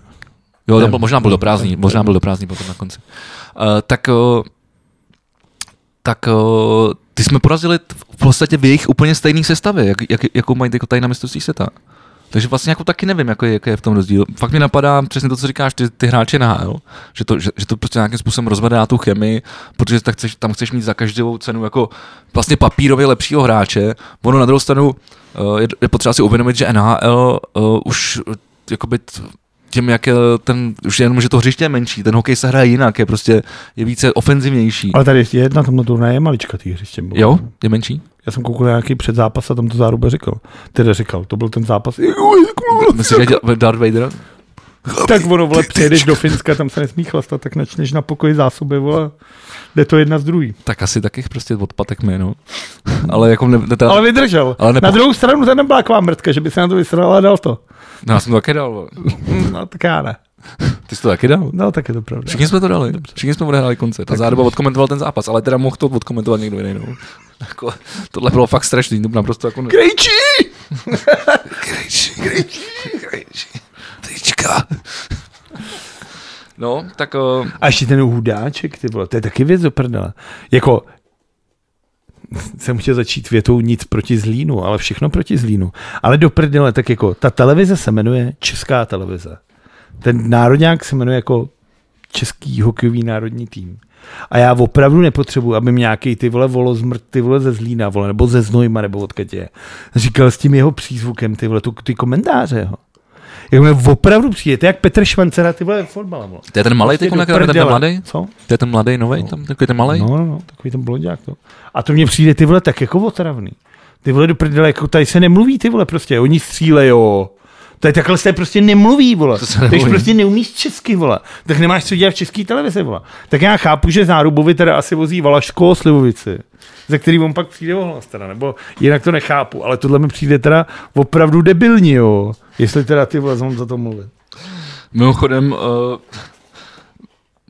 S2: jo,
S1: Ne,
S2: tam byl, možná byl
S1: ne,
S2: do prázdní,
S1: ne, ne.
S2: možná byl do prázdní potom na konci, uh, tak, uh, tak uh, ty jsme porazili t- v podstatě v jejich úplně stejných sestavě, jak, jak, jakou mají jako tady na mistrovství světa. Takže vlastně jako taky nevím, jako je, jaký je v tom rozdíl. Fakt mi napadá přesně to, co říkáš, ty, ty hráče na HL, že to, že, že to prostě nějakým způsobem rozvedá tu chemii, protože tak chceš, tam chceš mít za každou cenu jako vlastně papírově lepšího hráče. Ono na druhou stranu eh, je, je potřeba si uvědomit, že NHL uh, už eh, jakoby t- tím, jak je ten, už jenom, že to hřiště je menší, ten hokej se hraje jinak, je prostě, je více ofenzivnější.
S1: Ale tady ještě jedna tomto turné je malička tý hřiště. bylo.
S2: Jo, je menší?
S1: Já jsem koukal na nějaký předzápas a tam to záruba říkal. Teda říkal, to byl ten zápas.
S2: Myslíš, že děl- Darth Vader?
S1: Tak ono, vole, přijedeš do Finska, tam se nesmí chlastat, tak načneš na pokoji zásoby, vole. Jde to jedna z druhý.
S2: Tak asi taky prostě odpatek mi, no. Ale jako ne, ne, teda,
S1: Ale vydržel.
S2: Ale nepo-
S1: Na druhou stranu to nebyla taková mrtka, že by se na to vysral a dal to.
S2: no, já jsem to taky dal. vole.
S1: No tak já ne.
S2: Ty jsi to taky dal?
S1: No tak je to pravda.
S2: Všichni jsme to dali. Všichni jsme odehráli koncert. A zároveň odkomentoval ten zápas, ale teda mohl to odkomentovat někdo jiný. No. Jako, tohle bylo fakt strašný, to naprosto jako...
S1: Krejčí!
S2: Krejči, krejči, krejči. Trička. No, tak... Uh,
S1: A ještě ten hudáček, ty vole, to je taky věc do prdele. Jako, jsem chtěl začít větou nic proti zlínu, ale všechno proti zlínu. Ale do prdele, tak jako, ta televize se jmenuje Česká televize. Ten národňák se jmenuje jako Český hokejový národní tým. A já opravdu nepotřebuji, aby mi nějaký ty vole volo zmrt, ty vole ze Zlína, vole, nebo ze Znojma, nebo odkud je. Říkal s tím jeho přízvukem, ty vole, tu, ty komentáře, jo. Jak mě opravdu přijde, to je jak Petr Švancera, ty vole, fotbal, vole.
S2: to je ten malý,
S1: Prostě do
S2: teď ten, ten, ten
S1: prdele.
S2: mladý?
S1: Co?
S2: To je ten mladý, nový, tam, takový ten malý?
S1: No, no, no, takový ten blondiák. No. A to mně přijde ty vole tak jako otravný. Ty vole do prdele, jako tady se nemluví ty vole prostě, oni střílejou. Tady takhle se prostě nemluví, vole.
S2: To se
S1: Když
S2: nemluví.
S1: prostě neumíš česky, vole, tak nemáš co dělat v české televizi, vole. Tak já chápu, že Zárubovi teda asi vozí Valaško Slivovici, ze který on pak přijde ohlas teda, nebo jinak to nechápu, ale tohle mi přijde teda opravdu debilní, jo. Jestli teda ty vole, mám za to mluvit.
S2: Mimochodem, uh,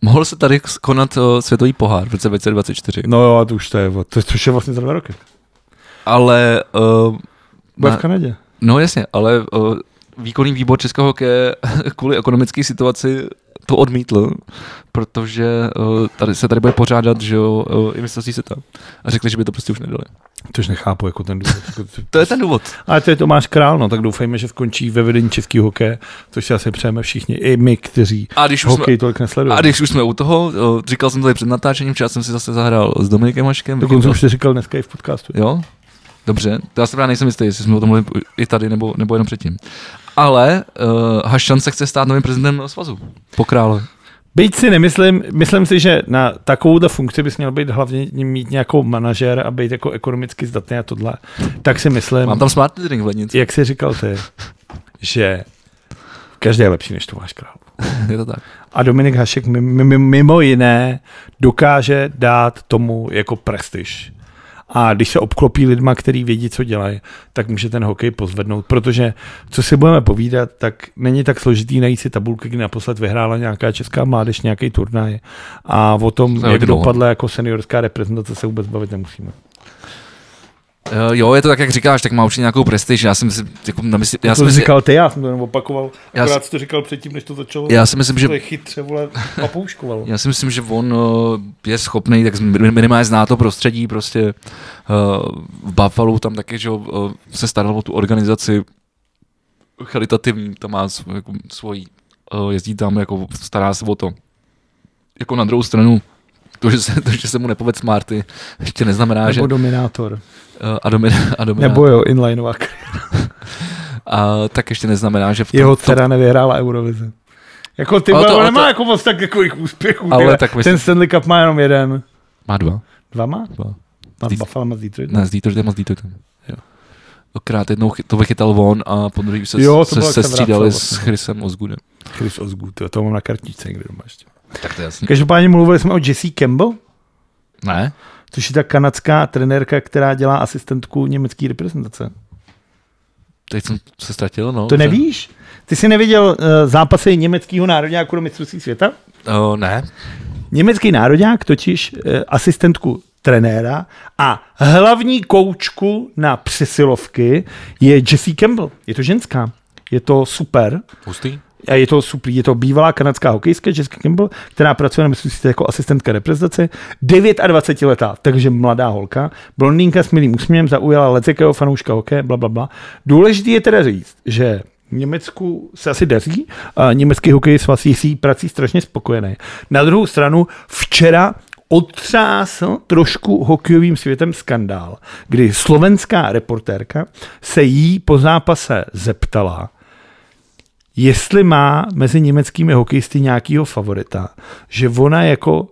S2: mohl se tady konat uh, světový pohár v roce 2024,
S1: No jo, a to už to je, vole, to, což je vlastně za dva roky.
S2: ale... Uh,
S1: Bude
S2: na-
S1: v Kanadě.
S2: No jasně, ale uh, výkonný výbor Českého hokeje kvůli ekonomické situaci to odmítl, protože uh, tady se tady bude pořádat, že jo, uh, i mistrovství světa. A řekli, že by to prostě už nedali.
S1: Což nechápu, jako ten důvod. Jako,
S2: To je ten důvod.
S1: Ale to je Tomáš Král, no, tak doufejme, že skončí ve vedení českého hokeje, což si asi přejeme všichni, i my, kteří
S2: A když už, jsme,
S1: hokej tolik nesledujeme.
S2: a když už jsme u toho, uh, říkal jsem tady před natáčením, včera jsem si zase zahrál s Dominikem Maškem.
S1: Dokonce už jsi říkal dneska i v podcastu.
S2: Jo? Dobře, to já se právě nejsem jistý, jestli jsme o tom mluvili i tady, nebo, nebo jenom předtím. Ale uh, Haščan se chce stát novým prezidentem svazu. Po krále.
S1: Byť si nemyslím, myslím si, že na takovouhle funkci bys měl být hlavně mít nějakou manažer a být jako ekonomicky zdatný a tohle. Tak si myslím,
S2: Mám tam smart drink v lednici.
S1: jak jsi říkal ty, že každý je lepší než Tomáš Král.
S2: Je to tak.
S1: A Dominik Hašek mi- mi- mi- mimo jiné dokáže dát tomu jako prestiž. A když se obklopí lidma, který vědí, co dělají, tak může ten hokej pozvednout. Protože, co si budeme povídat, tak není tak složitý najít si tabulky, kdy naposled vyhrála nějaká česká mládež, nějaký turnaj. A o tom,
S2: To je
S1: jak
S2: dlouho.
S1: dopadla jako seniorská reprezentace, se vůbec bavit nemusíme.
S2: Uh, jo, je to tak, jak říkáš, tak má určitě nějakou prestiž. Já si myslím, jako, nemysl, já,
S1: Já
S2: si
S1: to jsi
S2: myslím,
S1: říkal ty, já jsem to jenom opakoval.
S2: Já
S1: Akorát jsi to říkal předtím, než to začalo.
S2: já si myslím, že
S1: To je chytře, vole, papouškovalo.
S2: já si myslím, že on uh, je schopný, tak min- minimálně zná to prostředí, prostě uh, v Buffalo tam taky, že jo, uh, se staral o tu organizaci charitativní, tam má sv, jako, eh, svojí, uh, jezdí tam, jako stará se o to. Jako na druhou stranu, To, že se, to, že se mu nepovedl Smarty, ještě neznamená, že...
S1: Nebo Dominátor.
S2: eh, A, domin, a, dominá,
S1: Nebo jo, inlineová.
S2: a tak ještě neznamená, že v tom,
S1: Jeho
S2: v tom
S1: dcera nevyhrála Eurovizi. Jako ty,
S2: Ale
S1: ale
S2: to-
S1: to,
S2: ale
S1: nemá
S2: to-
S1: jako moc tak takových úspěchů.
S2: Ale
S1: Ale
S2: tak
S1: Ten
S2: myslím-
S1: Stanley Cup má jenom jeden.
S2: má dva.
S1: Dva má?
S2: dva.
S1: Má
S2: Zít-
S1: s Buffalo, z Detroit.
S2: Ne, s Detroitem a s Detroitem.
S1: Jo.
S2: Okrát jednou chy- to vychytal on a po druhý se,
S1: Jo, to
S2: se,
S1: bylo, jak
S2: se
S1: jsem
S2: střídali
S1: vracel
S2: s
S1: vlastně.
S2: Chrisem Osgoodem.
S1: Chris Osgood, jo, to mám na kartičce někde doma ještě.
S2: Tak to je jasný.
S1: Každopádně mluvili jsme o Jessie Campbell,
S2: Ne?
S1: což je ta kanadská trenérka, která dělá asistentku německé reprezentace.
S2: Teď jsem se ztratil, no.
S1: To nevíš? Ty jsi neviděl uh, zápasy německého národňáku do mistrovství světa?
S2: O, ne.
S1: Německý národňák totiž uh, asistentku trenéra a hlavní koučku na přesilovky je Jessie Campbell. Je to ženská. Je to super.
S2: Hustý?
S1: A je to super, je to bývalá kanadská hokejistka Jessica Campbell, která pracuje na mistrovství jako asistentka reprezentace, 29 letá, takže mladá holka, blondýnka s milým úsměvem, zaujala lecekého fanouška hokeje, bla, bla, bla. Důležité je teda říct, že Německu se asi daří, a německý hokej s vlastní sí prací strašně spokojený. Na druhou stranu včera otřásl trošku hokejovým světem skandál, kdy slovenská reportérka se jí po zápase zeptala, jestli má mezi německými hokejisty nějakýho favorita, že ona jako,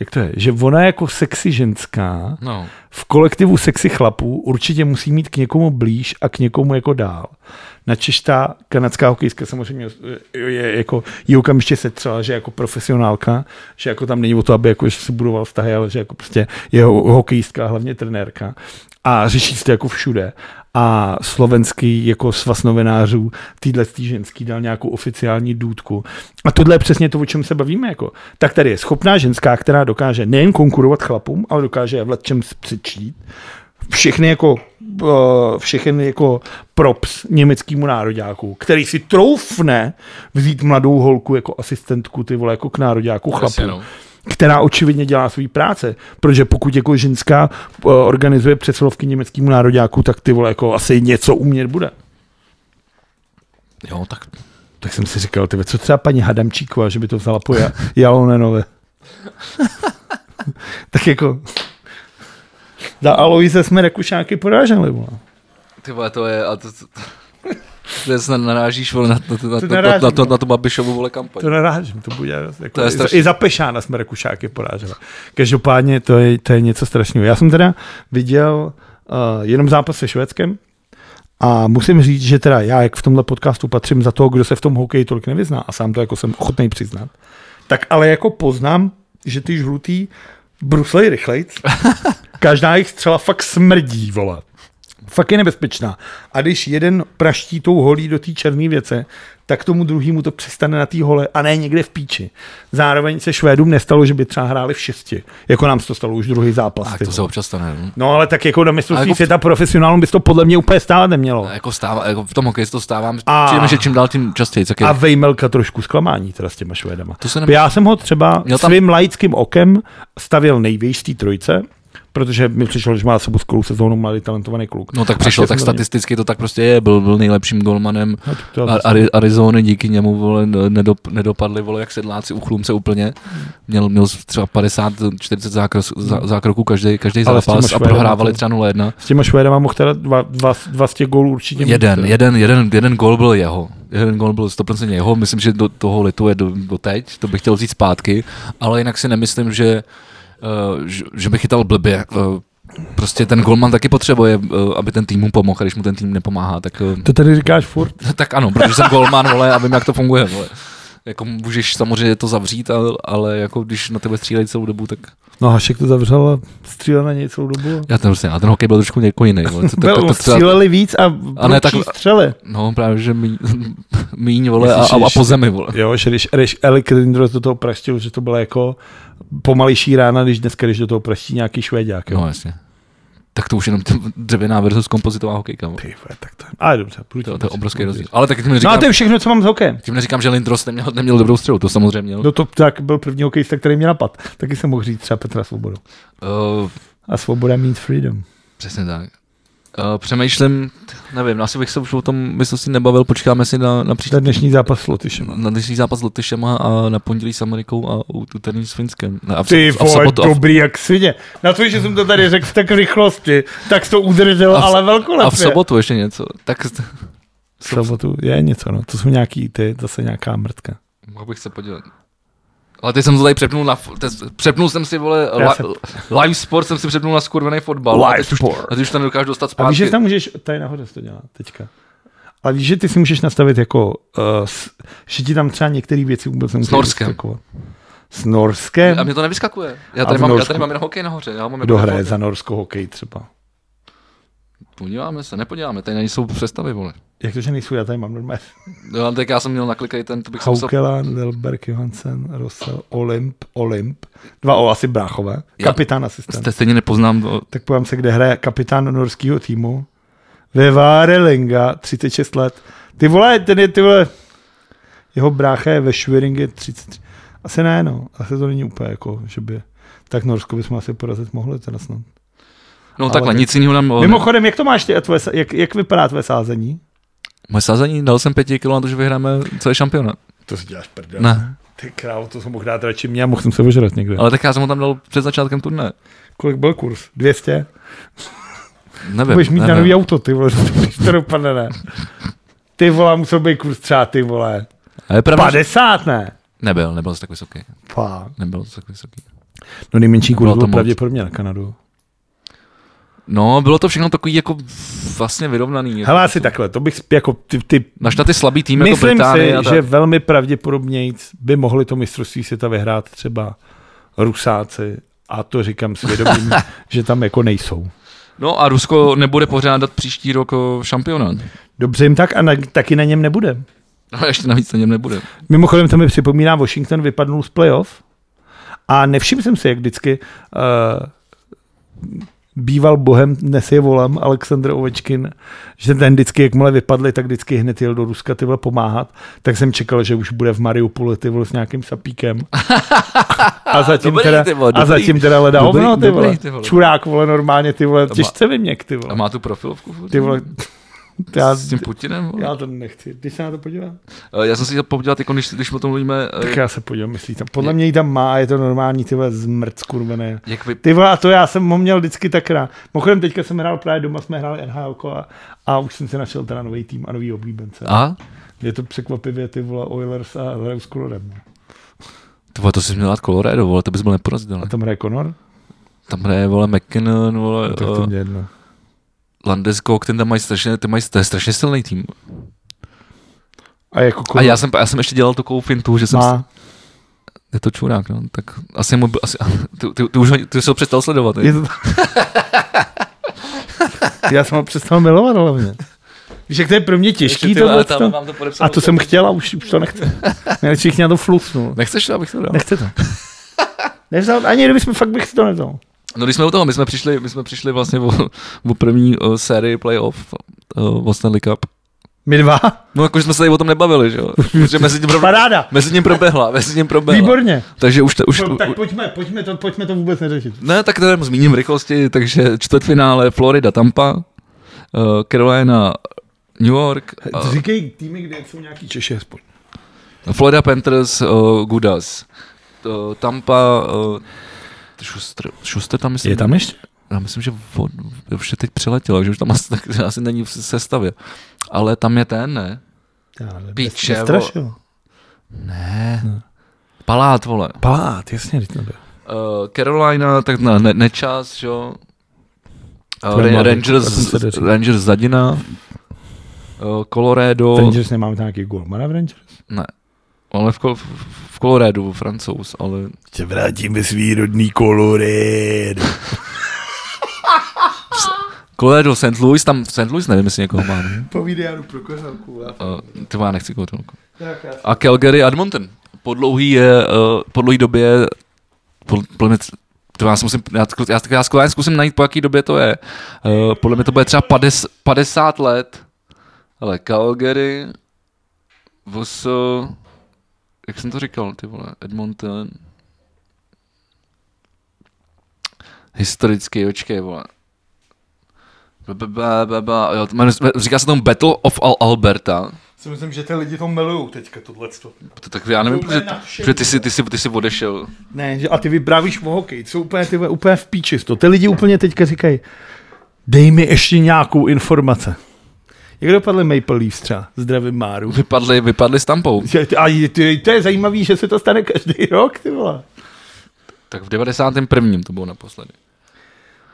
S1: jak to je, že ona jako sexy ženská
S2: No.
S1: v kolektivu sexy chlapů určitě musí mít k někomu blíž a k někomu jako dál. Na ta kanadská hokejistka samozřejmě eh, je jako, ji okamžitě setřela, že jako profesionálka, že jako tam není o to, aby jako, že si budoval vztahy, ale že jako prostě je ho- hokejistka, hlavně trenérka. A řeší se to jako všude. A slovenský jako svaz novinářů týhle tý ženský dal nějakou oficiální důdku. A tohle je přesně to, o čem se bavíme. Jako. Tak tady je schopná ženská, která dokáže nejen konkurovat chlapům, ale dokáže je v čem přečít. Všechny jako, eh, všechny jako props německýmu nároďáku, který si troufne vzít mladou holku jako asistentku ty vole, jako k nároďáku
S2: Jasně,
S1: chlapu
S2: no.
S1: která očividně dělá svůj práce. Protože pokud jako ženská eh, organizuje přesilovky německému nároďáku, tak ty vole jako asi něco umět bude.
S2: Jo, tak
S1: Tak jsem si říkal, ty ve, co třeba paní Hadamčíková, že by to vzala po Ja- Jalonenové. tak jako za Aloise jsme Rakušáky poráželi. Vole.
S2: Ty vole, to je, a to, to, to, to snad narážíš vole, na, na, na,
S1: To
S2: na, na,
S1: narážím,
S2: na, to,
S1: no.
S2: na, to Babišovu vole kampaň.
S1: To narážím, to bude jako,
S2: To je
S1: i za-
S2: strašný.
S1: I za Pešána jsme Rakušáky poráželi. Každopádně to je, to je něco strašného. Já jsem teda viděl uh, jenom zápas se Švédskem a musím říct, že teda já, jak v tomhle podcastu patřím za toho, kdo se v tom hokeji tolik nevyzná a sám to jako jsem ochotný přiznat, tak ale jako poznám, že ty žlutý bruslej rychlejc, každá jejich střela fakt smrdí, vole fakt je nebezpečná. A když jeden praští tou holí do té černé věce, tak tomu druhýmu to přestane na té hole a ne někde v píči. Zároveň se Švédům nestalo, že by třeba hráli v šesti, jako nám se to stalo už druhý zápas.
S2: Tak
S1: ty
S2: to se
S1: vole.
S2: občas stane. no.
S1: No ale tak jako na mistrovství
S2: Ale jako-
S1: světa profesionálům by se to podle mě úplně stále nemělo.
S2: A Jako, stává, jako v tom hokeji se to stává,
S1: A-
S2: přijeme, že čím dál tím častěji, tak je,
S1: A Vejmelka trošku zklamání teda s těma Švédama.
S2: To se
S1: Tam...
S2: nem...
S1: Já jsem ho třeba
S2: Měl
S1: tam...
S2: tam-
S1: svým laickým okem stavěl nejvyšší z té trojice, protože mi přišlo, že má za sebou skvělou sezónu mladý talentovaný kluk.
S2: No tak
S1: A
S2: přišlo,
S1: šel
S2: tak
S1: jsem do něj.
S2: statisticky to tak prostě je, byl, byl nejlepším golmanem
S1: No, tak to já
S2: Ar- Ari- Arizony, díky němu vole, ne- nedop, nedopadli vole, jak sedláci u chlumce úplně. Měl, měl třeba 50-40 zákros, zá, zákroků každý, každý
S1: Hmm. Ale s těma
S2: zápas a
S1: Švédama
S2: prohrávali
S1: to-
S2: třeba 0-1.
S1: S těma Švédama mohl teda dva, dva, dva z těch gólů určitě mít,
S2: Jeden,
S1: teda.
S2: jeden, jeden, jeden gol byl jeho. Jeden gol byl 100% jeho, myslím, že do toho lituje do, do teď, to bych chtěl vzít zpátky, ale jinak si nemyslím, že, uh, že, že by chytal blbě. Uh, prostě ten golman taky potřebuje, uh, aby ten tým mu pomohl, a když mu ten tým nepomáhá, tak, uh,
S1: To tady říkáš furt.
S2: tak ano, protože jsem golman, vole, a vím, jak to funguje, vole. Jako můžeš samozřejmě to zavřít, ale, ale jako když na tebe střílejí celou dobu, tak...
S1: No Hašek to zavřel a střílel na něj celou dobu.
S2: Já ten, prostě, a ten hokej byl trošku jako jiný, vole. To, to,
S1: Byl,
S2: to, to třeba,
S1: stříleli víc a, a ne, tak...
S2: takhle-
S1: střely.
S2: no právě, že míň, míň vole, a,
S1: Myslíš,
S2: a, a
S1: že-
S2: po zemi, vole.
S1: Jo, že když, když Elik Lindros do toho praštil, že to byla jako pomalejší rána, když dneska, když do toho praští nějaký švédák. Jo.
S2: No jasně. Tak to už jenom t- dřevěná versus kompozitová hokejka. vole.
S1: Ty vole, tak to... Ale dobře, průjde.
S2: To, to je obrovský rozdíl. Ale tak tím
S1: No a
S2: neříkám,
S1: to je všechno, co mám s hokejem.
S2: tím neříkám že Lindros neměl, neměl dobrou střelu, to samozřejmě měl.
S1: No to tak byl první hokejista, který mě napad. Taky jsem mohl říct třeba Petra Svobodu.
S2: Uh,
S1: A svoboda means freedom.
S2: přesně tak. Uh, přemýšlím, nevím, asi bych se už o tom mistrovství nebavil, počkáme si na, na příští
S1: To je dnešní zápas s Lotyšem.
S2: na dnešní zápas s Lotyšema a na pondělí s Amerikou a u- úterý s Finskem. A v,
S1: Ty
S2: a v
S1: vole,
S2: sobotu, a, v,
S1: dobrý jak svině. Na to, že jsem to tady řekl v tak rychlosti, tak jsi to udržel,
S2: A v-
S1: ale
S2: a v
S1: velkolepě.
S2: sobotu ještě něco. Tak
S1: v sobotu je něco, no. To jsou nějaký ty, zase nějaká mrtka.
S2: mohl bych se podívat. Ale teď jsem to tady přepnul na, f- te- přepnul jsem si, vole,
S1: Já
S2: li,
S1: jsem-
S2: live sport jsem si přepnul na skurvený fotbal. a
S1: Live
S2: teď už-
S1: sport.
S2: A teď už to nedokážu dostat
S1: A
S2: zpátky.
S1: víš, že tam můžeš, tady nahoře se to dělá teďka. A víš, že ty si můžeš nastavit jako, uh, s, že ti tam třeba některé věci vůbec nemusíš
S2: Norskem.
S1: vyskakovat. S Norskem?
S2: A mě to nevyskakuje. Já
S1: A
S2: tady,
S1: v
S2: mám, já
S1: Norsku?
S2: tady mám jen hokej nahoře. Já mám
S1: Kdo
S2: jako
S1: hraje
S2: hokej.
S1: za Norsko hokej třeba?
S2: Podíváme se, nepodíváme, tady nejsou přestavy, vole.
S1: Jak to, že nejsou, já tady mám normálně.
S2: No, ale tak já jsem měl naklikej ten, to bych se musel...
S1: Haukeland, Delberg, Johansen, Rosel, Olymp, Olymp. Dva O asi bráchové.
S2: Já-
S1: Kapitán asistent.
S2: Ste, stejně nepoznám, no,
S1: tak pojďme se, kde hraje kapitán norského týmu. Vevare Lenga, 36 let. Ty vole, ten je, ty vole, jeho brácha je ve Schweringe 33. Asi ne, no. Asi to není úplně jako, že by... Tak Norsko bychom asi porazit mohli teda snad.
S2: no
S1: Ale
S2: takhle,
S1: tak-
S2: nic jiného nám... o,
S1: Mimochodem, jak to máš ty a tvoje, sa- jak, jak vypadá tvoje sázení?
S2: Moje sázení, dal jsem pěti kilo na to, že vyhráme celý šampionát.
S1: To si děláš prdel.
S2: Ne,
S1: Ty krávo, to jsem mohl dát radši mě a mohl jsem se ožrat někde. Ale...
S2: ale tak já jsem ho tam dal před začátkem turné.
S1: Kolik byl kurz? 200?
S2: Nevím,
S1: Budeš mít
S2: nevím.
S1: na nový auto, ty vole, když to dopadne, ne. Ty vole, musel být kurz třeba, ty vole.
S2: A je pravda, že...
S1: 50, ne?
S2: Nebyl, nebyl tak vysoký.
S1: Pá.
S2: Nebyl tak vysoký.
S1: No nejmenší kurz
S2: Bylo to
S1: byl
S2: moc.
S1: pravděpodobně na Kanadu.
S2: No, bylo to všechno takový jako vlastně vyrovnaný.
S1: Hele, asi takhle, to bych sp- jako ty, ty
S2: Naš na ty slabý tým jako
S1: myslím si,
S2: Británie. a tak.
S1: že velmi pravděpodobně by mohli to mistrovství světa vyhrát třeba Rusáci a to říkám svědomím, že tam jako nejsou.
S2: No a Rusko nebude pořádat příští rok o, šampionát.
S1: Dobře jim tak a na, taky na něm nebude.
S2: No, ještě navíc na něm nebude.
S1: Mimochodem to mi připomíná, Washington vypadnul z playoff a nevšiml jsem si, jak vždycky uh, býval bohem, dnes je volám, Aleksandr Ovečkin, že ten vždycky, jakmile vypadli, tak vždycky hned jel do Ruska ty vole pomáhat, tak jsem čekal, že už bude v Mariupolu ty vole s nějakým sapíkem. A zatím
S2: Dobrý,
S1: teda,
S2: ty vole,
S1: a
S2: dobrý.
S1: zatím teda leda
S2: Dobrý,
S1: hovno, ty
S2: dobrý,
S1: vole.
S2: ty vole.
S1: Čurák, vole, normálně, ty vole,
S2: má-
S1: těžce vyměk, ty
S2: A
S1: vole.
S2: má tu profilovku furt?
S1: Ty vole, já,
S2: s tím Putinem? vole?
S1: já to nechci. Když se na to podívám.
S2: Eh, Já jsem si chtěl podívat, jako když, když o tom mluvíme, eh,
S1: Tak já se podívám, myslí tam. Podle mě ji tam má a je to normální, ty vole, zmrt skurvené.
S2: jak vy...
S1: Ty vole, a to já jsem ho měl vždycky tak rád. Mimochodem, teďka jsem hrál právě doma, jsme hráli NHL a, a už jsem si našel teda nový tým a nový oblíbence. A?
S2: A?
S1: Je to překvapivě ty vole Oilers a hrajou s Colorem.
S2: Ty vole, to jsi měl dát Colorado, vole, to bys byl neporazitelný.
S1: A tam hraje Conor?
S2: Tam hraje, vole, McKinnon, vole,
S1: No, Tak to
S2: uh,
S1: mě jedno.
S2: Landeskog, ten tam mají strašně, ten mají, to je strašně silný tým.
S1: A jako
S2: A
S1: Conor
S2: já jsem, já jsem ještě dělal takovou fintu, že jsem, s-
S1: má,
S2: je to čurák, no, tak asi mu, byl- asi, ty, ty, ty, už ho, ty jsi ho přestal sledovat,
S1: je
S2: ne?
S1: to... já jsem ho přestal milovat hlavně. Víš, jak to je pro mě těžký
S2: Ještě, ty
S1: to,
S2: vole, tam
S1: to?
S2: mám to podepsané.
S1: A to jsem chtěl a už, už to nechci. Nejlepší na to flusnul.
S2: Nechceš to, abych to dal?
S1: Nechce to. Nevzal, ani kdybychom fakt bych si to nevzal.
S2: No když jsme u toho, my jsme přišli, my jsme přišli vlastně o, o první o, sérii playoff o, o Stanley Cup.
S1: My dva?
S2: No jakože jsme se tady o tom nebavili, že jo? Že mezi tím, pro,
S1: Paráda.
S2: mezi tím proběhla, mezi tím proběhla.
S1: Výborně.
S2: Takže už, to, už, u-
S1: No, Tak pojďme, pojďme to, pojďme to vůbec neřešit.
S2: Ne, tak to jenom zmíním v rychlosti, takže čtvrtfinále Florida Tampa, uh, Carolina New York,
S1: Eh,
S2: uh,
S1: Říkej týmy, kde jsou nějaký Češi aspoň.
S2: eh, Florida Panthers, uh, Gudas, uh, Tampa, uh, Schuster, Schuster tam myslím,
S1: ještě?
S2: já myslím, že on, už je teď přiletěl, že už tam asi, tak, asi není v sestavě, ale tam je ten, ne?
S1: Já, nevím,
S2: Piče,
S1: nes- nestrašil.
S2: Ne. Palát, vole.
S1: Palát, jasně, teď to byl.
S2: Uh, Carolina, tak ne, ne, nečas, že jo.
S1: To je
S2: Uh,
S1: mladý,
S2: Rangers,
S1: o tom se jde říct.
S2: Rangers Zadina, uh, Colorado,
S1: Rangers nemáme nějaký golmana v Rangers?
S2: ne, ale v, Col- v- v Colorado, francouz, ale
S1: Tě vrátíme svý rodný kolory.
S2: Colorado, St. Louis, tam v St. Louis nevím, jestli někoho má. ne?
S1: Povídej, já jdu pro kořálku.
S2: Uh, ty já nechci koutelku. A Calgary, Edmonton. Po dlouhý, je, uh, po dlouhý době, pod- podle mě, tr- to já, si musím, já, zku- já, já skoro zkusím najít, po jaký době to je. Uh, podle mě to bude třeba 50, 50 let. Ale Calgary, vs. jak jsem to říkal, ty vole, Edmonton. Historický, očkej, vole. Ba, ba, ba, ba, ba, jo, to jmenuje se- Říká se tomu Battle of Al Alberta.
S1: Si myslím, že ty lidi to milují teďka, tohleto.
S2: To, tak já nevím, protože, protože ty, jsi, ty, jsi, ty jsi odešel.
S1: Ne, že, a ty vyprávíš o hokej, jsou úplně, ty, vole, úplně v píči z to. Ty lidi úplně teďka říkají, dej mi ještě nějakou informace. Jak dopadly Maple Leafs třeba? Zdravím Máru.
S2: Vypadli, vypadli s tampou.
S1: Že- A je- ty, to je zajímavý, že se to stane každý rok, ty vole.
S2: Tak v 91. to bylo naposledy.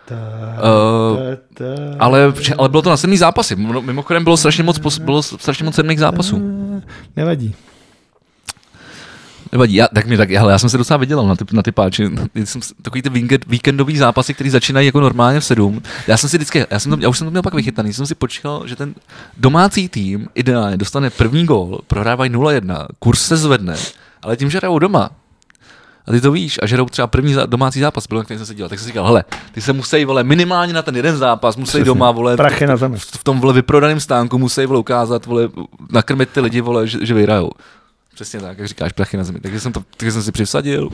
S1: Ta,
S2: Uh,
S1: ta, ta.
S2: ale, ale bylo to na sedmý zápasy. Mno- Mimochodem bylo strašně moc, pos- bylo strašně moc sedmých zápasů.
S1: Nevadí.
S2: Nevadí, já, tak mě tak, ale já jsem se docela vydělal na ty, na ty páči. Já Jsem, s- takový ty víkend, víkendový zápasy, které začínají jako normálně v sedm. Já jsem si vždycky, já, jsem to, já už jsem to měl pak vychytaný, jsem si počkal, že ten domácí tým ideálně dostane první gól, prohrávají 0-1, kurz se zvedne, ale tím, že hrajou doma, a ty to víš, a žerou třeba první zá- domácí zápas, byl, na který jsem se díval, tak jsem si říkal, hele, ty se musí, vole, minimálně na ten jeden zápas, musí
S1: Přesně.
S2: doma, vole,
S1: Prachy na zemi.
S2: v, v tom vole vyprodaném stánku musí vole ukázat, vole, nakrmit ty lidi, vole, že, že vyhrajou. Přesně tak, jak říkáš, prachy na zemi. Takže jsem, to, takže jsem si přivsadil.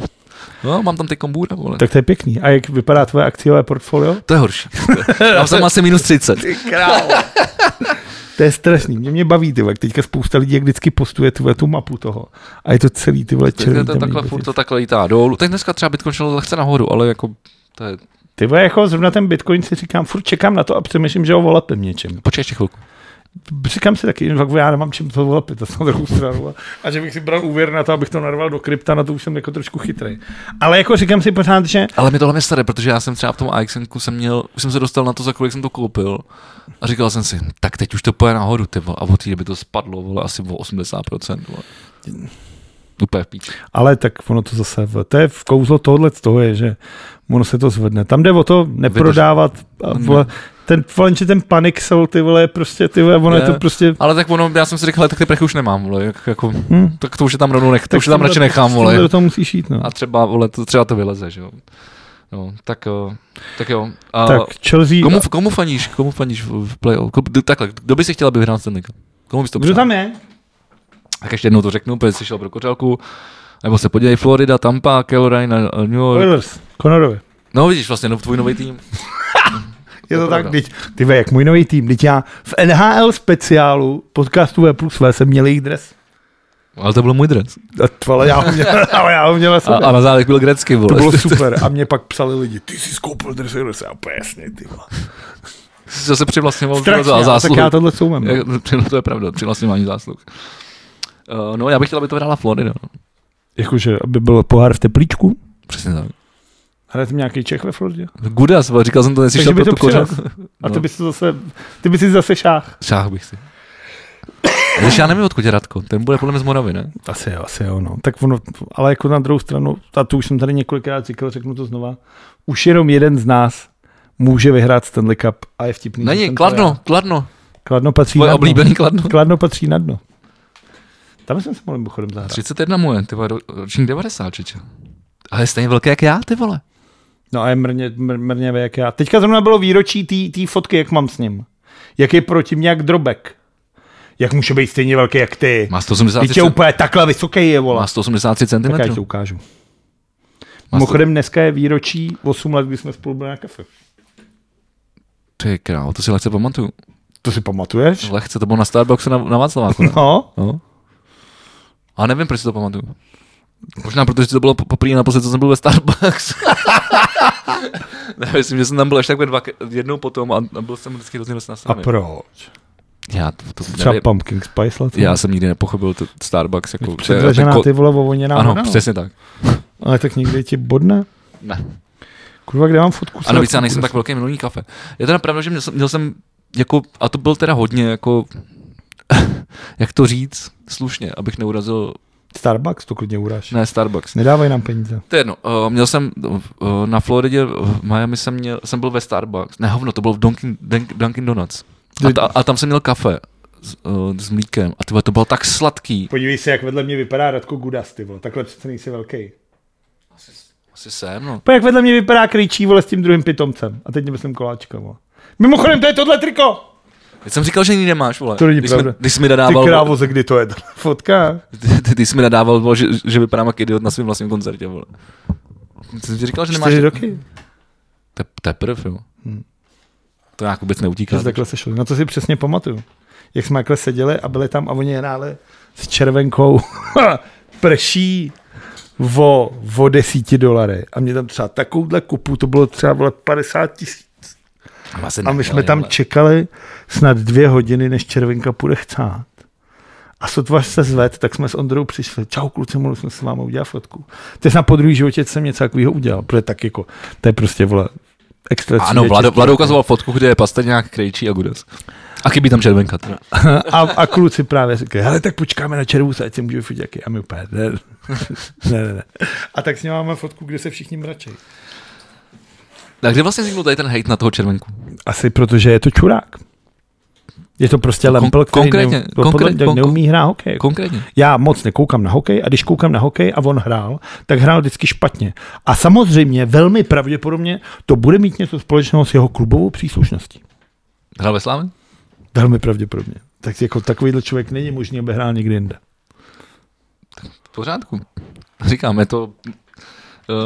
S2: No, mám tam ty kombůra, vole. Tak.
S1: Tak to je pěkný. A jak vypadá tvoje akciové portfolio?
S2: To je horší. Já jsem asi minus 30.
S1: To je strašný. Mě, mě baví, ty vole, jak teďka spousta lidí jak vždycky postuje tu, tu mapu toho. A je to celý ty vole
S2: Takže
S1: černý.
S2: to, takhle, furt to takhle lítá dolů. Tak dneska třeba Bitcoin šel lehce nahoru, ale jako to je...
S1: Ty vole, jako zrovna ten Bitcoin si říkám, furt čekám na to a přemýšlím, že ho volepím něčem.
S2: Počkej ještě chvilku.
S1: Říkám si taky, fakt já nemám čím to volepit, to na druhou stranu. A, a že bych si bral úvěr na to, abych to narval do krypta, na to už jsem jako trošku chytrý. Ale jako říkám si pořád, že
S2: Ale mi to hlavně staré, protože já jsem třeba v tom AXNku jsem měl, už jsem se dostal na to, za kolik jsem to koupil. A říkal jsem si, tak teď už to půjde nahoru, ty vole. A od té doby to spadlo, vole, asi o 80%, vole. Úplně v píči.
S1: Ale tak ono to zase, v- to je v kouzlo tohle z toho je, že ono se to zvedne. Tam jde o to neprodávat, a
S2: Mm.
S1: vole, ten, vole, že ten panik sell, ty vole, je prostě, ty vole, ono je to
S2: Je.
S1: prostě,
S2: Ale tak ono, já jsem si řekl, hele, tak ty prachy už nemám, vole, jak, jako,
S1: hm,
S2: tak to už je tam rovnou nech, to už je tam
S1: s tímhle-
S2: radši nechám,
S1: s tímhle
S2: vole.
S1: do toho musíš jít, no.
S2: A třeba, vole, to, třeba to vyleze, že jo. No, tak, jo, tak jo. A
S1: tak Chelsea,
S2: komu, komu faníš, komu faníš v v playoff? Ko- d- Takhle, kdo by si chtěl, aby vyhrál Stanley Cup? Komu bys to
S1: kdo
S2: přál?
S1: tam je?
S2: Tak ještě jednou to řeknu, protože jsi šel pro kořálku. Nebo se podívej, Florida, Tampa, Carolina, eh, New York.
S1: Oilers, Conorovi.
S2: No vidíš vlastně, no, tvůj nový tým.
S1: Je to
S2: To
S1: tak,
S2: pravda.
S1: teď, ty ve, jak můj nový tým, teď já v NHL speciálu podcastu V plus V jsem měl jejich dres.
S2: Ale to byl můj dres.
S1: A tvole, já ho měl, ale já ho měl na
S2: A,
S1: sobě.
S2: a na zádech byl grecky, vole.
S1: to bylo super. A mě pak psali lidi, ty jsi skoupil dres Oilers, já úplně jasně, ty vole.
S2: Jsi zase přivlastňoval
S1: Strašně,
S2: za
S1: ale tak
S2: zásluhy.
S1: já tohle soumem. no.
S2: Jak- To je pravda, přivlastňování zásluh. Eh, No, já bych chtěl, aby to vyhrála Florida. no.
S1: Jakože, aby byl pohár v teplíčku?
S2: Přesně tak.
S1: Hraje tam nějaký Čech ve Floridě?
S2: Gudas, vole, říkal jsem to, No. jestli
S1: Takže
S2: šel
S1: by
S2: pro
S1: to
S2: tu kořen.
S1: přijel. A ty bys to zase, ty bys si zase šách.
S2: Šách bych si. Když já nevím, odkud je Radko, ten bude podle mě z Moravy, ne?
S1: Asi jo, asi jo, no. Tak ono, ale jako na druhou stranu, a tu už jsem tady několikrát říkal, řeknu to znova, už jenom jeden z nás může vyhrát Stanley Cup a je vtipný. že
S2: Není,
S1: jsem to
S2: Kladno,
S1: já.
S2: Kladno.
S1: Kladno patří
S2: Tvoje
S1: na dno.
S2: oblíbený Kladno.
S1: Kladno patří na dno. Tam jsem se mohl mimochodem zahrát.
S2: 31 mu je, ty vole, ro- ročník 90, čeče. Ale je stejně velký jak já, ty vole.
S1: No a je mrně, mr, mrněvý jak já. Teďka zrovna bylo výročí té fotky, jak mám s ním. Jak je proti mně jak drobek. Jak může být stejně velký jak ty.
S2: Má 183,
S1: Teď je úplně takhle vysoký je,
S2: má
S1: vole.
S2: 183
S1: Tak já ti to
S2: cm.
S1: ukážu. Mimochodem dneska je výročí 8 let, kdy jsme spolu byli na kafe.
S2: Ty král, to si lehce pamatuju.
S1: To si pamatuješ?
S2: Lehce, to bylo na Starbucksu na, na Václaváku, ne?
S1: No.
S2: No. A nevím, proč si to pamatuju. Možná protože to bylo po- poprvé naposled, co jsem byl ve Starbucks. ne, myslím, že jsem tam byl až takhle dva, jednou potom a, a byl jsem vždycky hrozně dost
S1: A
S2: nastavený.
S1: proč?
S2: Já to, to
S1: Třeba
S2: nevím.
S1: Pumpkin Spice Latte?
S2: Já jsem nikdy nepochopil to Starbucks. Jako, to je-
S1: Předražená
S2: to je ko-
S1: ty No. vole ovoněná
S2: Ano,
S1: banana.
S2: přesně tak.
S1: Ale tak někdy ti bodne.
S2: Ne.
S1: Kurva, kde mám fotku?
S2: A navíc já nejsem tak velký minulý kafe. Je teda pravda, že měl jsem, měl jsem jako, a to byl teda hodně jako, jak to říct, slušně, abych neurazil,
S1: Starbucks to klidně uráš.
S2: ne Starbucks.
S1: Nedávaj nám peníze.
S2: To je jedno. Uh, měl jsem uh, na Floridě, v Miami jsem, měl, jsem byl ve Starbucks. Ne, hovno, to bylo v Dunkin, Dunk- Dunkin Donuts. A, ta, a tam jsem měl kafe s, uh, s mlíkem. A tyhle, to bylo tak sladký.
S1: Podívej se, jak vedle mě vypadá Radko Gudas, ty vole. Takhle přece nejsi velký.
S2: Asi jsem, no.
S1: Po jak vedle mě vypadá kryčí, vole, s tím druhým pitomcem. A teď myslím koláčka, vole. Mimochodem, to je tohle triko.
S2: Já jsem říkal, že nikdy nemáš, vole.
S1: To není
S2: když, jsi mi-
S1: pravda.
S2: když jsi mi
S1: Ty
S2: nadával,
S1: krávo, ze kdy to je tahle fotka?
S2: Ty, ty, ty jsi mi nadával, vole, že, že vypadám jako idiot na svém vlastním koncertě, vole. Ty jsi mi říkal, že nemáš...
S1: Čtyři roky.
S2: Te, teprv, jo. to nějak vůbec neutíká.
S1: Hmm. Že se takhle sešli. No to si přesně pamatuju. Jak jsme takhle seděli a byli tam a oni hráli s červenkou prší o, o desíti dolary. A mě tam třeba takovouhle kupu, to bylo třeba vole, 50 tisíc. A my jsme tam čekali snad dvě hodiny, než červenka půjde chcát. A sotva se zved, tak jsme s Ondrou přišli. Čau, kluci, mohli jsme s vámi udělat fotku. Teď na podruhý životě jsem něco takového udělal, protože tak jako, to je prostě, vole, extra
S2: Ano,
S1: třída
S2: Vlado,
S1: český.
S2: Vlado ukazoval fotku, kde je pastrňák, krejčí a gudes. A chybí tam červenka. Teda.
S1: A, a kluci právě říkají, hele, tak počkáme na červu, ať si můžeme fotit jaký. A my úplně, ne, ne, ne, ne. A tak s ním máme fotku, kde se všichni mračejí.
S2: Tak kde vlastně vzniknul tady ten hate na toho červenku?
S1: Asi protože je to čurák. Je to prostě lempl, který
S2: konkrétně,
S1: neum, podle
S2: konkrétně,
S1: mě
S2: kon-
S1: neumí hrát hokej.
S2: Konkrétně.
S1: Já moc nekoukám na hokej a když koukám na hokej a on hrál, tak hrál vždycky špatně. A samozřejmě, velmi pravděpodobně, to bude mít něco společného s jeho klubovou příslušností.
S2: Hrál ve Slávě?
S1: Velmi pravděpodobně. Tak jako takovýhle člověk není možný, aby hrál někde jinde.
S2: V pořádku. Říkám, je to eh,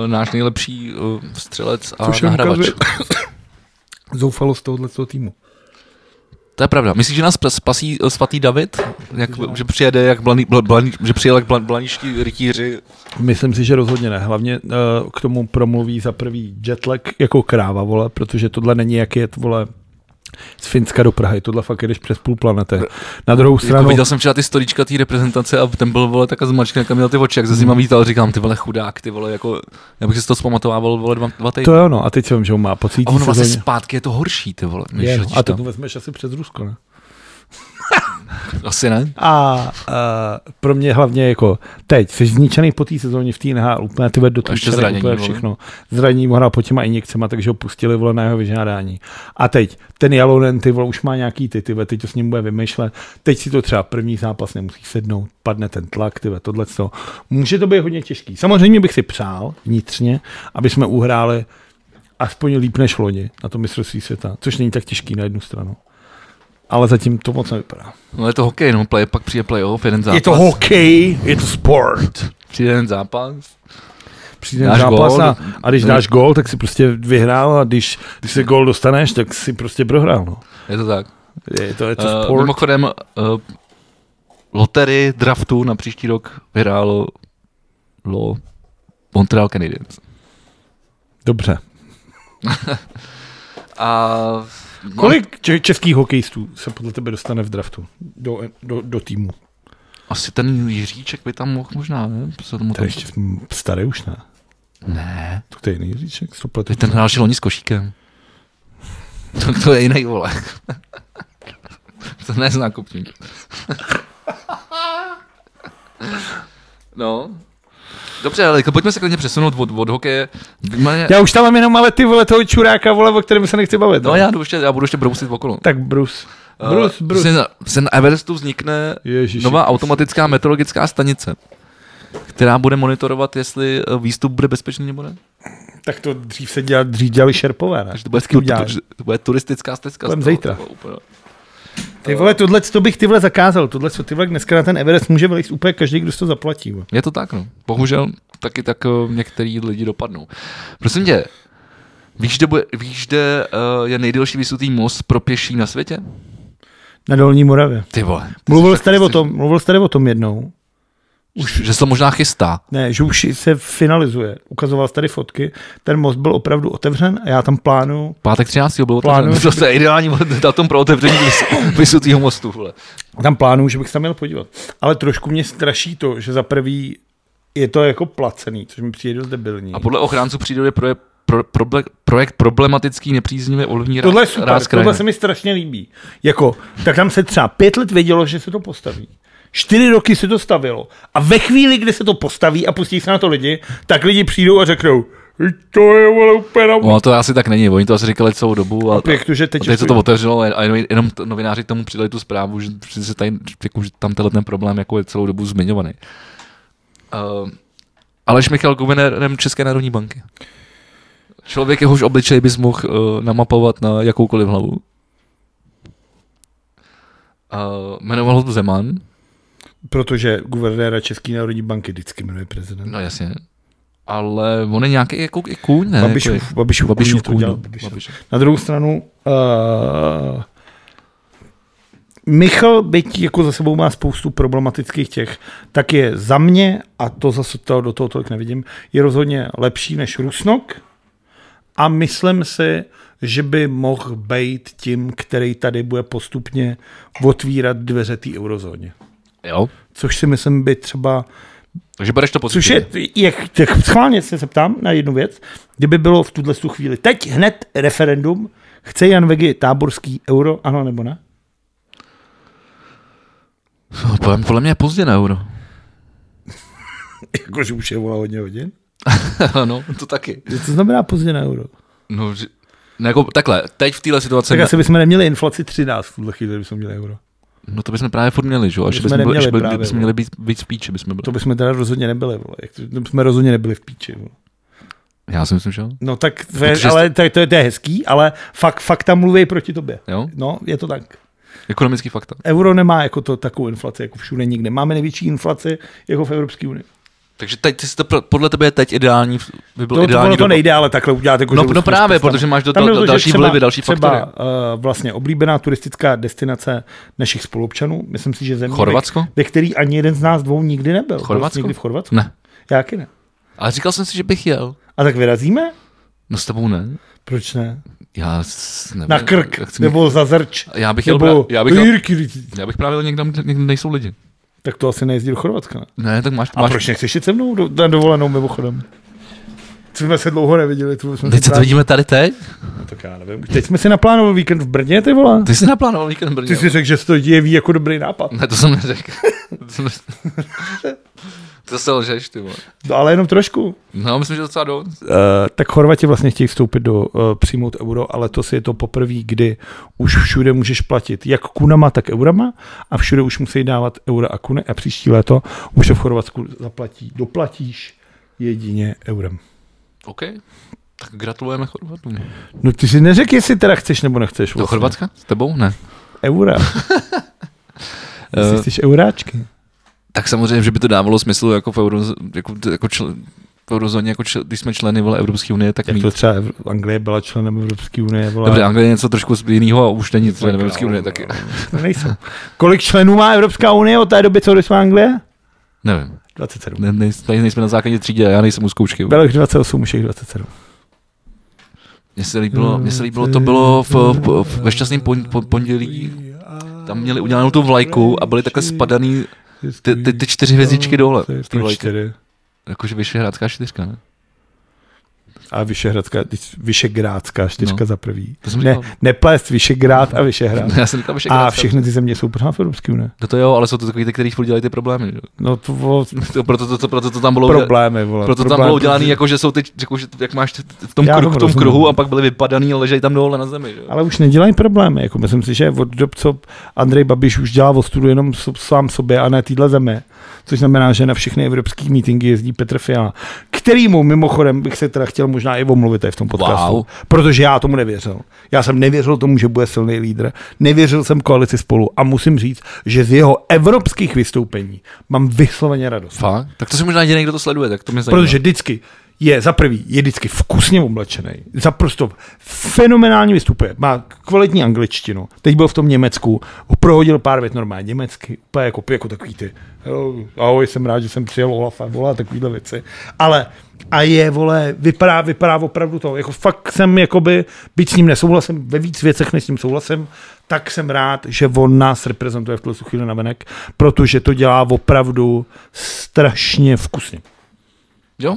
S2: náš nejlepší eh, střelec a
S1: Což je
S2: nahrávač.
S1: ukazuje- Zoufalost tohoto týmu.
S2: To je pravda. Myslíš, že nás pres- spasí eh, svatý David? Jak, že přijede jak blaný, bl, blaný, že přijel jak blan, blaniští rytíři? Jako
S1: Myslím si, že rozhodně ne. Hlavně eh, k tomu promluví za prvý jetlag jako kráva, vole, protože tohle není jak jet, vole, z Finska do Prahy. Tohle fakt jedeš přes půl planety. Na druhou
S2: Jako
S1: stranu,
S2: viděl jsem včera ty storička té reprezentace a ten byl vole taká zmačka, jak měl ty oči, jak se s nima vítal, říkám, ty vole chudák, ty vole, jako, já bych si to zpamatovával, vole, dva, dva týdny.
S1: to je ono. A teď jsem, že on má pocit
S2: A ono vlastně zpátky je to horší, ty vole, než
S1: je, no.
S2: letíš
S1: A
S2: tam.
S1: to vezmeš asi přes Rusko, ne?
S2: Asi ne.
S1: A uh, pro mě hlavně jako teď, jsi zničený po té sezóně v té NHL, úplně ty do
S2: A ještě
S1: tlučený,
S2: zranění,
S1: úplně
S2: vole.
S1: všechno. Zranění mu hrál po těma injekcema, takže ho pustili vole na jeho vyžádání. A teď, ten Jalonen, ty vole, už má nějaký ty, ty vole, teď to s ním bude vymýšlet. Teď si to třeba první zápas nemusí sednout, padne ten tlak, ty vole, tohle co. Může to být hodně těžký. Samozřejmě bych si přál vnitřně, aby jsme uhráli aspoň líp než loni na to mistrovství světa, což není tak těžký na jednu stranu. Ale zatím to moc nevypadá.
S2: No je to hokej, no play, pak přijde playoff, jeden zápas.
S1: Je to hokej, je to sport.
S2: Přijde jeden zápas.
S1: Přijde
S2: Dáš
S1: zápas
S2: gól,
S1: a, a když dáš gól, tak si prostě vyhrál a když, když se gól dostaneš, tak si prostě prohrál. No.
S2: Je to tak.
S1: Je to, je to
S2: Eh,
S1: sport. Uh,
S2: mimochodem, uh, lotery draftu na příští rok vyhrálo lo Montreal Canadiens.
S1: Dobře.
S2: A
S1: Kolik če- českých hokejistů se podle tebe dostane v draftu do, do, do týmu?
S2: asi ten Jiříček by tam mohl možná, ne? Se tomu
S1: To je
S2: tam...
S1: ještě mm, starý už ne.
S2: Ne,
S1: To je jiný říček, sto
S2: to je ten hrál loni s košíkem. To, to je jiný vole. to nezná kopník. no. Dobře, ale jako pojďme se klidně přesunout od, od hokeje. Vymaně-
S1: Já už tam mám jenom ale ty vole toho čuráka, vole, o kterém se nechci bavit.
S2: No
S1: ne?
S2: já, jdu ještě, já budu ještě brousit okolo.
S1: Tak Bruce. Bruce,
S2: Eh,
S1: Bruce.
S2: Zna, se na Everestu vznikne
S1: Ježiši.
S2: nová automatická meteorologická stanice, která bude monitorovat, jestli eh, výstup bude bezpečný nebo ne.
S1: Tak to dřív se dělali, dřív dělali šerpové, ne?
S2: Takže to bude,
S1: to dělají.
S2: to, to bude turistická stezka.
S1: Budem
S2: z toho,
S1: zítra.
S2: to bylo úplně-
S1: Ty vole, tohle to bych tyhle zakázal, tohle co tyhle dneska na ten Everest může vylejst úplně každý, kdo si to zaplatí. vole.
S2: Je to tak, no. Bohužel taky tak eh, některý lidi dopadnou. Prosím tě, víš, kde, bude, víš, kde eh, je nejdelší vysutý most pro pěší na světě?
S1: Na Dolní Moravě.
S2: Ty vole. ty
S1: Mluvil
S2: jsi-
S1: jsi tady o tom, mluvil jsi tady o tom jednou.
S2: Už, že se to možná chystá.
S1: Ne, že už se finalizuje. Ukazoval jsi tady fotky, ten most byl opravdu otevřen a já tam plánuju
S2: Pátek 13. bylo
S1: Plánuju,
S2: to, to je ideální datum pro otevření vys- vysutýho mostu. Vole.
S1: tam plánuju, že bych se tam měl podívat. Ale trošku mě straší to, že za prvý je to jako placený, což mi přijde dost debilní.
S2: A podle ochránců přírody proje, pro, proble, projekt problematický nepříznivě ovlivní
S1: Tohle je
S2: ráz,
S1: super,
S2: ráz
S1: tohle
S2: krajiny.
S1: se mi strašně líbí. Jako, tak tam se třeba pět let vědělo, že se to postaví. Čtyři roky se to stavilo. A ve chvíli, kdy se to postaví a pustí se na to lidi, tak lidi přijdou a řeknou, "Hej, to je vole úplně na...
S2: No, to asi tak není, oni to asi říkali celou dobu a, a
S1: Jak to, že teď,
S2: teď se to otevřelo a jenom, jenom t- novináři k tomu přidali tu zprávu, že, že se tady, jako, že tam tenhle ten problém jako je celou dobu zmiňovaný. Uh, Aleš Michal guvernérem České národní banky. Člověk, jehož obličej bys mohl uh, namapovat na jakoukoliv hlavu. Uh, Ehm, jmenoval ho Zeman.
S1: Protože guvernéra České národní banky vždycky jmenuje prezident.
S2: No jasně. ale on je nějaký jako i kůň, ne?
S1: Babišův-
S2: jako, je-
S1: Babišův
S2: Babišův
S1: kůň to dělal,
S2: kůň,
S1: Babišův.
S2: Babišův.
S1: Na druhou stranu, uh, Michal, byť jako za sebou má spoustu problematických těch, tak je za mě, a to zase to, do toho tolik nevidím, je rozhodně lepší než Rusnok a myslím si, že by mohl být tím, který tady bude postupně otvírat dveře té eurozóně.
S2: Jo,
S1: Což si myslím by třeba
S2: takže bereš to
S1: Což
S2: pozitivně.
S1: je, je, je schválně se zeptám na jednu věc. Kdyby bylo v tuhle tu chvíli teď hned referendum, chce Jan Vegi táborský euro, ano nebo ne?
S2: No, podle, podle mě je pozdě na euro.
S1: Jakože už je volá hodně hodin.
S2: no, to taky.
S1: Co znamená pozdě na euro?
S2: No, že, no jako, takhle, teď v téhle situaci,
S1: Tak
S2: ne,
S1: asi bychom neměli inflaci 13 v tuhle chvíli, kdybychom měli euro.
S2: no to bychom právě furt měli, že jo, až
S1: To
S2: bychom,
S1: bychom
S2: byli, až
S1: neměli
S2: byli,
S1: právě,
S2: bychom
S1: no.
S2: měli být, být v píči, bychom byli.
S1: To bychom teda rozhodně nebyli, vole. Jak to, to bychom rozhodně nebyli v píči. Vole.
S2: Já si myslím, že jo.
S1: No tak to je,
S2: Protože-
S1: ale, to, je- to, je, to je hezký, ale fakt, fakt tam mluví proti tobě.
S2: jo?
S1: No, je to tak.
S2: Ekonomický faktor.
S1: Euro nemá jako to takovou inflaci, jako všude nikde. Máme největší inflaci jako v Evropské unii.
S2: Takže teď, ty si to, pro- podle tebe je teď ideální, by byl
S1: No, to,
S2: ideální
S1: ono to
S2: doba.
S1: nejde, ale takhle udělat jako
S2: No-
S1: že
S2: no
S1: Rusko
S2: právě,
S1: zprostane.
S2: protože máš do
S1: Tam
S2: toho
S1: jde o to, že
S2: další
S1: třeba-
S2: vlivy, další
S1: třeba,
S2: faktory.
S1: Uh, vlastně oblíbená turistická destinace našich spolupčanů, myslím si, že země,
S2: Chorvatsko?
S1: Ve, ve který ani jeden z nás dvou nikdy nebyl. Byl jsi
S2: Chorvatsko?
S1: Nikdy v Chorvatsku?
S2: Ne.
S1: Já taky ne.
S2: Ale říkal jsem si, že bych jel.
S1: A tak vyrazíme?
S2: No s tebou ne.
S1: Proč ne?
S2: Já s- nevím.
S1: Na krk,
S2: Já chci mít-
S1: nebo za zrč.
S2: Já bych jel,
S1: Nebo
S2: pra- já bych,
S1: do
S2: jel,
S1: Jirky.
S2: já bych právě jel někam, kde někde nejsou lidi.
S1: Tak to asi nejezdí do Chorvatska. Ne?
S2: Ne, tak máš,
S1: A
S2: máš
S1: proč nechceš jít se mnou do, na dovolenou mimochodem? Co jsme se dlouho neviděli. Tu jsme
S2: Teď se to
S1: právě-
S2: vidíme tady teď?
S1: Tak já nevím. Teď jsme si naplánovali víkend v Brně, ty vole.
S2: Ty jsi naplánoval víkend v Brně.
S1: Ty jsi řekl, že se to jeví jako dobrý nápad.
S2: Ne, to jsem neřekl. to jsem neřekl. to se lžeš, ty vole.
S1: No, ale jenom trošku.
S2: No, myslím, že docela dost.
S1: Uh, tak Chorvati vlastně chtějí vstoupit do uh, přijmout euro, ale to si je to poprvé, kdy už všude můžeš platit jak kunama, tak eurama a všude už musí dávat eura a kuny a příští léto už se v Chorvatsku zaplatí, doplatíš jedině eurem.
S2: OK. Tak gratulujeme Chorvatům. Vlastně.
S1: No ty si neřekl, jestli teda chceš nebo nechceš. vlastně.
S2: Do Chorvatska? S tebou? Ne.
S1: Eura.
S2: Eh,
S1: jestli chceš euráčky.
S2: Tak samozřejmě, že by to dávalo smysl jako v, euro, jako, jako čl, v eurozóně, jako čl, když jsme členy vole, Evropské unie, tak
S1: Jak
S2: mít.
S1: to třeba Evro- Anglie byla členem Evropské unie. Byla...
S2: Dobře, Anglie je něco trošku jiného a už není člen Evropské unie, taky.
S1: No, nejsou. Kolik členů má Evropská unie od té doby, co odešla Anglie?
S2: Nevím,
S1: 27.
S2: ne, ne, tady nejsme na základě třídě, já nejsem u zkoušky.
S1: Bylo jich 28, už jich 27.
S2: Mně se líbilo, mně se líbilo to bylo v, v, v, ve šťastném pon, pon, pondělí, tam měli udělanou tu vlajku a byly takhle spadaný ty, ty, ty čtyři hvězdičky dole. z té
S1: Proč
S2: vlajky.
S1: čtyři?
S2: Jakože Vyšehradská čtyřka, ne?
S1: A Vyšehradská, když- Vyšegrádská čtyřka
S2: No.
S1: za prvý.
S2: To jsem
S1: Ne,
S2: říkal.
S1: neplést Vyšegrád a Vyšehrad.
S2: Já jsem říkal Vyšehradská.
S1: A všechny ty země jsou pořád v Evropské unii.
S2: No to jo, ale jsou to takový ty, který furt dělají ty problémy. že jo.
S1: No to bylo
S2: To, proto, to, to, proto to tam bylo...
S1: problémy, vole.
S2: Proto tam
S1: Problém,
S2: bylo udělané,
S1: protože-
S2: jako že jsou ty, jako, že jak máš v tom,
S1: Já
S2: kruhu,
S1: tomu
S2: v tom
S1: rozumím.
S2: kruhu a pak byly vypadaný a ležejí tam dole na zemi. Že? jo.
S1: Ale už nedělají problémy. Jako myslím si, že od dob, co Andrej Babiš už dělá ostudu jenom so, sám sobě a ne týdle zemi, což znamená, že na všechny evropské mítingy jezdí Petr Fiala, kterýmu mimochodem bych se teda chtěl možná i omluvit tady v tom podcastu.
S2: Wow.
S1: Protože já tomu nevěřil. Já jsem nevěřil tomu, že bude silný lídr. Nevěřil jsem koalici spolu a musím říct, že z jeho evropských vystoupení mám vysloveně radost.
S2: Fakt? Tak to si možná jediný, kdo to sleduje, tak to mě zajímá.
S1: Protože vždycky je za prvý, je vždycky vkusně oblečený, za prosto fenomenálně vystupuje, má kvalitní angličtinu, teď byl v tom Německu, prohodil pár vět normálně německy, úplně jako, jako takový ty, "Hello, ahoj, jsem rád, že jsem přijel Olaf a volá takovýhle věci, ale a je, vole, vypadá, vypadá opravdu to, jako fakt jsem, jakoby, byť s ním nesouhlasím ve víc věcech, než s ním souhlasím, tak jsem rád, že on nás reprezentuje v tuhle chvíli na venek, protože to dělá opravdu strašně vkusně.
S2: Jo?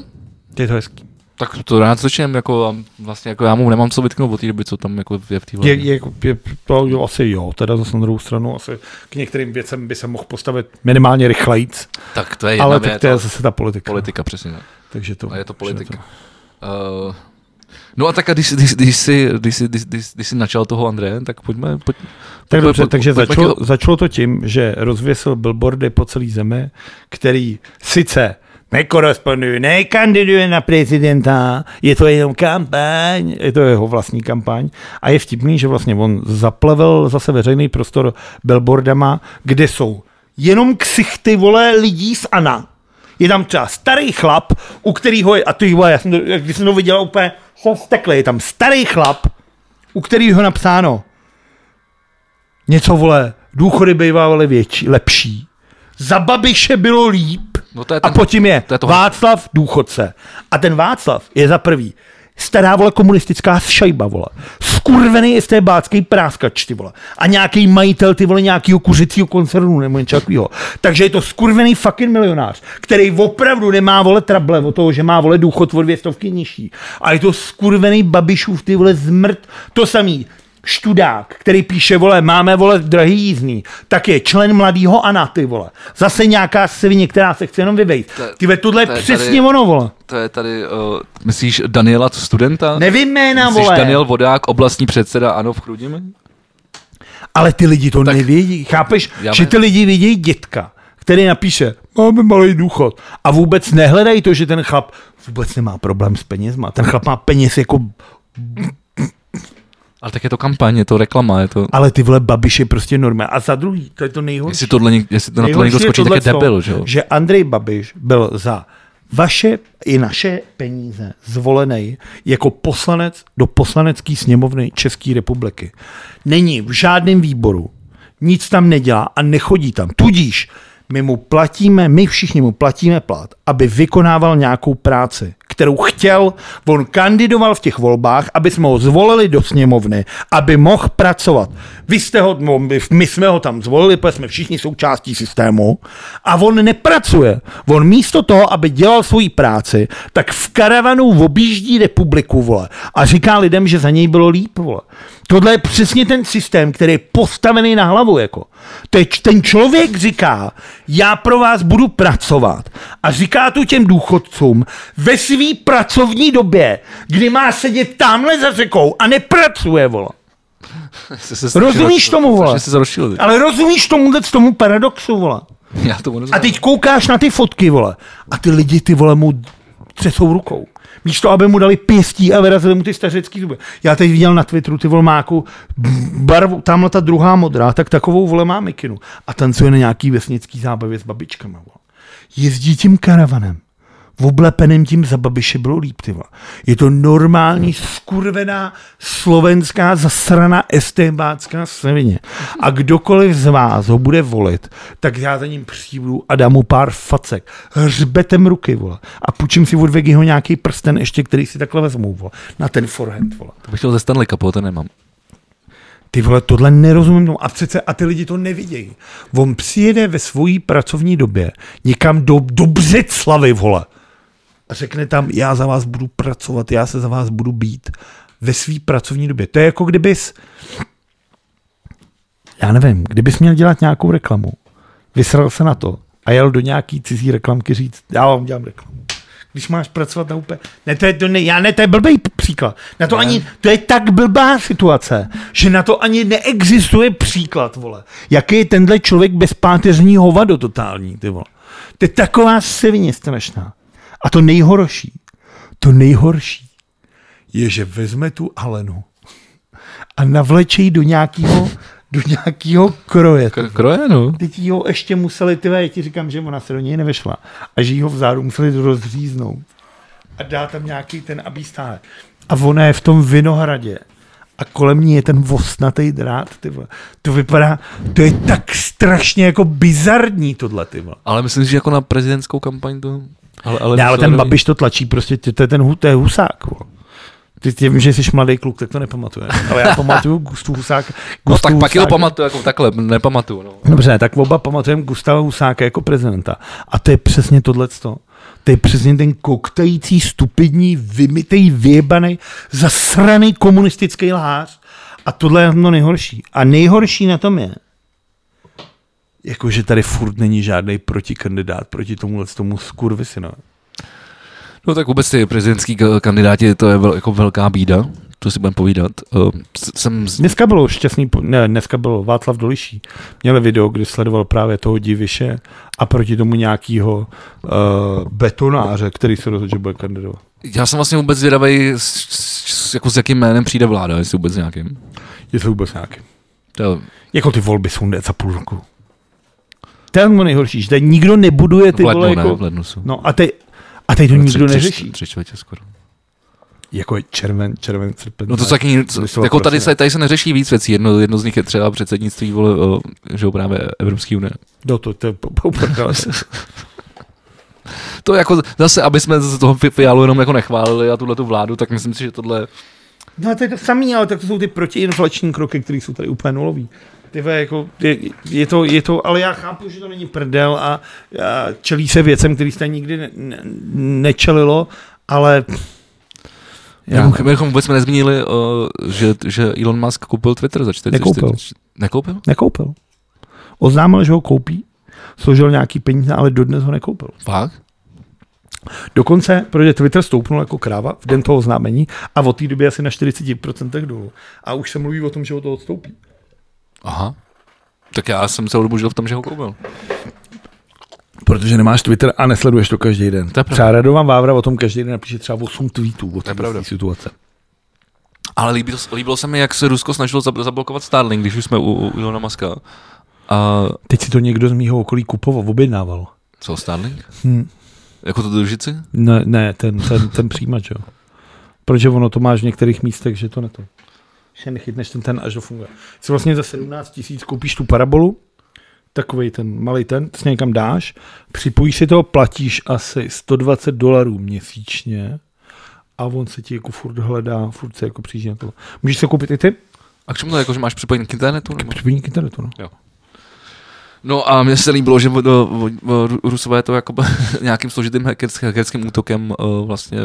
S1: Je to hezký.
S2: Tak to rád slyším, jako a vlastně jako já mu nemám co vytknout od té doby, co tam jako je v té
S1: Je,
S2: vládě.
S1: je, je, to jo, asi jo, teda zase na druhou stranu, asi k některým věcem by se mohl postavit minimálně rychlejc,
S2: Tak to je jedna
S1: ale
S2: ale
S1: tak
S2: věc.
S1: to
S2: To
S1: je zase ta politika.
S2: Politika, přesně. tak.
S1: Takže to,
S2: A je to
S1: takže na
S2: politika. Uh, no a tak a když, když, když, jsi, když, jsi, když, když, když jsi načal toho Andreje, tak pojďme. Pojď,
S1: Tak
S2: pojď-
S1: dobře,
S2: pojď-
S1: takže
S2: pojďme
S1: začalo,
S2: k-
S1: začalo to tím, že rozvěsil billboardy po celé zemi, který sice nekoresponduje, nekandiduje na prezidenta, je to jenom kampaň, je to jeho vlastní kampaň a je vtipný, že vlastně on zaplevel zase veřejný prostor billboardama, kde jsou jenom ksichty, vole, lidí z ANA, je tam třeba starý chlap, u kterého je, a ty vole, já jsem to, když jsem to viděl úplně, jsem stekl, je tam starý chlap, u kterého napsáno něco, vole, důchody bývaly větší, lepší. Za Babiše bylo líp.
S3: No to je
S1: A
S3: ten,
S1: potom je,
S3: to je to-
S1: Václav důchodce. A ten Václav je za prvý stará, vole, komunistická šajba, vole. Skurvený estébácký práskač, ty vole. A nějaký majitel, ty vole, nějakýho kuřecího koncernu nebo něco takového. Takže je to skurvený fucking milionář, který opravdu nemá, vole, trable o toho, že má, vole, důchod o dvě stovky nižší. A je to skurvený babišův, ty vole, zmrt. To samý. Študák, který píše, vole, máme, vole, drahý jízdný, tak je člen mladýho Ana, ty vole. Zase nějaká svině, která se chce jenom vyvejt. Ty ve, tohle je
S3: to je
S1: přesně
S3: tady-
S1: ono, vole.
S3: to je tady, uh, myslíš Daniela studenta?
S1: Nevím jména,
S3: Myslíš
S1: vole.
S3: Daniel Vodák, oblastní předseda, ano, v Chrudimi?
S1: Ale ty lidi to nevědí, chápeš?
S3: Já
S1: Že
S3: ne-
S1: ty lidi vidějí dětka, který napíše, máme malý důchod. A vůbec nehledají to, že ten chlap vůbec nemá problém s penězma. Ten chlap má peněz jako...
S3: Ale tak je to kampaň, je to reklama, je to...
S1: Ale ty vole babiš je prostě normální. A za druhý, to je to nejhorší.
S3: Jestli, tohle, něk- jestli to na tohle někdo
S1: Nejhorší je
S3: skočí, tak je
S1: tohleto,
S3: debil, že jo?
S1: Že Andrej Babiš byl za vaše i naše peníze zvolený jako poslanec do poslanecké sněmovny České republiky. Není v žádném výboru, nic tam nedělá a nechodí tam. Tudíž my mu platíme, my všichni mu platíme plat, aby vykonával nějakou práci, kterou chtěl. On kandidoval v těch volbách, aby jsme ho zvolili do sněmovny, aby mohl pracovat. Vy jste ho, no, my- my jsme ho tam zvolili, protože jsme všichni součástí systému a on nepracuje. On místo toho, aby dělal svoji práci, tak v karavanu objíždí republiku, vole, a říká lidem, že za něj bylo líp, vole. Tohle je přesně ten systém, který je postavený na hlavu, jako. To je, č- ten člověk říká, já pro vás budu pracovat a říká to těm důchodcům ve své pracovní době, kdy má sedět tamhle za řekou a nepracuje, vole.
S3: Jsi se strašně
S1: rozumíš
S3: roz-
S1: tomu, vole?
S3: strašně se zarošil, ty.
S1: Ale rozumíš tomuhle tomu paradoxu, vole?
S3: Já tomu
S1: A
S3: rozumím.
S1: teď koukáš na ty fotky, vole. A ty lidi, ty vole, mu třesou rukou. Míš to, aby mu dali pěstí a vyrazili mu ty stařecký zuby. Já teď viděl na Twitteru ty volmáku barvu, tamhle ta druhá modrá, tak takovou vole má mikinu. A tancuje na nějaký vesnický zábavě s babičkama. Vole. Jezdí tím karavanem. V oblepeném tím za babiše bylo líp, ty vole. Je to normální, skurvená, slovenská, zasraná, estébácká svině. A kdokoliv z vás ho bude volit, tak já za ním přijdu a dám mu pár facek. Hřbetem ruky, vole. A půjčím si od Vegiho nějaký prsten ještě, který si takhle vezmu, vole. Na ten forehand, vole.
S3: To bych chtěl ze Stanley Cupu, to nemám.
S1: Ty vole, tohle nerozumím. tomu. A přece, a ty lidi to nevidějí. On přijede ve svojí pracovní době někam do, do Břeclavy, vole. A řekne tam, já za vás budu pracovat, já se za vás budu být. Ve svý pracovní době. To je jako kdybys, já nevím, kdybys měl dělat nějakou reklamu, vysral se na to a jel do nějaký cizí reklamky říct, já vám dělám reklamu. Když máš pracovat na úplně... Ne, to je, to ne, já ne, to je blbý p- příklad. Na to ne. ani, to je tak blbá situace, že na to ani neexistuje příklad, vole. Jaký je tenhle člověk bezpáteřní hovado totální, ty vole. To je taková sevině strašná. A to nejhorší, to nejhorší je, že vezme tu Alenu a navleče ji do nějakého do nějakého kroje.
S3: K- Kroje, no.
S1: Teď jí ho ještě museli, ty vole, já ti říkám, že ona se do něj nevešla a že jí ho vzadu museli rozříznout a dá tam nějaký ten, aby jí stále. A ona je v tom vinohradě a kolem ní je ten vosnatý drát, ty vole. To vypadá, to je tak strašně jako bizarní tohle, ty vole.
S3: Ale myslím si, že jako na prezidentskou kampaň to... Ale, ale,
S1: Ne, ale
S3: to
S1: ten
S3: neví.
S1: Babiš to tlačí, prostě ty- to je ten hu- to je husák. vole. Ty, ty vím, že jsi mladý kluk, tak to nepamatuješ. Ale já pamatuju Gustu Husáka.
S3: No
S1: Gustu
S3: tak pak jeho
S1: Husáka.
S3: pamatuju, jako takhle, nepamatuju, no.
S1: Dobře, tak oba pamatujeme Gustava Husáka jako prezidenta. A to je přesně tohleto. To je přesně ten koktající, stupidní, vymitej, vyjebaný, zasraný komunistický lhář. A tohle je no nejhorší. A nejhorší na tom je, jakože tady furt není žádný protikandidát proti tomu tomu skurvisinovi.
S3: No tak vůbec ty prezidentský k- kandidáti, to je vel, jako velká bída, to si budeme povídat. Uh, jsem z...
S1: Dneska bylo šťastný, po- ne, dneska byl Václav Doliší. Měl video, kdy sledoval právě toho diviše a proti tomu nějakýho uh, betonáře, který se rozhodl, že bude kandidovat.
S3: Já jsem vlastně vůbec zvědavý, s, s, jako s jakým jménem přijde vláda, jestli vůbec nějakým.
S1: Jestli vůbec nějaký.
S3: To,
S1: Jako ty volby jsou hned za půl roku. To je mu nejhorší, že tady nikdo nebuduje ty
S2: v lednu,
S1: vole
S2: ne, v
S1: jako...
S2: lednu jsou.
S1: No a teď, a teď to nikdo neřeší.
S2: Tři, tři, tři skoro.
S1: Jako je červen, červen, srpen.
S2: No to taky,
S1: Myslel,
S2: jako tady
S1: prosím.
S2: se, tady se neřeší víc věcí, jedno, jedno z nich je třeba předsednictví, vole, o, že jo, právě Evropské unie.
S1: No to, to, po- po- prdele.
S2: To jako zase, aby jsme z toho fi- fialu jenom jako nechválili a tuhle tu vládu, tak myslím si, že tohle,
S1: No to je to samý, ale tak to jsou ty protiinflační kroky, které jsou tady úplně nulový. Ty vole, jako, je, je, to, je to, ale já chápu, že to není prdel a, a čelí se věcem, který jste nikdy ne, ne, nečelilo, ale
S2: já. Jako, bychom vůbec jsme nezmínili, o, že, že Elon Musk koupil Twitter za 40.
S1: Nekoupil.
S2: Nekoupil?
S1: nekoupil. Oznámil, že ho koupí, složil nějaký peníze, ale dodnes ho nekoupil.
S2: Fakt?
S1: Dokonce, protože Twitter stoupnul jako kráva v den toho oznámení a od té doby asi na 40% dolů. A už se mluví o tom, že ho to odstoupí.
S2: Aha. Tak já jsem celou dobu žil v tom, že ho koupil.
S1: Protože nemáš Twitter a nesleduješ to každý den.
S2: To je pravda.
S1: Třeba Radovan Vávra o tom každý den napíše třeba 8 tweetů o této situace.
S2: Ale líbilo, líbilo se mi, jak se Rusko snažilo zab- zablokovat Starlink, když už jsme u, u Elona Muska. A
S1: Teď si to někdo z mýho okolí kupoval, objednával.
S2: co, Starlink?
S1: Hm.
S2: Jako to držit si?
S1: Ne, ne ten, ten, ten přijímač, jo. Protože ono to máš v některých místech, že to ne to. Že nechytneš ten ten, až to funguje. Si vlastně za 17 tisíc koupíš tu parabolu, takový ten malý ten, s někam dáš, připojíš si to, platíš asi 120 dolarů měsíčně a on se ti jako furt hledá, furt se jako přijíždí na to. Můžeš se koupit i ty?
S2: A k čemu to je, jako, že máš připojení k internetu? Nebo?
S1: Připojení k internetu, no.
S2: No a mně se líbilo, že o, o, o, Ru- Rusové to jako nějakým složitým hackerským, hackerským útokem o, vlastně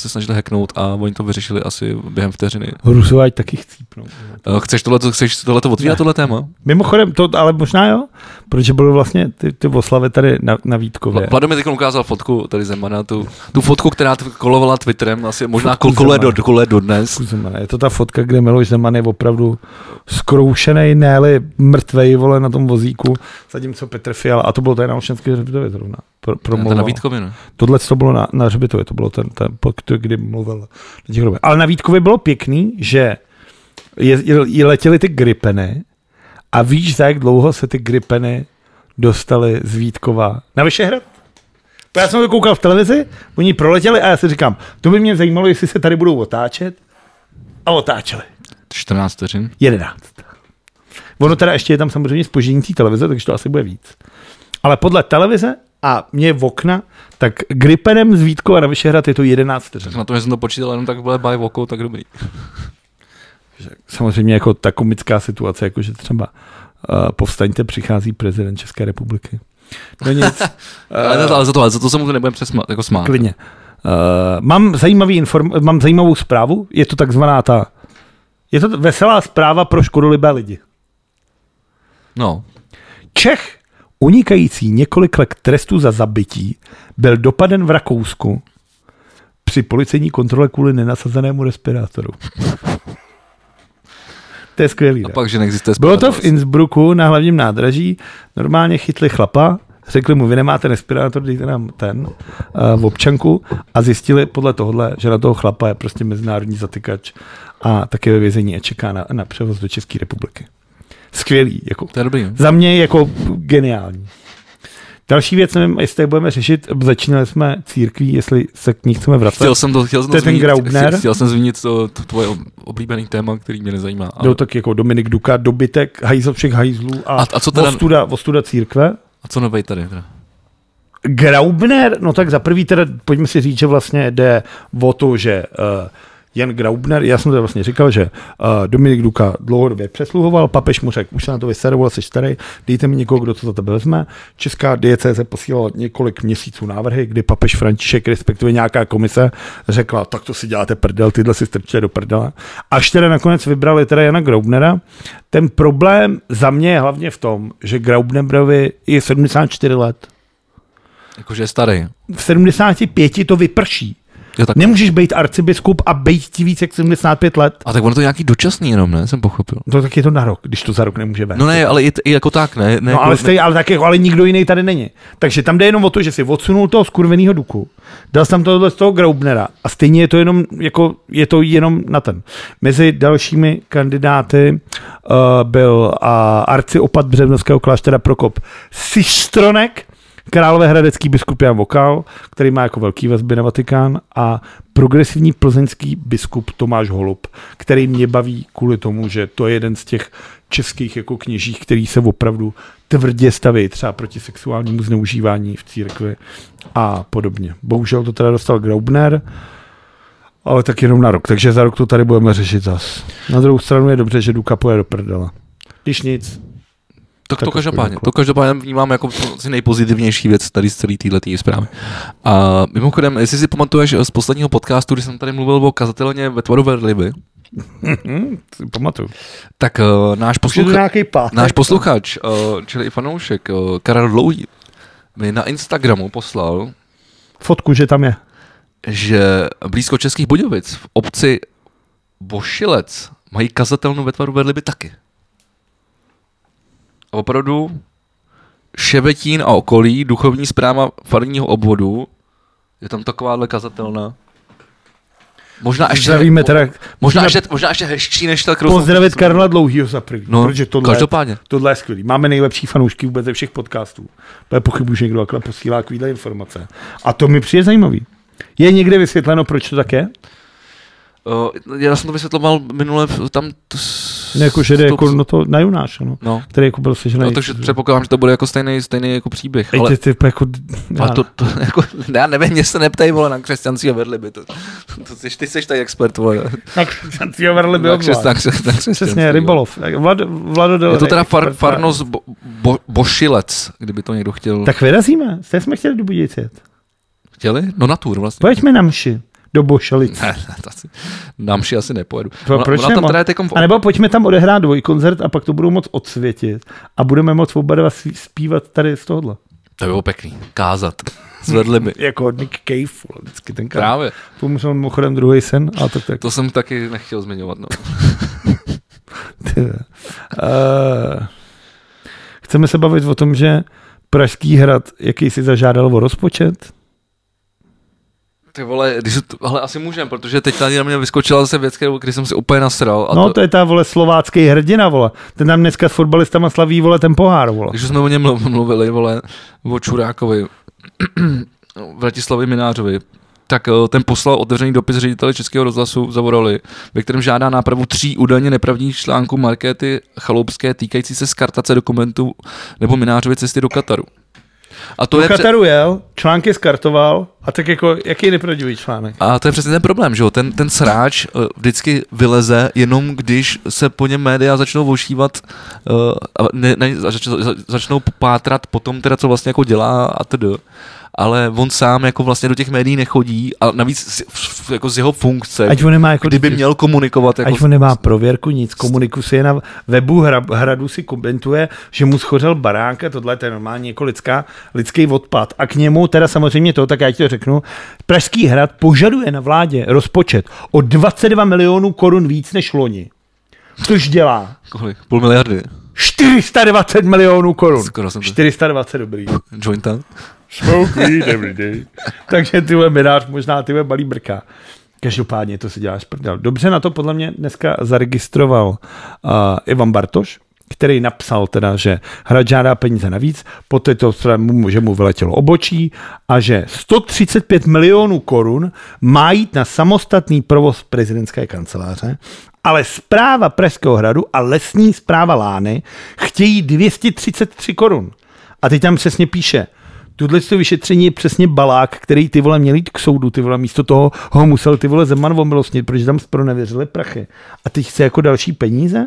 S2: se snažili hacknout a oni to vyřešili asi během vteřiny.
S1: Rusové ať taky no. chcípnou.
S2: O, chceš tohleto, chceš tohleto
S1: Ne.
S2: otvírat, tohle téma?
S1: Mimochodem, to ale možná jo, protože bylo vlastně ty, ty oslavy tady na, na Vítkově.
S2: Vla- Vlado mi teď ukázal fotku tady Zemana, tu, tu fotku, která t- kolovala Twitterem, asi možná kol- koluje do, koluje do dnes.
S1: Zemana. Je to ta fotka, kde Miloš Zeman je opravdu zkroušený, ne mrtvej, vole, na tom vozíku, zatímco Petr Fiala, a to bylo tady na Olšanské hřbitově zrovna. Pro,
S2: To na
S1: promluval.
S2: Vítkovi, ne?
S1: Tohle to bylo na, na hřbitově, to bylo ten, ten pod, kdy mluvil na těch hrobech. Ale na Vítkově bylo pěkný, že je, je, je letěly ty gripeny a víš, za jak dlouho se ty gripeny dostaly z Vítkova na Vyšehrad? To já jsem to koukal v televizi, oni proletěli a já si říkám, to by mě zajímalo, jestli se tady budou otáčet a otáčeli.
S2: 14 vteřin.
S1: 11. Ono teda ještě je tam samozřejmě spoždění té televize, takže to asi bude víc. Ale podle televize a mě v okna, tak gripenem z Vítkova na Vyšehrad je to 11 vteřin.
S2: Tak na to, že jsem to počítal jenom tak by vokou, tak dobrý.
S1: Samozřejmě jako ta komická situace, jako že třeba uh, povstaňte, přichází prezident České republiky. No nic,
S2: Ale, ale, za to, ale za to se mu to nebudeme přesmát, jako smát.
S1: klidně. Uh, mám, zajímavý inform- mám zajímavou zprávu, je to takzvaná ta, je to t- veselá zpráva pro škodolibé lidi.
S2: No.
S1: Čech, unikající několik let trestu za zabití, byl dopaden v Rakousku při policejní kontrole kvůli nenasazenému respirátoru. To je skvělý.
S2: A
S1: ne?
S2: pak, že neexistuje
S1: Bylo to v
S2: spravedlnost.
S1: Innsbrucku na hlavním nádraží. Normálně chytli chlapa, řekli mu, vy nemáte respirátor, dejte nám ten uh, v občanku a zjistili podle tohohle, že na toho chlapa je prostě mezinárodní zatykač a také ve vězení a čeká na, na převoz do České republiky. Skvělý, jako
S2: To je dobrý. jo.
S1: za mě jako geniální. Další věc, nevím, jestli je budeme řešit, začínali jsme církví, jestli se k ní chceme vracet.
S2: Chtěl jsem to, chtěl jsem
S1: To je
S2: to
S1: ten
S2: zmínit,
S1: Graubner?
S2: chtěl, chtěl jsem zmínit to, to tvoje oblíbený téma, který mě nezajímá.
S1: Jdou tak jako Dominik Duka, dobytek, hajzl všech hajzlů a,
S2: A- a co teda-
S1: ostuda, ostuda církve.
S2: A co novej tady? Teda?
S1: Graubner, no tak za prvý teda pojďme si říct, že vlastně jde o to, že uh, Jan Graubner, já jsem to vlastně říkal, že uh, Dominik Duka dlouhodobě přesluhoval, papež mu řekl, už se na to vyseroval, jsi starý, dejte mi někoho, kdo to za tebe vezme. Česká diecéze posílala několik měsíců návrhy, kdy papež František, respektive nějaká komise, řekla, tak to si děláte prdel, tyhle si strčte do prdele. Až teda nakonec vybrali teda Jana Graubnera. Ten problém za mě je hlavně v tom, že Graubnerovi je 74 let
S2: Jakože je starý.
S1: v 75 to vyprší.
S2: Jo, tak.
S1: Nemůžeš být arcibiskup a být ti víc jak 75 let.
S2: A tak ono to je nějaký dočasný jenom, ne? Jsem pochopil.
S1: No tak je to na rok, když to za rok nemůže vést.
S2: No ne, ale i, t- i jako tak, ne? ne
S1: No
S2: jako,
S1: ale,
S2: ne,
S1: stej, ale, tak, jako, ale nikdo jiný tady není. Takže tam jde jenom o to, že si odsunul toho skurveného duku, dal jsi tam tohle z toho Graubnera a stejně je to jenom, jako, je to jenom na ten. Mezi dalšími kandidáty uh, byl uh, arciopat Břevnovského kláštera Prokop Sistronek, královéhradecký biskup Jan Vokal, který má jako velký vazby na Vatikán a progresivní plzeňský biskup Tomáš Holub, který mě baví kvůli tomu, že to je jeden z těch českých jako kněžích, který se opravdu tvrdě staví třeba proti sexuálnímu zneužívání v církvi a podobně. Bohužel to teda dostal Graubner, ale tak jenom na rok, takže za rok to tady budeme řešit zas. Na druhou stranu je dobře, že Duka poje do prdela. Když nic,
S2: tak,
S1: tak
S2: to
S1: jako
S2: každopádně,
S1: jako.
S2: to každopádně vnímám jako tu asi nejpozitivnější věc tady z celé této zprávy. A mimochodem, jestli si pamatuješ z posledního podcastu, kdy jsem tady mluvil o kazatelně ve tvaru Verlivy,
S1: Hm, si pamatuju.
S2: tak uh, náš
S1: Už je to
S2: posluchač,
S1: nějaký pátek.
S2: náš posluchač uh, čili i fanoušek, uh, Karel Dlouhý, mi na Instagramu poslal,
S1: Fotku, že tam je.
S2: že blízko Českých Budějovic v obci Bošilec mají kazatelnu ve tvaru Berliby taky. A opravdu Šebetín a okolí, duchovní zpráva farního obvodu, je tam takováhle kazatelna. Možná ještě,
S1: Zdravíme teda,
S2: možná ještě, možná ještě hezčí než ta krosna.
S1: pozdravit Karla Dlouhýho za první,
S2: No,
S1: protože tohle,
S2: každopádně.
S1: tohle je skvělý. Máme nejlepší fanoušky vůbec ze všech podcastů. To je pochybu, že někdo takhle posílá takovýhle informace. A to mi přijde zajímavý. Je někde vysvětleno, proč to tak je?
S2: Uh, já jsem to vysvětloval minule, v- tam... t- s-
S1: Jako, že jde
S2: to-
S1: jako no to na Junáša, no,
S2: No,
S1: který jako byl sežený.
S2: no takže předpokládám, že to bude jako stejný, stejný jako příběh.
S1: Ej,
S2: ale-
S1: ty, ty, jako,
S2: A to, to jako, já nevím, mě se neptej, vole, na křesťanství a vedli by to. to jsi, ty jsi tady expert, vole.
S1: tak Sancio Verli
S2: na, křes, na, křes, na křesťanství,
S1: Přesně,
S2: vole.
S1: Rybolov. Vlad, Vlado Del
S2: Je to teda
S1: Rey,
S2: far,
S1: expert.
S2: farnost bo, bo, Bošilec, kdyby to někdo chtěl. Tak.
S1: Tak vyrazíme, stejně jsme chtěli do Budějic jet.
S2: Chtěli? No na tour vlastně.
S1: Pojďme na mši do Bošelic.
S2: Ne, ne, to asi- na mši asi nepojedu.
S1: To
S2: Ona,
S1: proč
S2: ona tam
S1: nemo-
S2: teda je teďkom v-
S1: A nebo pojďme tam odehrát dvojkoncert a pak to budou moc odsvětit a budeme moc oba dva sví- zpívat tady z tohohle.
S2: To bylo pěkný. Kázat. Zvedli by.
S1: Jako Nick Cave, vole, vždycky ten král.
S2: Právě.
S1: To musel mimochodem druhý sen, a tak tak.
S2: To jsem taky nechtěl zmiňovat. No.
S1: Ty ve. Eh, Chceme se bavit o tom, že Pražský hrad, jaký si zažádal o rozpočet?
S2: Ty vole, když se to, ale asi můžem, protože teď tady na mě vyskočila zase věc, kterou, když jsem si úplně nasral. A
S1: no,
S2: to,
S1: to... je ta, vole, slovácký hrdina, vole. Ten nám dneska s fotbalistama slaví, vole, ten pohár, vole.
S2: Když už jsme o něm mlu- mluvili, vole, o Čurákovi, Vratislavi Minářovi, tak eh, ten poslal otevřený dopis řediteli Českého rozhlasu Zavorali, ve kterém žádá nápravu tří údajně nepravdních článků Markéty Chaloupské týkající se skartace dokumentů nebo Minářovy cesty do Kataru. A to,
S1: Do
S2: je pře-
S1: Kataru jel, články skartoval a tak jako, jaký nepravdivý článek?
S2: a to je přesně ten problém, že jo? Ten, ten sráč eh, vždycky vyleze, jenom když se po něm média začnou vošívat eh, a ne, ne, zač, za- začnou pátrat potom teda, co vlastně jako dělá a td. Ale on sám jako vlastně do těch médií nechodí a navíc z, f- jako z jeho funkce,
S1: Ať on nemá jako
S2: kdyby
S1: dítě.
S2: měl komunikovat jako
S1: Ať on nemá prověrku, nic, komuniku si je na webu hra, hradu si komentuje, že mu schořel baránk a tohle to je normálně jako lidská, lidský odpad. A k němu teda samozřejmě to, tak já ti to řeknu, Pražský hrad požaduje na vládě rozpočet o 22 milionů korun víc než loni. Což dělá
S2: kolik, půl miliardy.
S1: 420 milionů korun.
S2: Skoro jsem to-
S1: 420 dobrý.
S2: Jointa.
S1: Smoke weed every day. Takže ty vole minář možná ty vole balí brka. Každopádně to si děláš prdel. Dobře na to podle mě dneska zaregistroval uh, Ivan Bartoš, který napsal teda, že hráč žádá peníze navíc, poté to, teda mu- že mu vyletělo obočí a že 135 milionů korun má jít na samostatný provoz prezidentské kanceláře, ale zpráva Pražského hradu a lesní zpráva Lány chtějí 233 korun. A teď tam přesně píše, Tuhle to vyšetření je přesně balák, který ty vole měl jít k soudu, ty vole místo toho ho musel ty vole Zeman omilostnit, protože tam spronevěřili prachy. A teď chce jako další peníze?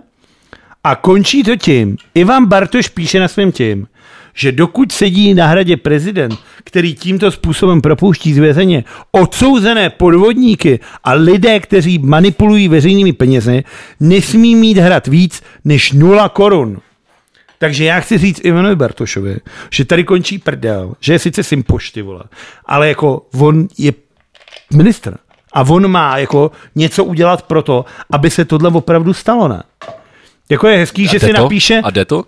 S1: A končí to tím, Ivan Bartoš píše na svém tím, že dokud sedí na hradě prezident, který tímto způsobem propouští z vězeně odsouzené podvodníky a lidé, kteří manipulují veřejnými penězi, nesmí mít hrad víc než 0 korun. Takže já chci říct Ivanovi Bartošovi, že tady končí prdel, že je sice sympoš, ty vole, ale jako on je ministr. A on má jako něco udělat pro to, aby se tohle opravdu stalo, ne? Jako je hezký, že
S2: jde
S1: si
S2: to?
S1: napíše...
S2: A jde to?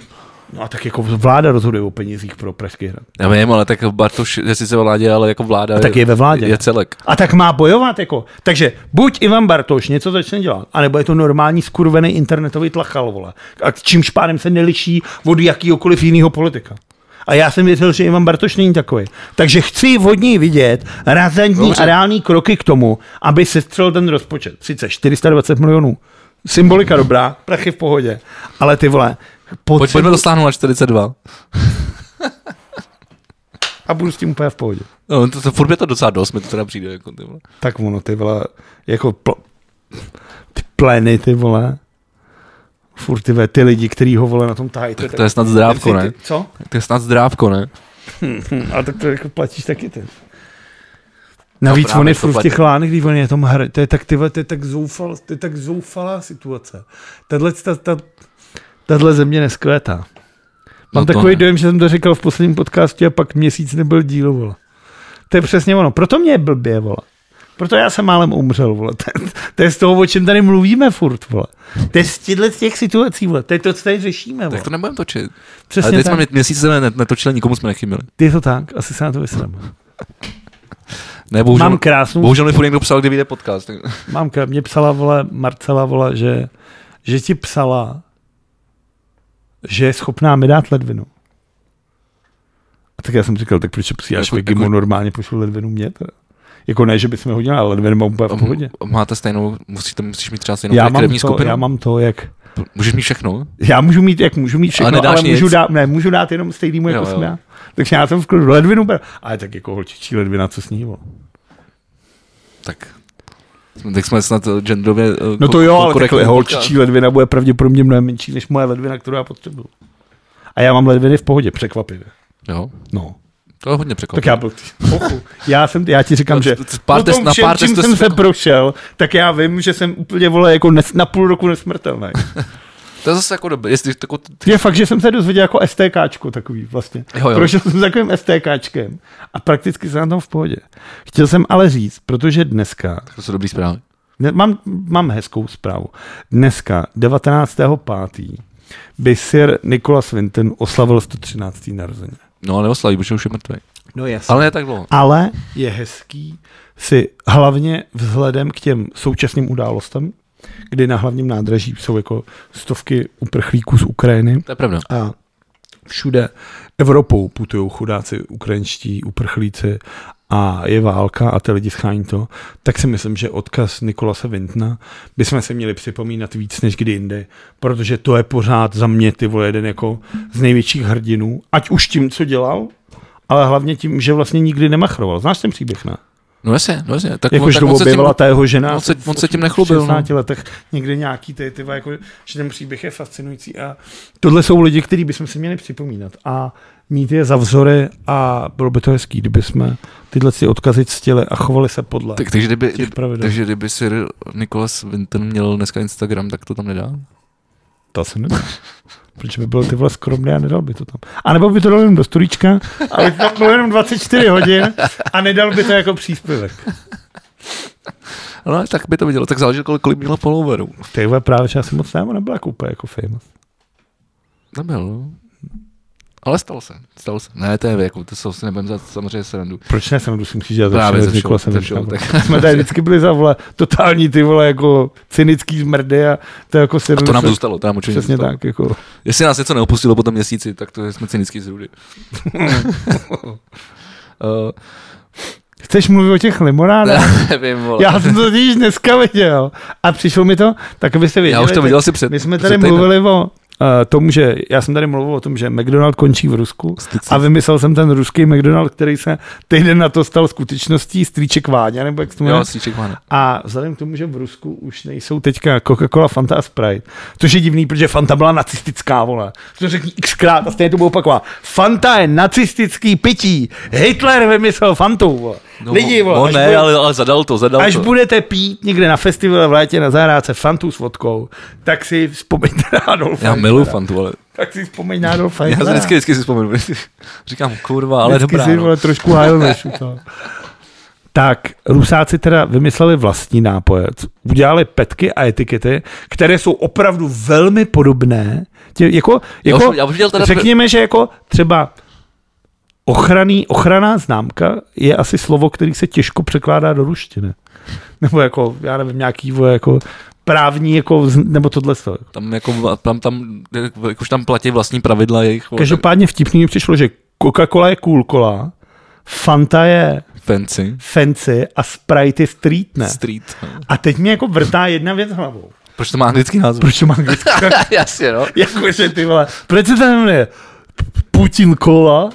S1: No a tak jako vláda rozhoduje o penězích pro Pražský hrad.
S2: Já vím, ale tak Bartoš je sice vládě, ale jako vláda
S1: tak je ve vládě.
S2: Je celek.
S1: A tak má bojovat, jako. Takže buď Ivan Bartoš něco začne dělat, anebo je to normální skurvený internetový tlachal, vole. A čímž pádem se neliší od jakýhokoliv jiného politika. A já jsem věřil, že Ivan Bartoš není takový. Takže chci od ní vidět razantní
S2: Dobře.
S1: a reální kroky k tomu, aby se střel ten rozpočet. Sice 420 milionů. Symbolika dobrá, prachy v pohodě. Ale ty vole,
S2: Pojď,
S1: potřebu,
S2: pojďme dostáhnout na 42.
S1: a budu s tím úplně v pohodě.
S2: No, to, to, furt je to docela dost, mi to teda přijde. Jako, ty vole.
S1: Tak ono, ty vole, jako pl- ty pleny, ty vole. Furt ty, ve, ty lidi, který ho vole na tom tahají.
S2: Tak to je snad zdrávko, ne?
S1: Co?
S2: To je snad zdrávko, ne?
S1: A tak to jako platíš taky ty. Navíc
S2: No právě
S1: on je
S2: to
S1: furt v
S2: platí.
S1: těch lánech, když on je tom hr, to je tak, ty, vole, to je tak, zoufal, to je tak zoufalá situace. Tahle, ta, ta, tahle země neskvétá. Mám
S2: No
S1: no
S2: to
S1: takový
S2: ne.
S1: dojem, že jsem to říkal v posledním podcastu a pak měsíc nebyl díl, vole. To je přesně ono. Proto mě je blbě, vole. Proto já jsem málem umřel, vole. To, je- to je z toho, o čem tady mluvíme furt, vole. To je z těchto z těch situací, vole. To je to, co tady řešíme, vole.
S2: Tak to nebudeme točit.
S1: Přesně
S2: ale teď
S1: tak.
S2: jsme mě- měsíc jsme net- netočili, nikomu jsme nechybili.
S1: Je to tak, asi se na to vysrám.
S2: Ne, bohužel,
S1: Mám krásnou
S2: bohužel mi furt někdo psal, kdy vyjde podcast. tak-
S1: Mámka mě psala, vole, Marcela, vole, že, že ti psala, že je schopná mi dát ledvinu. A tak já jsem říkal, tak proč posíláš
S2: Jako-
S1: jako, Vigimu
S2: jako-
S1: normálně pošlu ledvinu mě? Teda? Jako ne, že bychom ho dělali, ale ledvinu mám úplně v pohodě.
S2: Máte stejnou, musíš, tam, musíš mít třeba stejnou
S1: Já mám,
S2: krevní
S1: to,
S2: skupinu.
S1: já mám to, jak...
S2: Můžeš mít všechno?
S1: Já můžu mít, jak můžu mít všechno, ale,
S2: nedáš
S1: ale můžu,
S2: nic.
S1: dát, ne, můžu dát jenom stejnýmu, jako
S2: Jo,
S1: jo,
S2: jo.
S1: jsem já. Takže já jsem v klidu ledvinu beru. Ale tak jako holčičí ledvina, co s ní, vole.
S2: Tak. Tak jsme snad eh, genderově... eh,
S1: No to
S2: ko-
S1: jo, ale
S2: korektní
S1: takhle
S2: podcast.
S1: holčičí ledvina bude pravděpodobně mnohem menší než moje ledvina, kterou já potřebuju. A já mám ledviny v pohodě, překvapivě.
S2: Jo,
S1: No,
S2: to je hodně překvapivé.
S1: tak já byl Ochu. Já, jsem, já ti říkám,
S2: No,
S1: že
S2: to- to- pár
S1: po
S2: test-
S1: tom
S2: na
S1: všem,
S2: pár
S1: čím
S2: testů
S1: jsem se
S2: jsme-
S1: prošel, tak já vím, že jsem úplně vole jako nes, na půl roku nesmrtelný.
S2: To je zase jako dobré, jestli tako,
S1: Je fakt, že jsem se dozvěděl jako STKčko takový vlastně.
S2: Jo, jo.
S1: Prošel jsem s takovým STKčkem a prakticky jsem na tom v pohodě. Chtěl jsem ale říct, protože dneska
S2: to jsou dobrý zprávy.
S1: Ne- Mám, mám hezkou zprávu. Dneska, 19.5., by Sir Nicholas Winton oslavil 113. narozeně.
S2: No ale neoslaví, protože už je mrtvý.
S1: No jasně. Ale,
S2: Ale ne tak dlouho.
S1: ale je hezký si hlavně vzhledem k těm současným událostem, kdy na hlavním nádraží jsou jako stovky uprchlíků z Ukrajiny,
S2: To je pravda.
S1: a všude Evropou putují chudáci ukrajinští uprchlíci a je válka a ty lidi schání to, tak si myslím, že odkaz Nikolase Vintna bychom se měli připomínat víc než kdy jindy, protože to je pořád za mě ty vole jeden jako z největších hrdinů, ať už tím, co dělal, ale hlavně tím, že vlastně nikdy nemachroval. Znáš ten příběh, ne?
S2: No jasně, no jasně. Tak,
S1: Jakož
S2: tak
S1: to
S2: on se tím-
S1: objevila ta jeho žena.
S2: on se-
S1: v
S2: on se tím nechlubil, no.
S1: 16 letech někde nějaký ty, ty jako, že ten příběh je fascinující. A tohle jsou lidi, který bychom si měli připomínat. A mít je za vzory a bylo by to hezký, kdyby jsme tyhle si odkazy ctili a chovali se podle
S2: tak, takže, kdyby,
S1: těch pravidel. Takže,
S2: takže kdyby si Nikolas Vinton měl dneska Instagram, tak to tam nedá.
S1: to se nedá. Proč by byl ty vole skromný a nedal by to tam? A nebo by to dal jenom do storíčka, ale by to tam bylo jenom 24 hodin a nedal by to jako příspěvek.
S2: No tak by to vidělo, tak záleží, kolik, kolik mělo followerů.
S1: Ty vole, právě, že já jsem moc sám nebyl jako úplně jako famous.
S2: Nebyl, no. Ale stalo se, stalo se. Ne, to je jako, to jsou si nebudem za samozřejmě srandu.
S1: Proč ne, jsem musím si dělat
S2: Právě
S1: za
S2: ze všeho,
S1: všeho, jsem
S2: ze všeho, tak-
S1: Jsme tady vždycky byli za vole, totální ty vole, jako cynický zmrdy a to jako se...
S2: A to nám zůstalo, to nám určitě
S1: Přesně
S2: zůstalo.
S1: tak, jako.
S2: Jestli nás něco neopustilo po tom měsíci, tak to jsme cynický Eh, zrůdy. uh,
S1: Chceš mluvit o těch limonádách?
S2: nevím, vole.
S1: Já jsem to totiž dneska viděl. A přišlo mi to, tak abyste věděli.
S2: Já už to
S1: tak
S2: viděl si před
S1: My jsme
S2: před
S1: tady
S2: týdnem.
S1: mluvili o uh, tom, že já jsem tady mluvil o tom, že McDonald končí v Rusku
S2: Styci.
S1: a vymyslel jsem ten ruský McDonald, který se týden na to stal skutečností strýček Váňa, nebo jak se to jmenuje?
S2: Jo, stříček má.
S1: A vzhledem k tomu, že v Rusku už nejsou teďka Coca-Cola, Fanta a Sprite, což je divný, protože Fanta byla nacistická, vole. To řekni xkrát a stejně to bylo opakovat. Fanta je nacistický pití. Hitler vymyslel Fantu, vole. No, Lidi, vole,
S2: no,
S1: až,
S2: ne,
S1: bude,
S2: ale, ale zadal to, zadal
S1: až
S2: to.
S1: budete pít někde na festivale v létě na zahrádce Fantu s vodkou, tak si vzpomeňte na Adolfa.
S2: Já miluju
S1: Hitlera.
S2: fantu, ale
S1: Tak si vzpomeň na Adolfa.
S2: já se
S1: Hitlera.
S2: vždycky, vždycky si vzpomenu. Říkám, kurva, ale
S1: Vždycky
S2: dobrá.
S1: si,
S2: no.
S1: vole, trošku hajl než u toho. tak Rusáci teda vymysleli vlastní nápoje. Udělali petky a etikety, které jsou opravdu velmi podobné. Tě, jako,
S2: Já už,
S1: jako,
S2: já už viděl teda...
S1: řekněme, že jako třeba ochranný, ochranná známka je asi slovo, který se těžko překládá do ruštiny. Nebo jako, já nevím, nějaký vole, jako právní, jako, z- nebo tohle. Slovo.
S2: Tam, jako, tam, tam, jak už tam platí vlastní pravidla jejich vole,
S1: Každopádně vtipný mi přišlo, že Coca-Cola je cool cola, Fanta je
S2: fancy.
S1: fancy a Sprite je street, ne?
S2: Street. No.
S1: A teď mě jako vrtá jedna věc hlavou.
S2: Proč to má anglický název?
S1: Proč to má anglicky?
S2: Jasně, no.
S1: Jakože ty vole, proč se to jmenuje? Putin kola,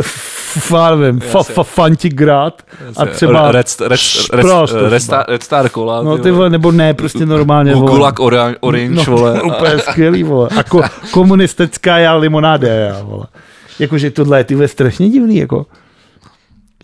S1: f- já nevím, fa, fa, Fantigrad a třeba
S2: Red, Red, Red,
S1: Šprost, to
S2: Red, Red,
S1: třeba.
S2: Star, Red Star Cola.
S1: No ty vole, nebo ne, prostě normálně, vole.
S2: Gulag orange, orange
S1: no,
S2: vole.
S1: úplně skvělý, vole. A ko, komunistická já limonáda já, vole. Jakože tohle je ty vole strašně divný, jako.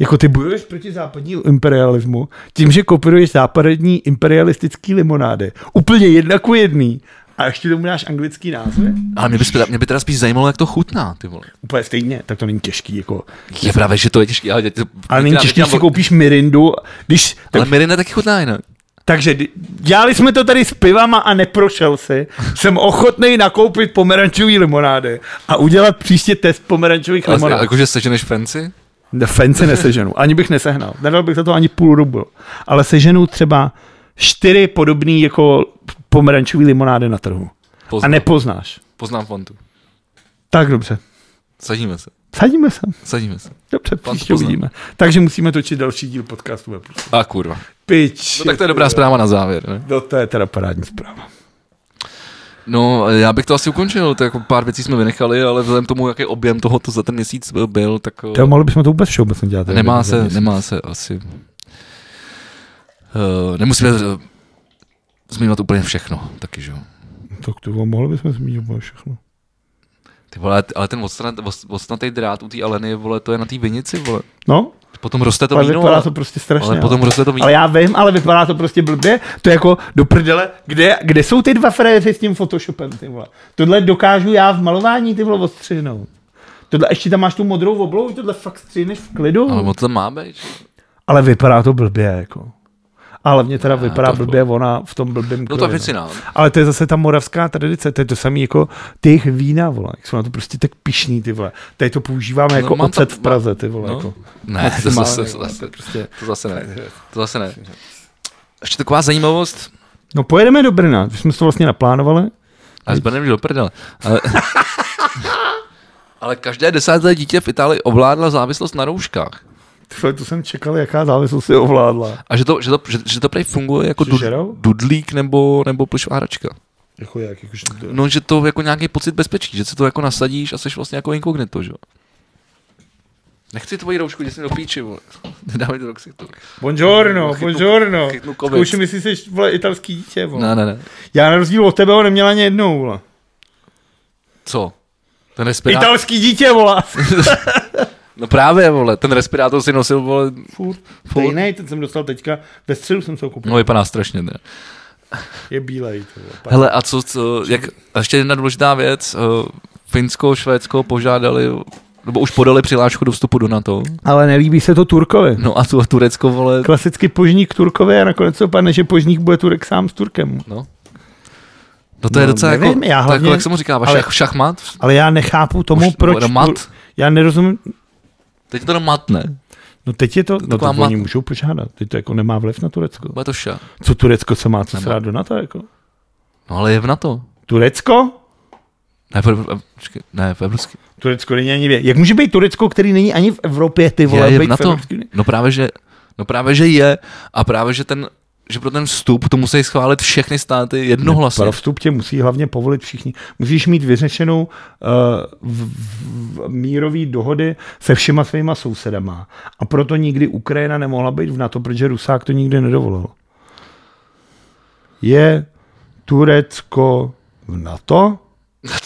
S1: Jako ty bojuješ proti západnímu imperialismu tím, že kopíruješ západní imperialistický limonády. Úplně jedna ku jedný. A ještě tomu dáš anglický název?
S2: Ale mě by, spíš- mě by teda spíš zajímalo, jak to chutná, ty vole.
S1: Úplně stejně, tak to není těžký, jako.
S2: Je právě, že to je těžké. Ale, to,
S1: Ale není
S2: já-
S1: těžký,
S2: já-
S1: když si koupíš mirindu, když...
S2: Ale Mirina taky chutná jinak.
S1: Takže d- dělali jsme to tady s pivama a neprošel si. Jsem ochotný nakoupit pomerančový limonády a udělat příště test pomerančových
S2: Ale,
S1: limonád.
S2: jakože seženeš Franci?
S1: Ne, Fence neseženu. Ani bych nesehnal. Nedal bych za to ani půl rublu. Ale seženu třeba čtyři podobný jako pomerančový limonády na trhu. A
S2: Poznám, ne...
S1: nepoznáš.
S2: poznám fontu.
S1: Tak dobře.
S2: Sadíme se,
S1: Sadíme se.
S2: sadíme se.
S1: Dobře,
S2: Pan to
S1: příště
S2: pozná.
S1: uvidíme. Takže musíme točit další díl podcastu ve plusu.
S2: A kurva.
S1: Pič.
S2: No tak to je dobrá zpráva na závěr, ne?
S1: No to je teda parádní zpráva.
S2: No, já bych to asi ukončil, to jako pár věcí jsme vynechali, ale vzhledem k tomu, jaký objem toho to za ten měsíc byl, byl tak eh,
S1: Jo, mohli bychom to vůbec všeobecně dělat.
S2: nemá
S1: Jeden
S2: se,
S1: měsíc.
S2: nemá se asi. Uh, nemusíme eh, zmiňovat úplně všechno, taky, že jo.
S1: Tak to mohli bychom zmínit úplně všechno.
S2: Ty vole, ale ten odstranat, odstranatý drát u té Aleny, vole, to je na té vinici, vole.
S1: No,
S2: Potom roste to
S1: ale
S2: víno,
S1: vypadá
S2: ale,
S1: to prostě strašně.
S2: ale potom roste to víno.
S1: ale já vím, ale vypadá to prostě blbě. To je jako do prdele, kde, kde jsou ty dva frajeři s tím Photoshopem, ty vole. Tohle dokážu já v malování, ty vole, odstřihnout. Tohle, ještě tam máš tu modrou oblohu, tohle fakt střihneš v klidu.
S2: Ale
S1: Ale,
S2: on to tam má být. že?
S1: ale vypadá to blbě, jako. A hlavně teda
S2: Ne,
S1: vypadá
S2: to-
S1: blbě ona v tom blbém
S2: No to
S1: kroji,
S2: je věcina.
S1: Ale to je zase ta moravská tradice, to je to samé jako ty jejich vína, vole. Jak jsou na to prostě tak pišný, ty vole. Tady to používáme jako
S2: No, mám
S1: ocet
S2: tam-
S1: v Praze, ty vole.
S2: no.
S1: Jako.
S2: Ne, to
S1: Maximálně,
S2: zase, to
S1: vole, to
S2: zase,
S1: je prostě-
S2: to zase ne. To zase ne. Ještě taková zajímavost,
S1: No pojedeme do Brna, my jsme si to vlastně naplánovali.
S2: a s Brnem jdu do prdele. Ale, ale každé desáté dítě v Itálii ovládla závislost na rouškách.
S1: Ty vole, to jsem čekal, jaká závislost si ovládla.
S2: A že to, že to, že, že to prej funguje jako
S1: Že
S2: dud,
S1: žerou?
S2: dudlík nebo, nebo plišváračka.
S1: Jako jak, jakože...
S2: No, že to jako nějaký pocit bezpečí, že se to jako nasadíš a jsi vlastně jako inkognito, že jo. Nechci tvoji roušku, jdi si do píči, vole. Dávej to do ksichtu.
S1: Buongiorno, buongiorno.
S2: chytnu covid.
S1: Zkouším, jestli jsi vole, italský dítě, vole.
S2: Ne, ne, ne.
S1: Já na rozdíl od tebe ho neměla ani jednou, vole.
S2: Co? Ten respirátor.
S1: Italský dítě, vole.
S2: No právě, vole, ten respirátor si nosil, vole,
S1: Furt. Stejnej, ten jsem dostal teďka, ve středu jsem se ho koupil.
S2: no vypadá strašně, ne?
S1: Je bílej, ty vole.
S2: Hele, a co, co jak, a ještě jedna důležitá věc, eh, Finsko, Švédsko požádali, nebo už podali přihlášku do vstupu do NATO.
S1: Ale nelíbí se to Turkovi.
S2: No a tu, Turecko, vole,
S1: Klasicky požník Turkovi a nakonec se opadne, že požník bude Turek sám s Turkem.
S2: no. No to je
S1: No,
S2: docela
S1: nevím,
S2: jako,
S1: já
S2: to
S1: hlavně-
S2: jako, jak se mu říká,
S1: ale-
S2: ale... šachmat?
S1: Ale já nechápu tomu,
S2: Už-
S1: proč...
S2: no, mat.
S1: Tur- Já nerozumím,
S2: Teď je to jenom mat, ne?
S1: No teď je to, no to
S2: taková
S1: oni
S2: mat-
S1: můžou požádat, teď to jako nemá vliv na Turecko.
S2: Bude to ša.
S1: Co Turecko se má co
S2: Nemá.
S1: srát do NATO jako?
S2: No ale je v NATO.
S1: Turecko?
S2: Ne, pro, pro, počkej, ne, v Evropské.
S1: Turecko není ani vě. Jak může být Turecko, který není ani v Evropě, ty vole,
S2: Je, je v
S1: být
S2: NATO.
S1: Evropské unii?
S2: No právě, že, no právě, že je a právě, že ten že pro ten vstup to musí schválit všechny státy jednohlasně.
S1: Pro vstup tě musí hlavně povolit všichni. Musíš mít vyřešenou uh, v, v, mírový dohody se všema svýma sousedama. A proto nikdy Ukrajina nemohla být v NATO, protože Rusák to nikdy nedovolil. Je Turecko v NATO?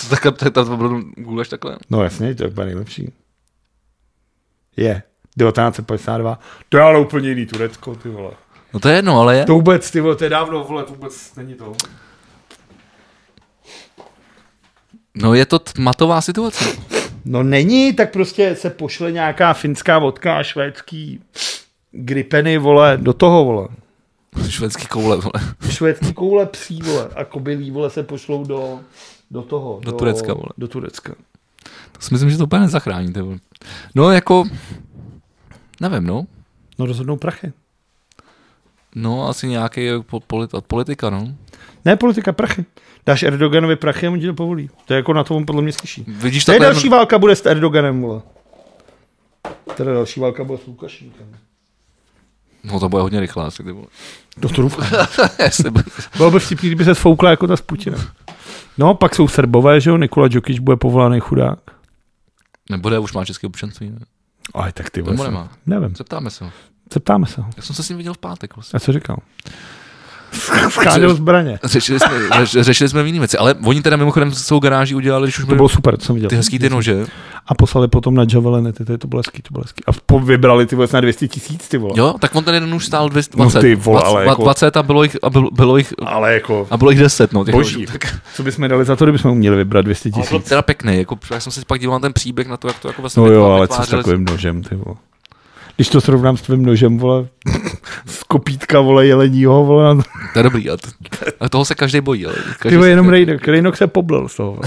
S2: To takhle, tak, tak, opravdu gulaš takhle.
S1: No jasně, to je úplně nejlepší. Je. 1952. To je ale úplně jiný Turecko, ty vole.
S2: No to je jedno, ale je.
S1: To vůbec, ty vole, to je dávno, vole, to vůbec není to.
S2: No je to matová situace.
S1: No není, tak prostě se pošle nějaká finská vodka a švédský gripeny, vole, do toho, vole.
S2: Švédský koule, vole.
S1: Švédský koule psí, vole, a kobylí, vole, se pošlou do, do toho.
S2: Do Turecka, vole.
S1: Do Turecka.
S2: To si myslím, že to úplně nezachráníte. vole. No, jako, nevím, no.
S1: No rozhodnou prachy.
S2: No, asi nějaký po- polit- politika, no.
S1: Ne politika, prachy. Dáš Erdoganovi prachy a on ti to povolí. To je jako na tom podle mě slyší.
S2: Vidíš
S1: To je
S2: takhle-
S1: další válka bude s Erdoganem, vole. Teda další válka bude s Lukašenkem.
S2: No, to bude hodně rychlá, asi ty vole.
S1: No to doufám.
S2: Jestli bude-
S1: Bylo by vtipný, kdyby se sfoukla jako ta s Putinem. No, pak jsou Srbové, že jo, Nikola Djokic bude povolaný chudák.
S2: Nebude, už má český občanství, ne?
S1: Ale tak ty
S2: Nebo
S1: vole.
S2: nemá.
S1: Nevím,
S2: Zeptáme se ho.
S1: zeptáme se ho.
S2: Já jsem se s ním viděl v pátek. Vlastně.
S1: A co říkal? Skáděl zbraně.
S2: Řešili jsme, řeš- řešili jsme jiné věci, ale oni teda mimochodem s tou garáží udělali, když už
S1: To
S2: byly
S1: bylo super, co jsem viděl.
S2: ty hezký ty nože.
S1: A poslali potom na Javeliny, ty, ty, to bylo hezký, to bylo hezký. A po- vybrali ty vole na 200 tisíc, ty vole.
S2: Jo, tak on ten jeden už stál 220.
S1: No ty vole, ale
S2: 20,
S1: jako-
S2: 20 a bylo jich, a bylo, bylo jich
S1: Ale jako,
S2: a bylo jich 10, no. těch
S1: Boží.
S2: nožů, tak-
S1: co bychom dali za to, kdybychom uměli vybrat 200
S2: Ale byl
S1: tisíc?
S2: teda pěkný, jako, já jsem si pak díval na ten příběh na to, jak to jako vlastně
S1: No jo,
S2: vytvář-
S1: ale co s
S2: vytvářeli.
S1: takovým nožem, ty vole. Když to srovnám s tvým nožem, vole, z kopítka, vole, jeleního, vole, na-
S2: To je dobrý, a, to, a toho se každý bojí. Ale každý
S1: Ty vole,
S2: se-
S1: jenom Reynok. Reynok se poblil z toho. vole.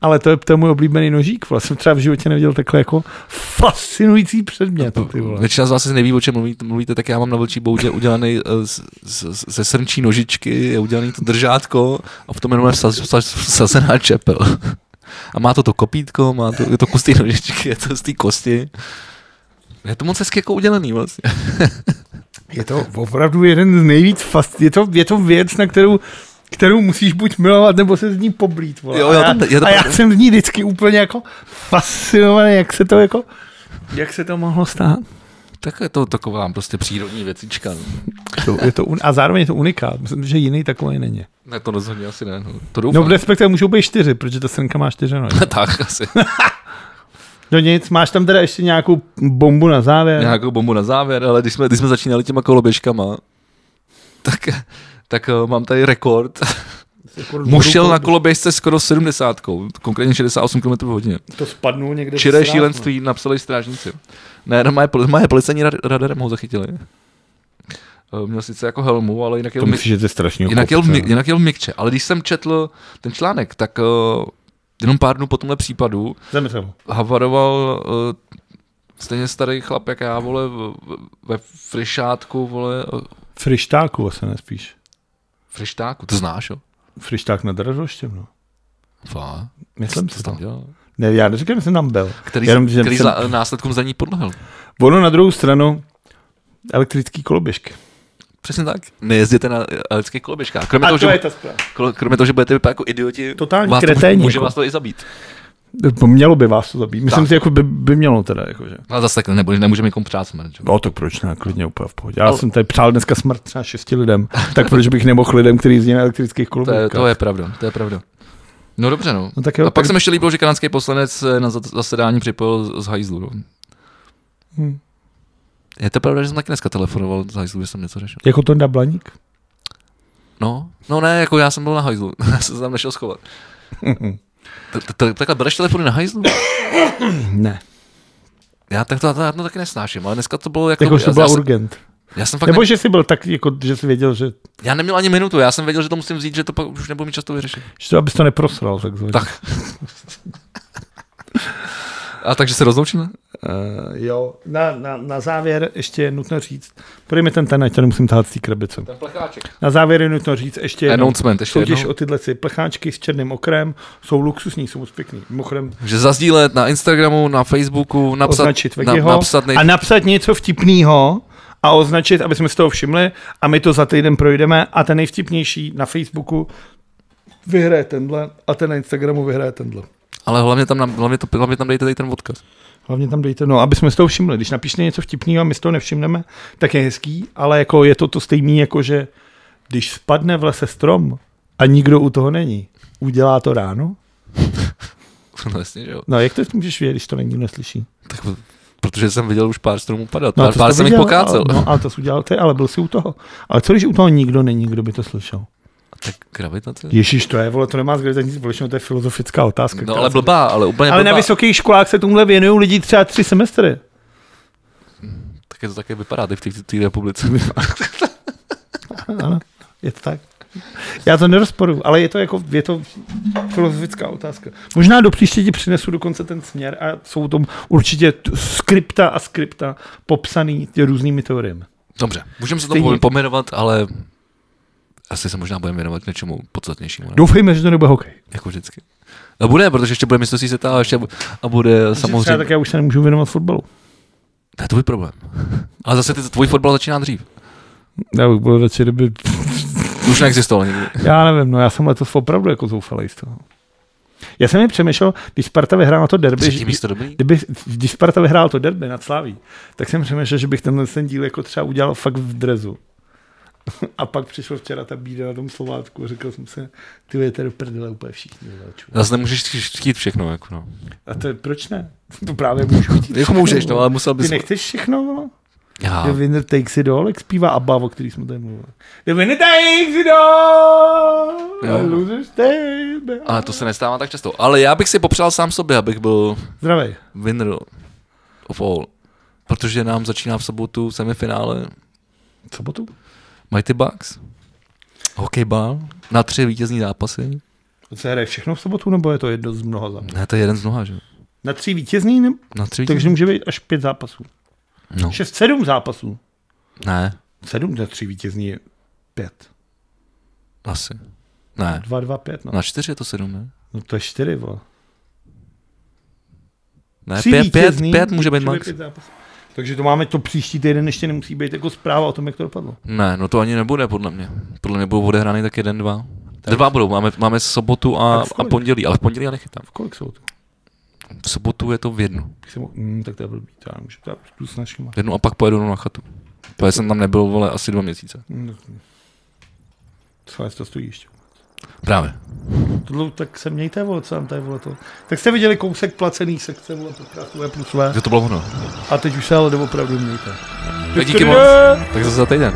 S1: Ale to je, to je můj oblíbený nožík. Vole. Jsem třeba v životě neviděl takhle jako fascinující předmět. Ty vole.
S2: Většina z vás asi neví, o čem mluvíte, mluvíte tak já mám na vlčí boudě udělaný eh, z, z, ze srnčí nožičky, je udělaný to držátko a v tom jenom je vsaz- vsaz- vsazená čepel. A má to to kopítko, má to, je to kus té nožičky, je to z té kosti. Je to moc hezky jako udělaný vlastně.
S1: Je to opravdu jeden z nejvíc fast... Je to, je to věc, na kterou kterou musíš buď milovat, nebo se z ní poblít. Vole.
S2: Jo,
S1: a,
S2: jo,
S1: já,
S2: to- je to
S1: a já
S2: pravda.
S1: jsem z ní vždycky úplně jako fascinovaný, jak se to jako... Jak se to mohlo stát?
S2: Tak je to taková prostě přírodní věcička. No.
S1: To, je to un... A zároveň je to unikát. Myslím, že jiný takový není.
S2: Ne, to rozhodně asi ne. No. To
S1: No,
S2: doufám.
S1: respektive můžou být čtyři, protože ta srnka má čtyři nohy.
S2: tak asi.
S1: No nic, máš tam teda ještě nějakou bombu na závěr.
S2: nějakou bombu na závěr, ale když jsme, když jsme začínali těma koloběžkama, tak, tak eh, mám tady rekord.
S1: Jako
S2: Muž šel na koloběžce skoro 70, konkrétně 68 km hodině.
S1: To spadnul někde.
S2: Čiré šílenství napsali strážníci. Ne, moje, poli- moje policajní rad- radarem ho zachytili. Eh, Měl sice jako helmu, ale jinak jel,
S1: To
S2: mi-
S1: myslíš, že to je strašný
S2: jinak, jel v, mi- jinak jel v mikče. Ale když jsem četl ten článek, tak eh, jenom pár dnů po tomhle případu
S1: Zemřel.
S2: havaroval uh, stejně starý chlap, jak já, vole, v- v- ve frišátku, vole, eh,
S1: Frištáku asi nespíš.
S2: frištáku, to znáš, jo?
S1: Frišták nad Radoštěm, no.
S2: Fá,
S1: Myslím
S2: co
S1: si
S2: tam
S1: to.
S2: dělal?
S1: Ne, já neříkám, že jsem tam byl.
S2: Který,
S1: Jenom,
S2: Jenom,
S1: že
S2: který
S1: jsem-
S2: jsem... za, následkům za ní podlehl.
S1: Ono na druhou stranu, elektrický koloběžky.
S2: Přesně tak. Nejezděte na lidských koloběžkách. Kromě, toho, že,
S1: ta zpráva.
S2: kol- kromě toho, že budete vypadat jako idioti,
S1: Totální
S2: vás to,
S1: kreténi,
S2: může
S1: jako.
S2: vás to i zabít.
S1: Mělo by vás to zabít. Myslím
S2: Tak.
S1: si, jako by, by mělo teda. jako, Jakože.
S2: Ale zase tak nebo, nemůžeme někomu přát smrt. že jo?
S1: No tak proč ne, klidně úplně v pohodě. Já
S2: No.
S1: jsem tady přál dneska smrt třeba šesti lidem, tak proč bych nemohl lidem, kteří jezdí na elektrických
S2: To je,
S1: koloběžkách.
S2: to je pravda, to je pravda. No dobře, no.
S1: No tak jo,
S2: a pak
S1: tak-
S2: se mi ještě líbilo, že kanadský poslanec se na za- zasedání připojil z, z hajzlu. no.
S1: Hm.
S2: Je to pravda, že jsem taky dneska telefonoval z hajzlu, že jsem něco řešil.
S1: Jako Tonda Blaník?
S2: No, no ne, jako já jsem byl na hajzlu, já jsem se tam nešel schovat. T- t- t- Takhle bereš telefony na hajzlu?
S1: Ne.
S2: Já tak to, to, to taky nesnáším, ale dneska to bylo jako...
S1: Jako, že
S2: já,
S1: byla
S2: já, jsem,
S1: urgent.
S2: já, jsem fakt
S1: Nebo
S2: ne,
S1: že jsi byl tak, jako, že jsi věděl, že,
S2: já neměl ani minutu, já jsem věděl, že to musím vzít, že to pak už nebudu mít často vyřešit.
S1: že to, abys to neprosral. Takzvaně.
S2: Tak. A takže se rozloučíme?
S1: Uh, jo, na, na, na závěr ještě je nutno říct, podej mi ten ten, ať to nemusím tahat z té krabice.
S2: Ten plecháček.
S1: Na závěr je nutno říct ještě jednou,
S2: Announcement, ještě
S1: soutěž
S2: jednou.
S1: o tyhle si plecháčky s černým okrem, jsou luxusní, jsou moc pěkný. Mimochodem,
S2: Takže zazdílet na Instagramu, na Facebooku, napsat,
S1: označit
S2: na,
S1: Vegiho
S2: napsat nej...
S1: a napsat něco vtipného a označit, aby jsme si toho všimli a my to za týden projdeme a ten nejvtipnější na Facebooku vyhraje tenhle a ten na Instagramu vyhraje tenhle.
S2: ale hlavně tam, nám- hlavně, to, hlavně tam dejte tady ten odkaz.
S1: Hlavně tam dejte, no, aby jsme z toho všimli. Když napíšete něco vtipného a my z toho nevšimneme, tak je hezký, ale jako je to to stejný, jako že když spadne v lese strom a nikdo u toho není, udělá to ráno?
S2: No jasně, že jo.
S1: No, jak to můžeš vědět, když to není neslyší?
S2: Tak, protože jsem viděl už pár stromů padat,
S1: No,
S2: no,
S1: a
S2: pár,
S1: to
S2: pár
S1: jsi
S2: jsem jich
S1: viděl,
S2: pokácel.
S1: Ale, no, ale to jsi udělal ty, ale byl jsi u toho. Ale co když u toho nikdo není, kdo by to slyšel?
S2: Tak gravitace?
S1: Ježíš, to je, vole, to nemá s gravitací nic společného, to je filozofická otázka.
S2: No
S1: která
S2: ale
S1: se-
S2: blbá, ale úplně
S1: ale
S2: blbá.
S1: na vysokých školách se tomuhle věnují lidi třeba tři semestry.
S2: Tak Dneska to také vypadá ty v té- v té republice.
S1: Ano, je to tak. Já to nerozporu, ale je to jako, je to filozofická otázka. Možná do příště ti přinesu dokonce ten směr a jsou tam určitě t- skripta a skripta popsaný tě různými teoriemi.
S2: Dobře, můžeme se to
S1: Stejně.
S2: po- pomenovat, ale asi se možná budeme věnovat něčemu podstatnějšímu. Ne?
S1: Doufejme, že to nebude hokej.
S2: Jako vždycky. A bude, protože ještě bude mistrovství světa a, ještě, bu- a bude
S1: Samozřejmě. Třeba
S2: samozřejmě.
S1: tak já už se nemůžu věnovat fotbalu.
S2: To je tvůj problém. Ale zase ty, tvůj fotbal začíná dřív.
S1: Já bych byl radši, kdyby...
S2: Už neexistoval nikdy.
S1: Já nevím, no já jsem letos opravdu jako zoufalý z toho. Já jsem mi přemýšlel, když Sparta vyhrála to derby,
S2: Třetí
S1: že-
S2: místo dobrý.
S1: kdyby, když Sparta vyhrál to derby nad Slaví, tak jsem přemýšlel, že bych tenhle ten díl jako třeba udělal fakt v drezu. A pak přišlo včera ta bída na tom Slovácku a říkal jsem si, ty vole, to do prdele úplně všichni hráčů.
S2: Zase nemůžeš chtít- chtít všechno. Jako no.
S1: A to je, proč ne? To právě můžu chtít.
S2: jako můžeš, no, ale musel
S1: Ty
S2: bys...
S1: nechceš všechno, no?
S2: Já,
S1: The winner takes it all, jak zpívá Abba, o který jsme tady mluvili. The winner takes it all,
S2: Jo.
S1: the loser stays behind.
S2: ale to se nestává tak často. Ale já bych si popřál sám sobě, abych byl
S1: Zdravej.
S2: winner of all. Protože nám začíná v sobotu semifinále
S1: V sobotu?
S2: Mighty Bucks. Hokejbal na tři vítězní zápasy.
S1: To se hraje všechno v sobotu, nebo je to jedno z mnoha zápasů?
S2: Ne, to je jeden z mnoha, že? jo?
S1: Na tři vítězný, nebo?
S2: Na tři vítězní.
S1: Takže může být až pět zápasů.
S2: No.
S1: Šest, sedm zápasů.
S2: Ne,
S1: Sedm za tři vítězní je pět.
S2: asi. Ne.
S1: Dva, dva, pět, no.
S2: Na čtyři je to sedm, ne?
S1: No to je čtyři, vole.
S2: Ne,
S1: Tři
S2: pět, pět,
S1: vítězný,
S2: pět může být max.
S1: pět zápasů. Takže to máme to příští týden, ještě nemusí být jako zpráva o tom, jak to dopadlo.
S2: Ne, no to ani nebude podle mě. Podle mě budou odehrány tak jeden, dva. Dva budou, máme, máme sobotu a,
S1: Tak v
S2: a
S1: kolik?
S2: pondělí, ale v pondělí já nechytám.
S1: V kolik jsou to?
S2: V sobotu je to v jednu.
S1: Když jsem- Hmm, tak to je blbý, to já nemůžu ptát, tu s našima.
S2: V jednu a pak pojedu na chatu. To jsem tam nebyl, vole, asi dva měsíce.
S1: Hmm, Co to stojí ještě?
S2: Právě.
S1: Tohle, tak se mějte, vole, co vám tady, vole, to. Tak jste viděli kousek placený sekce, vole, podcastové plus V.
S2: Že to bylo ono.
S1: A teď už se ale doopravdu mějte.
S2: Tak díky moc. Tak zase za týden.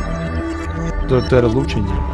S1: To, to je rozloučení.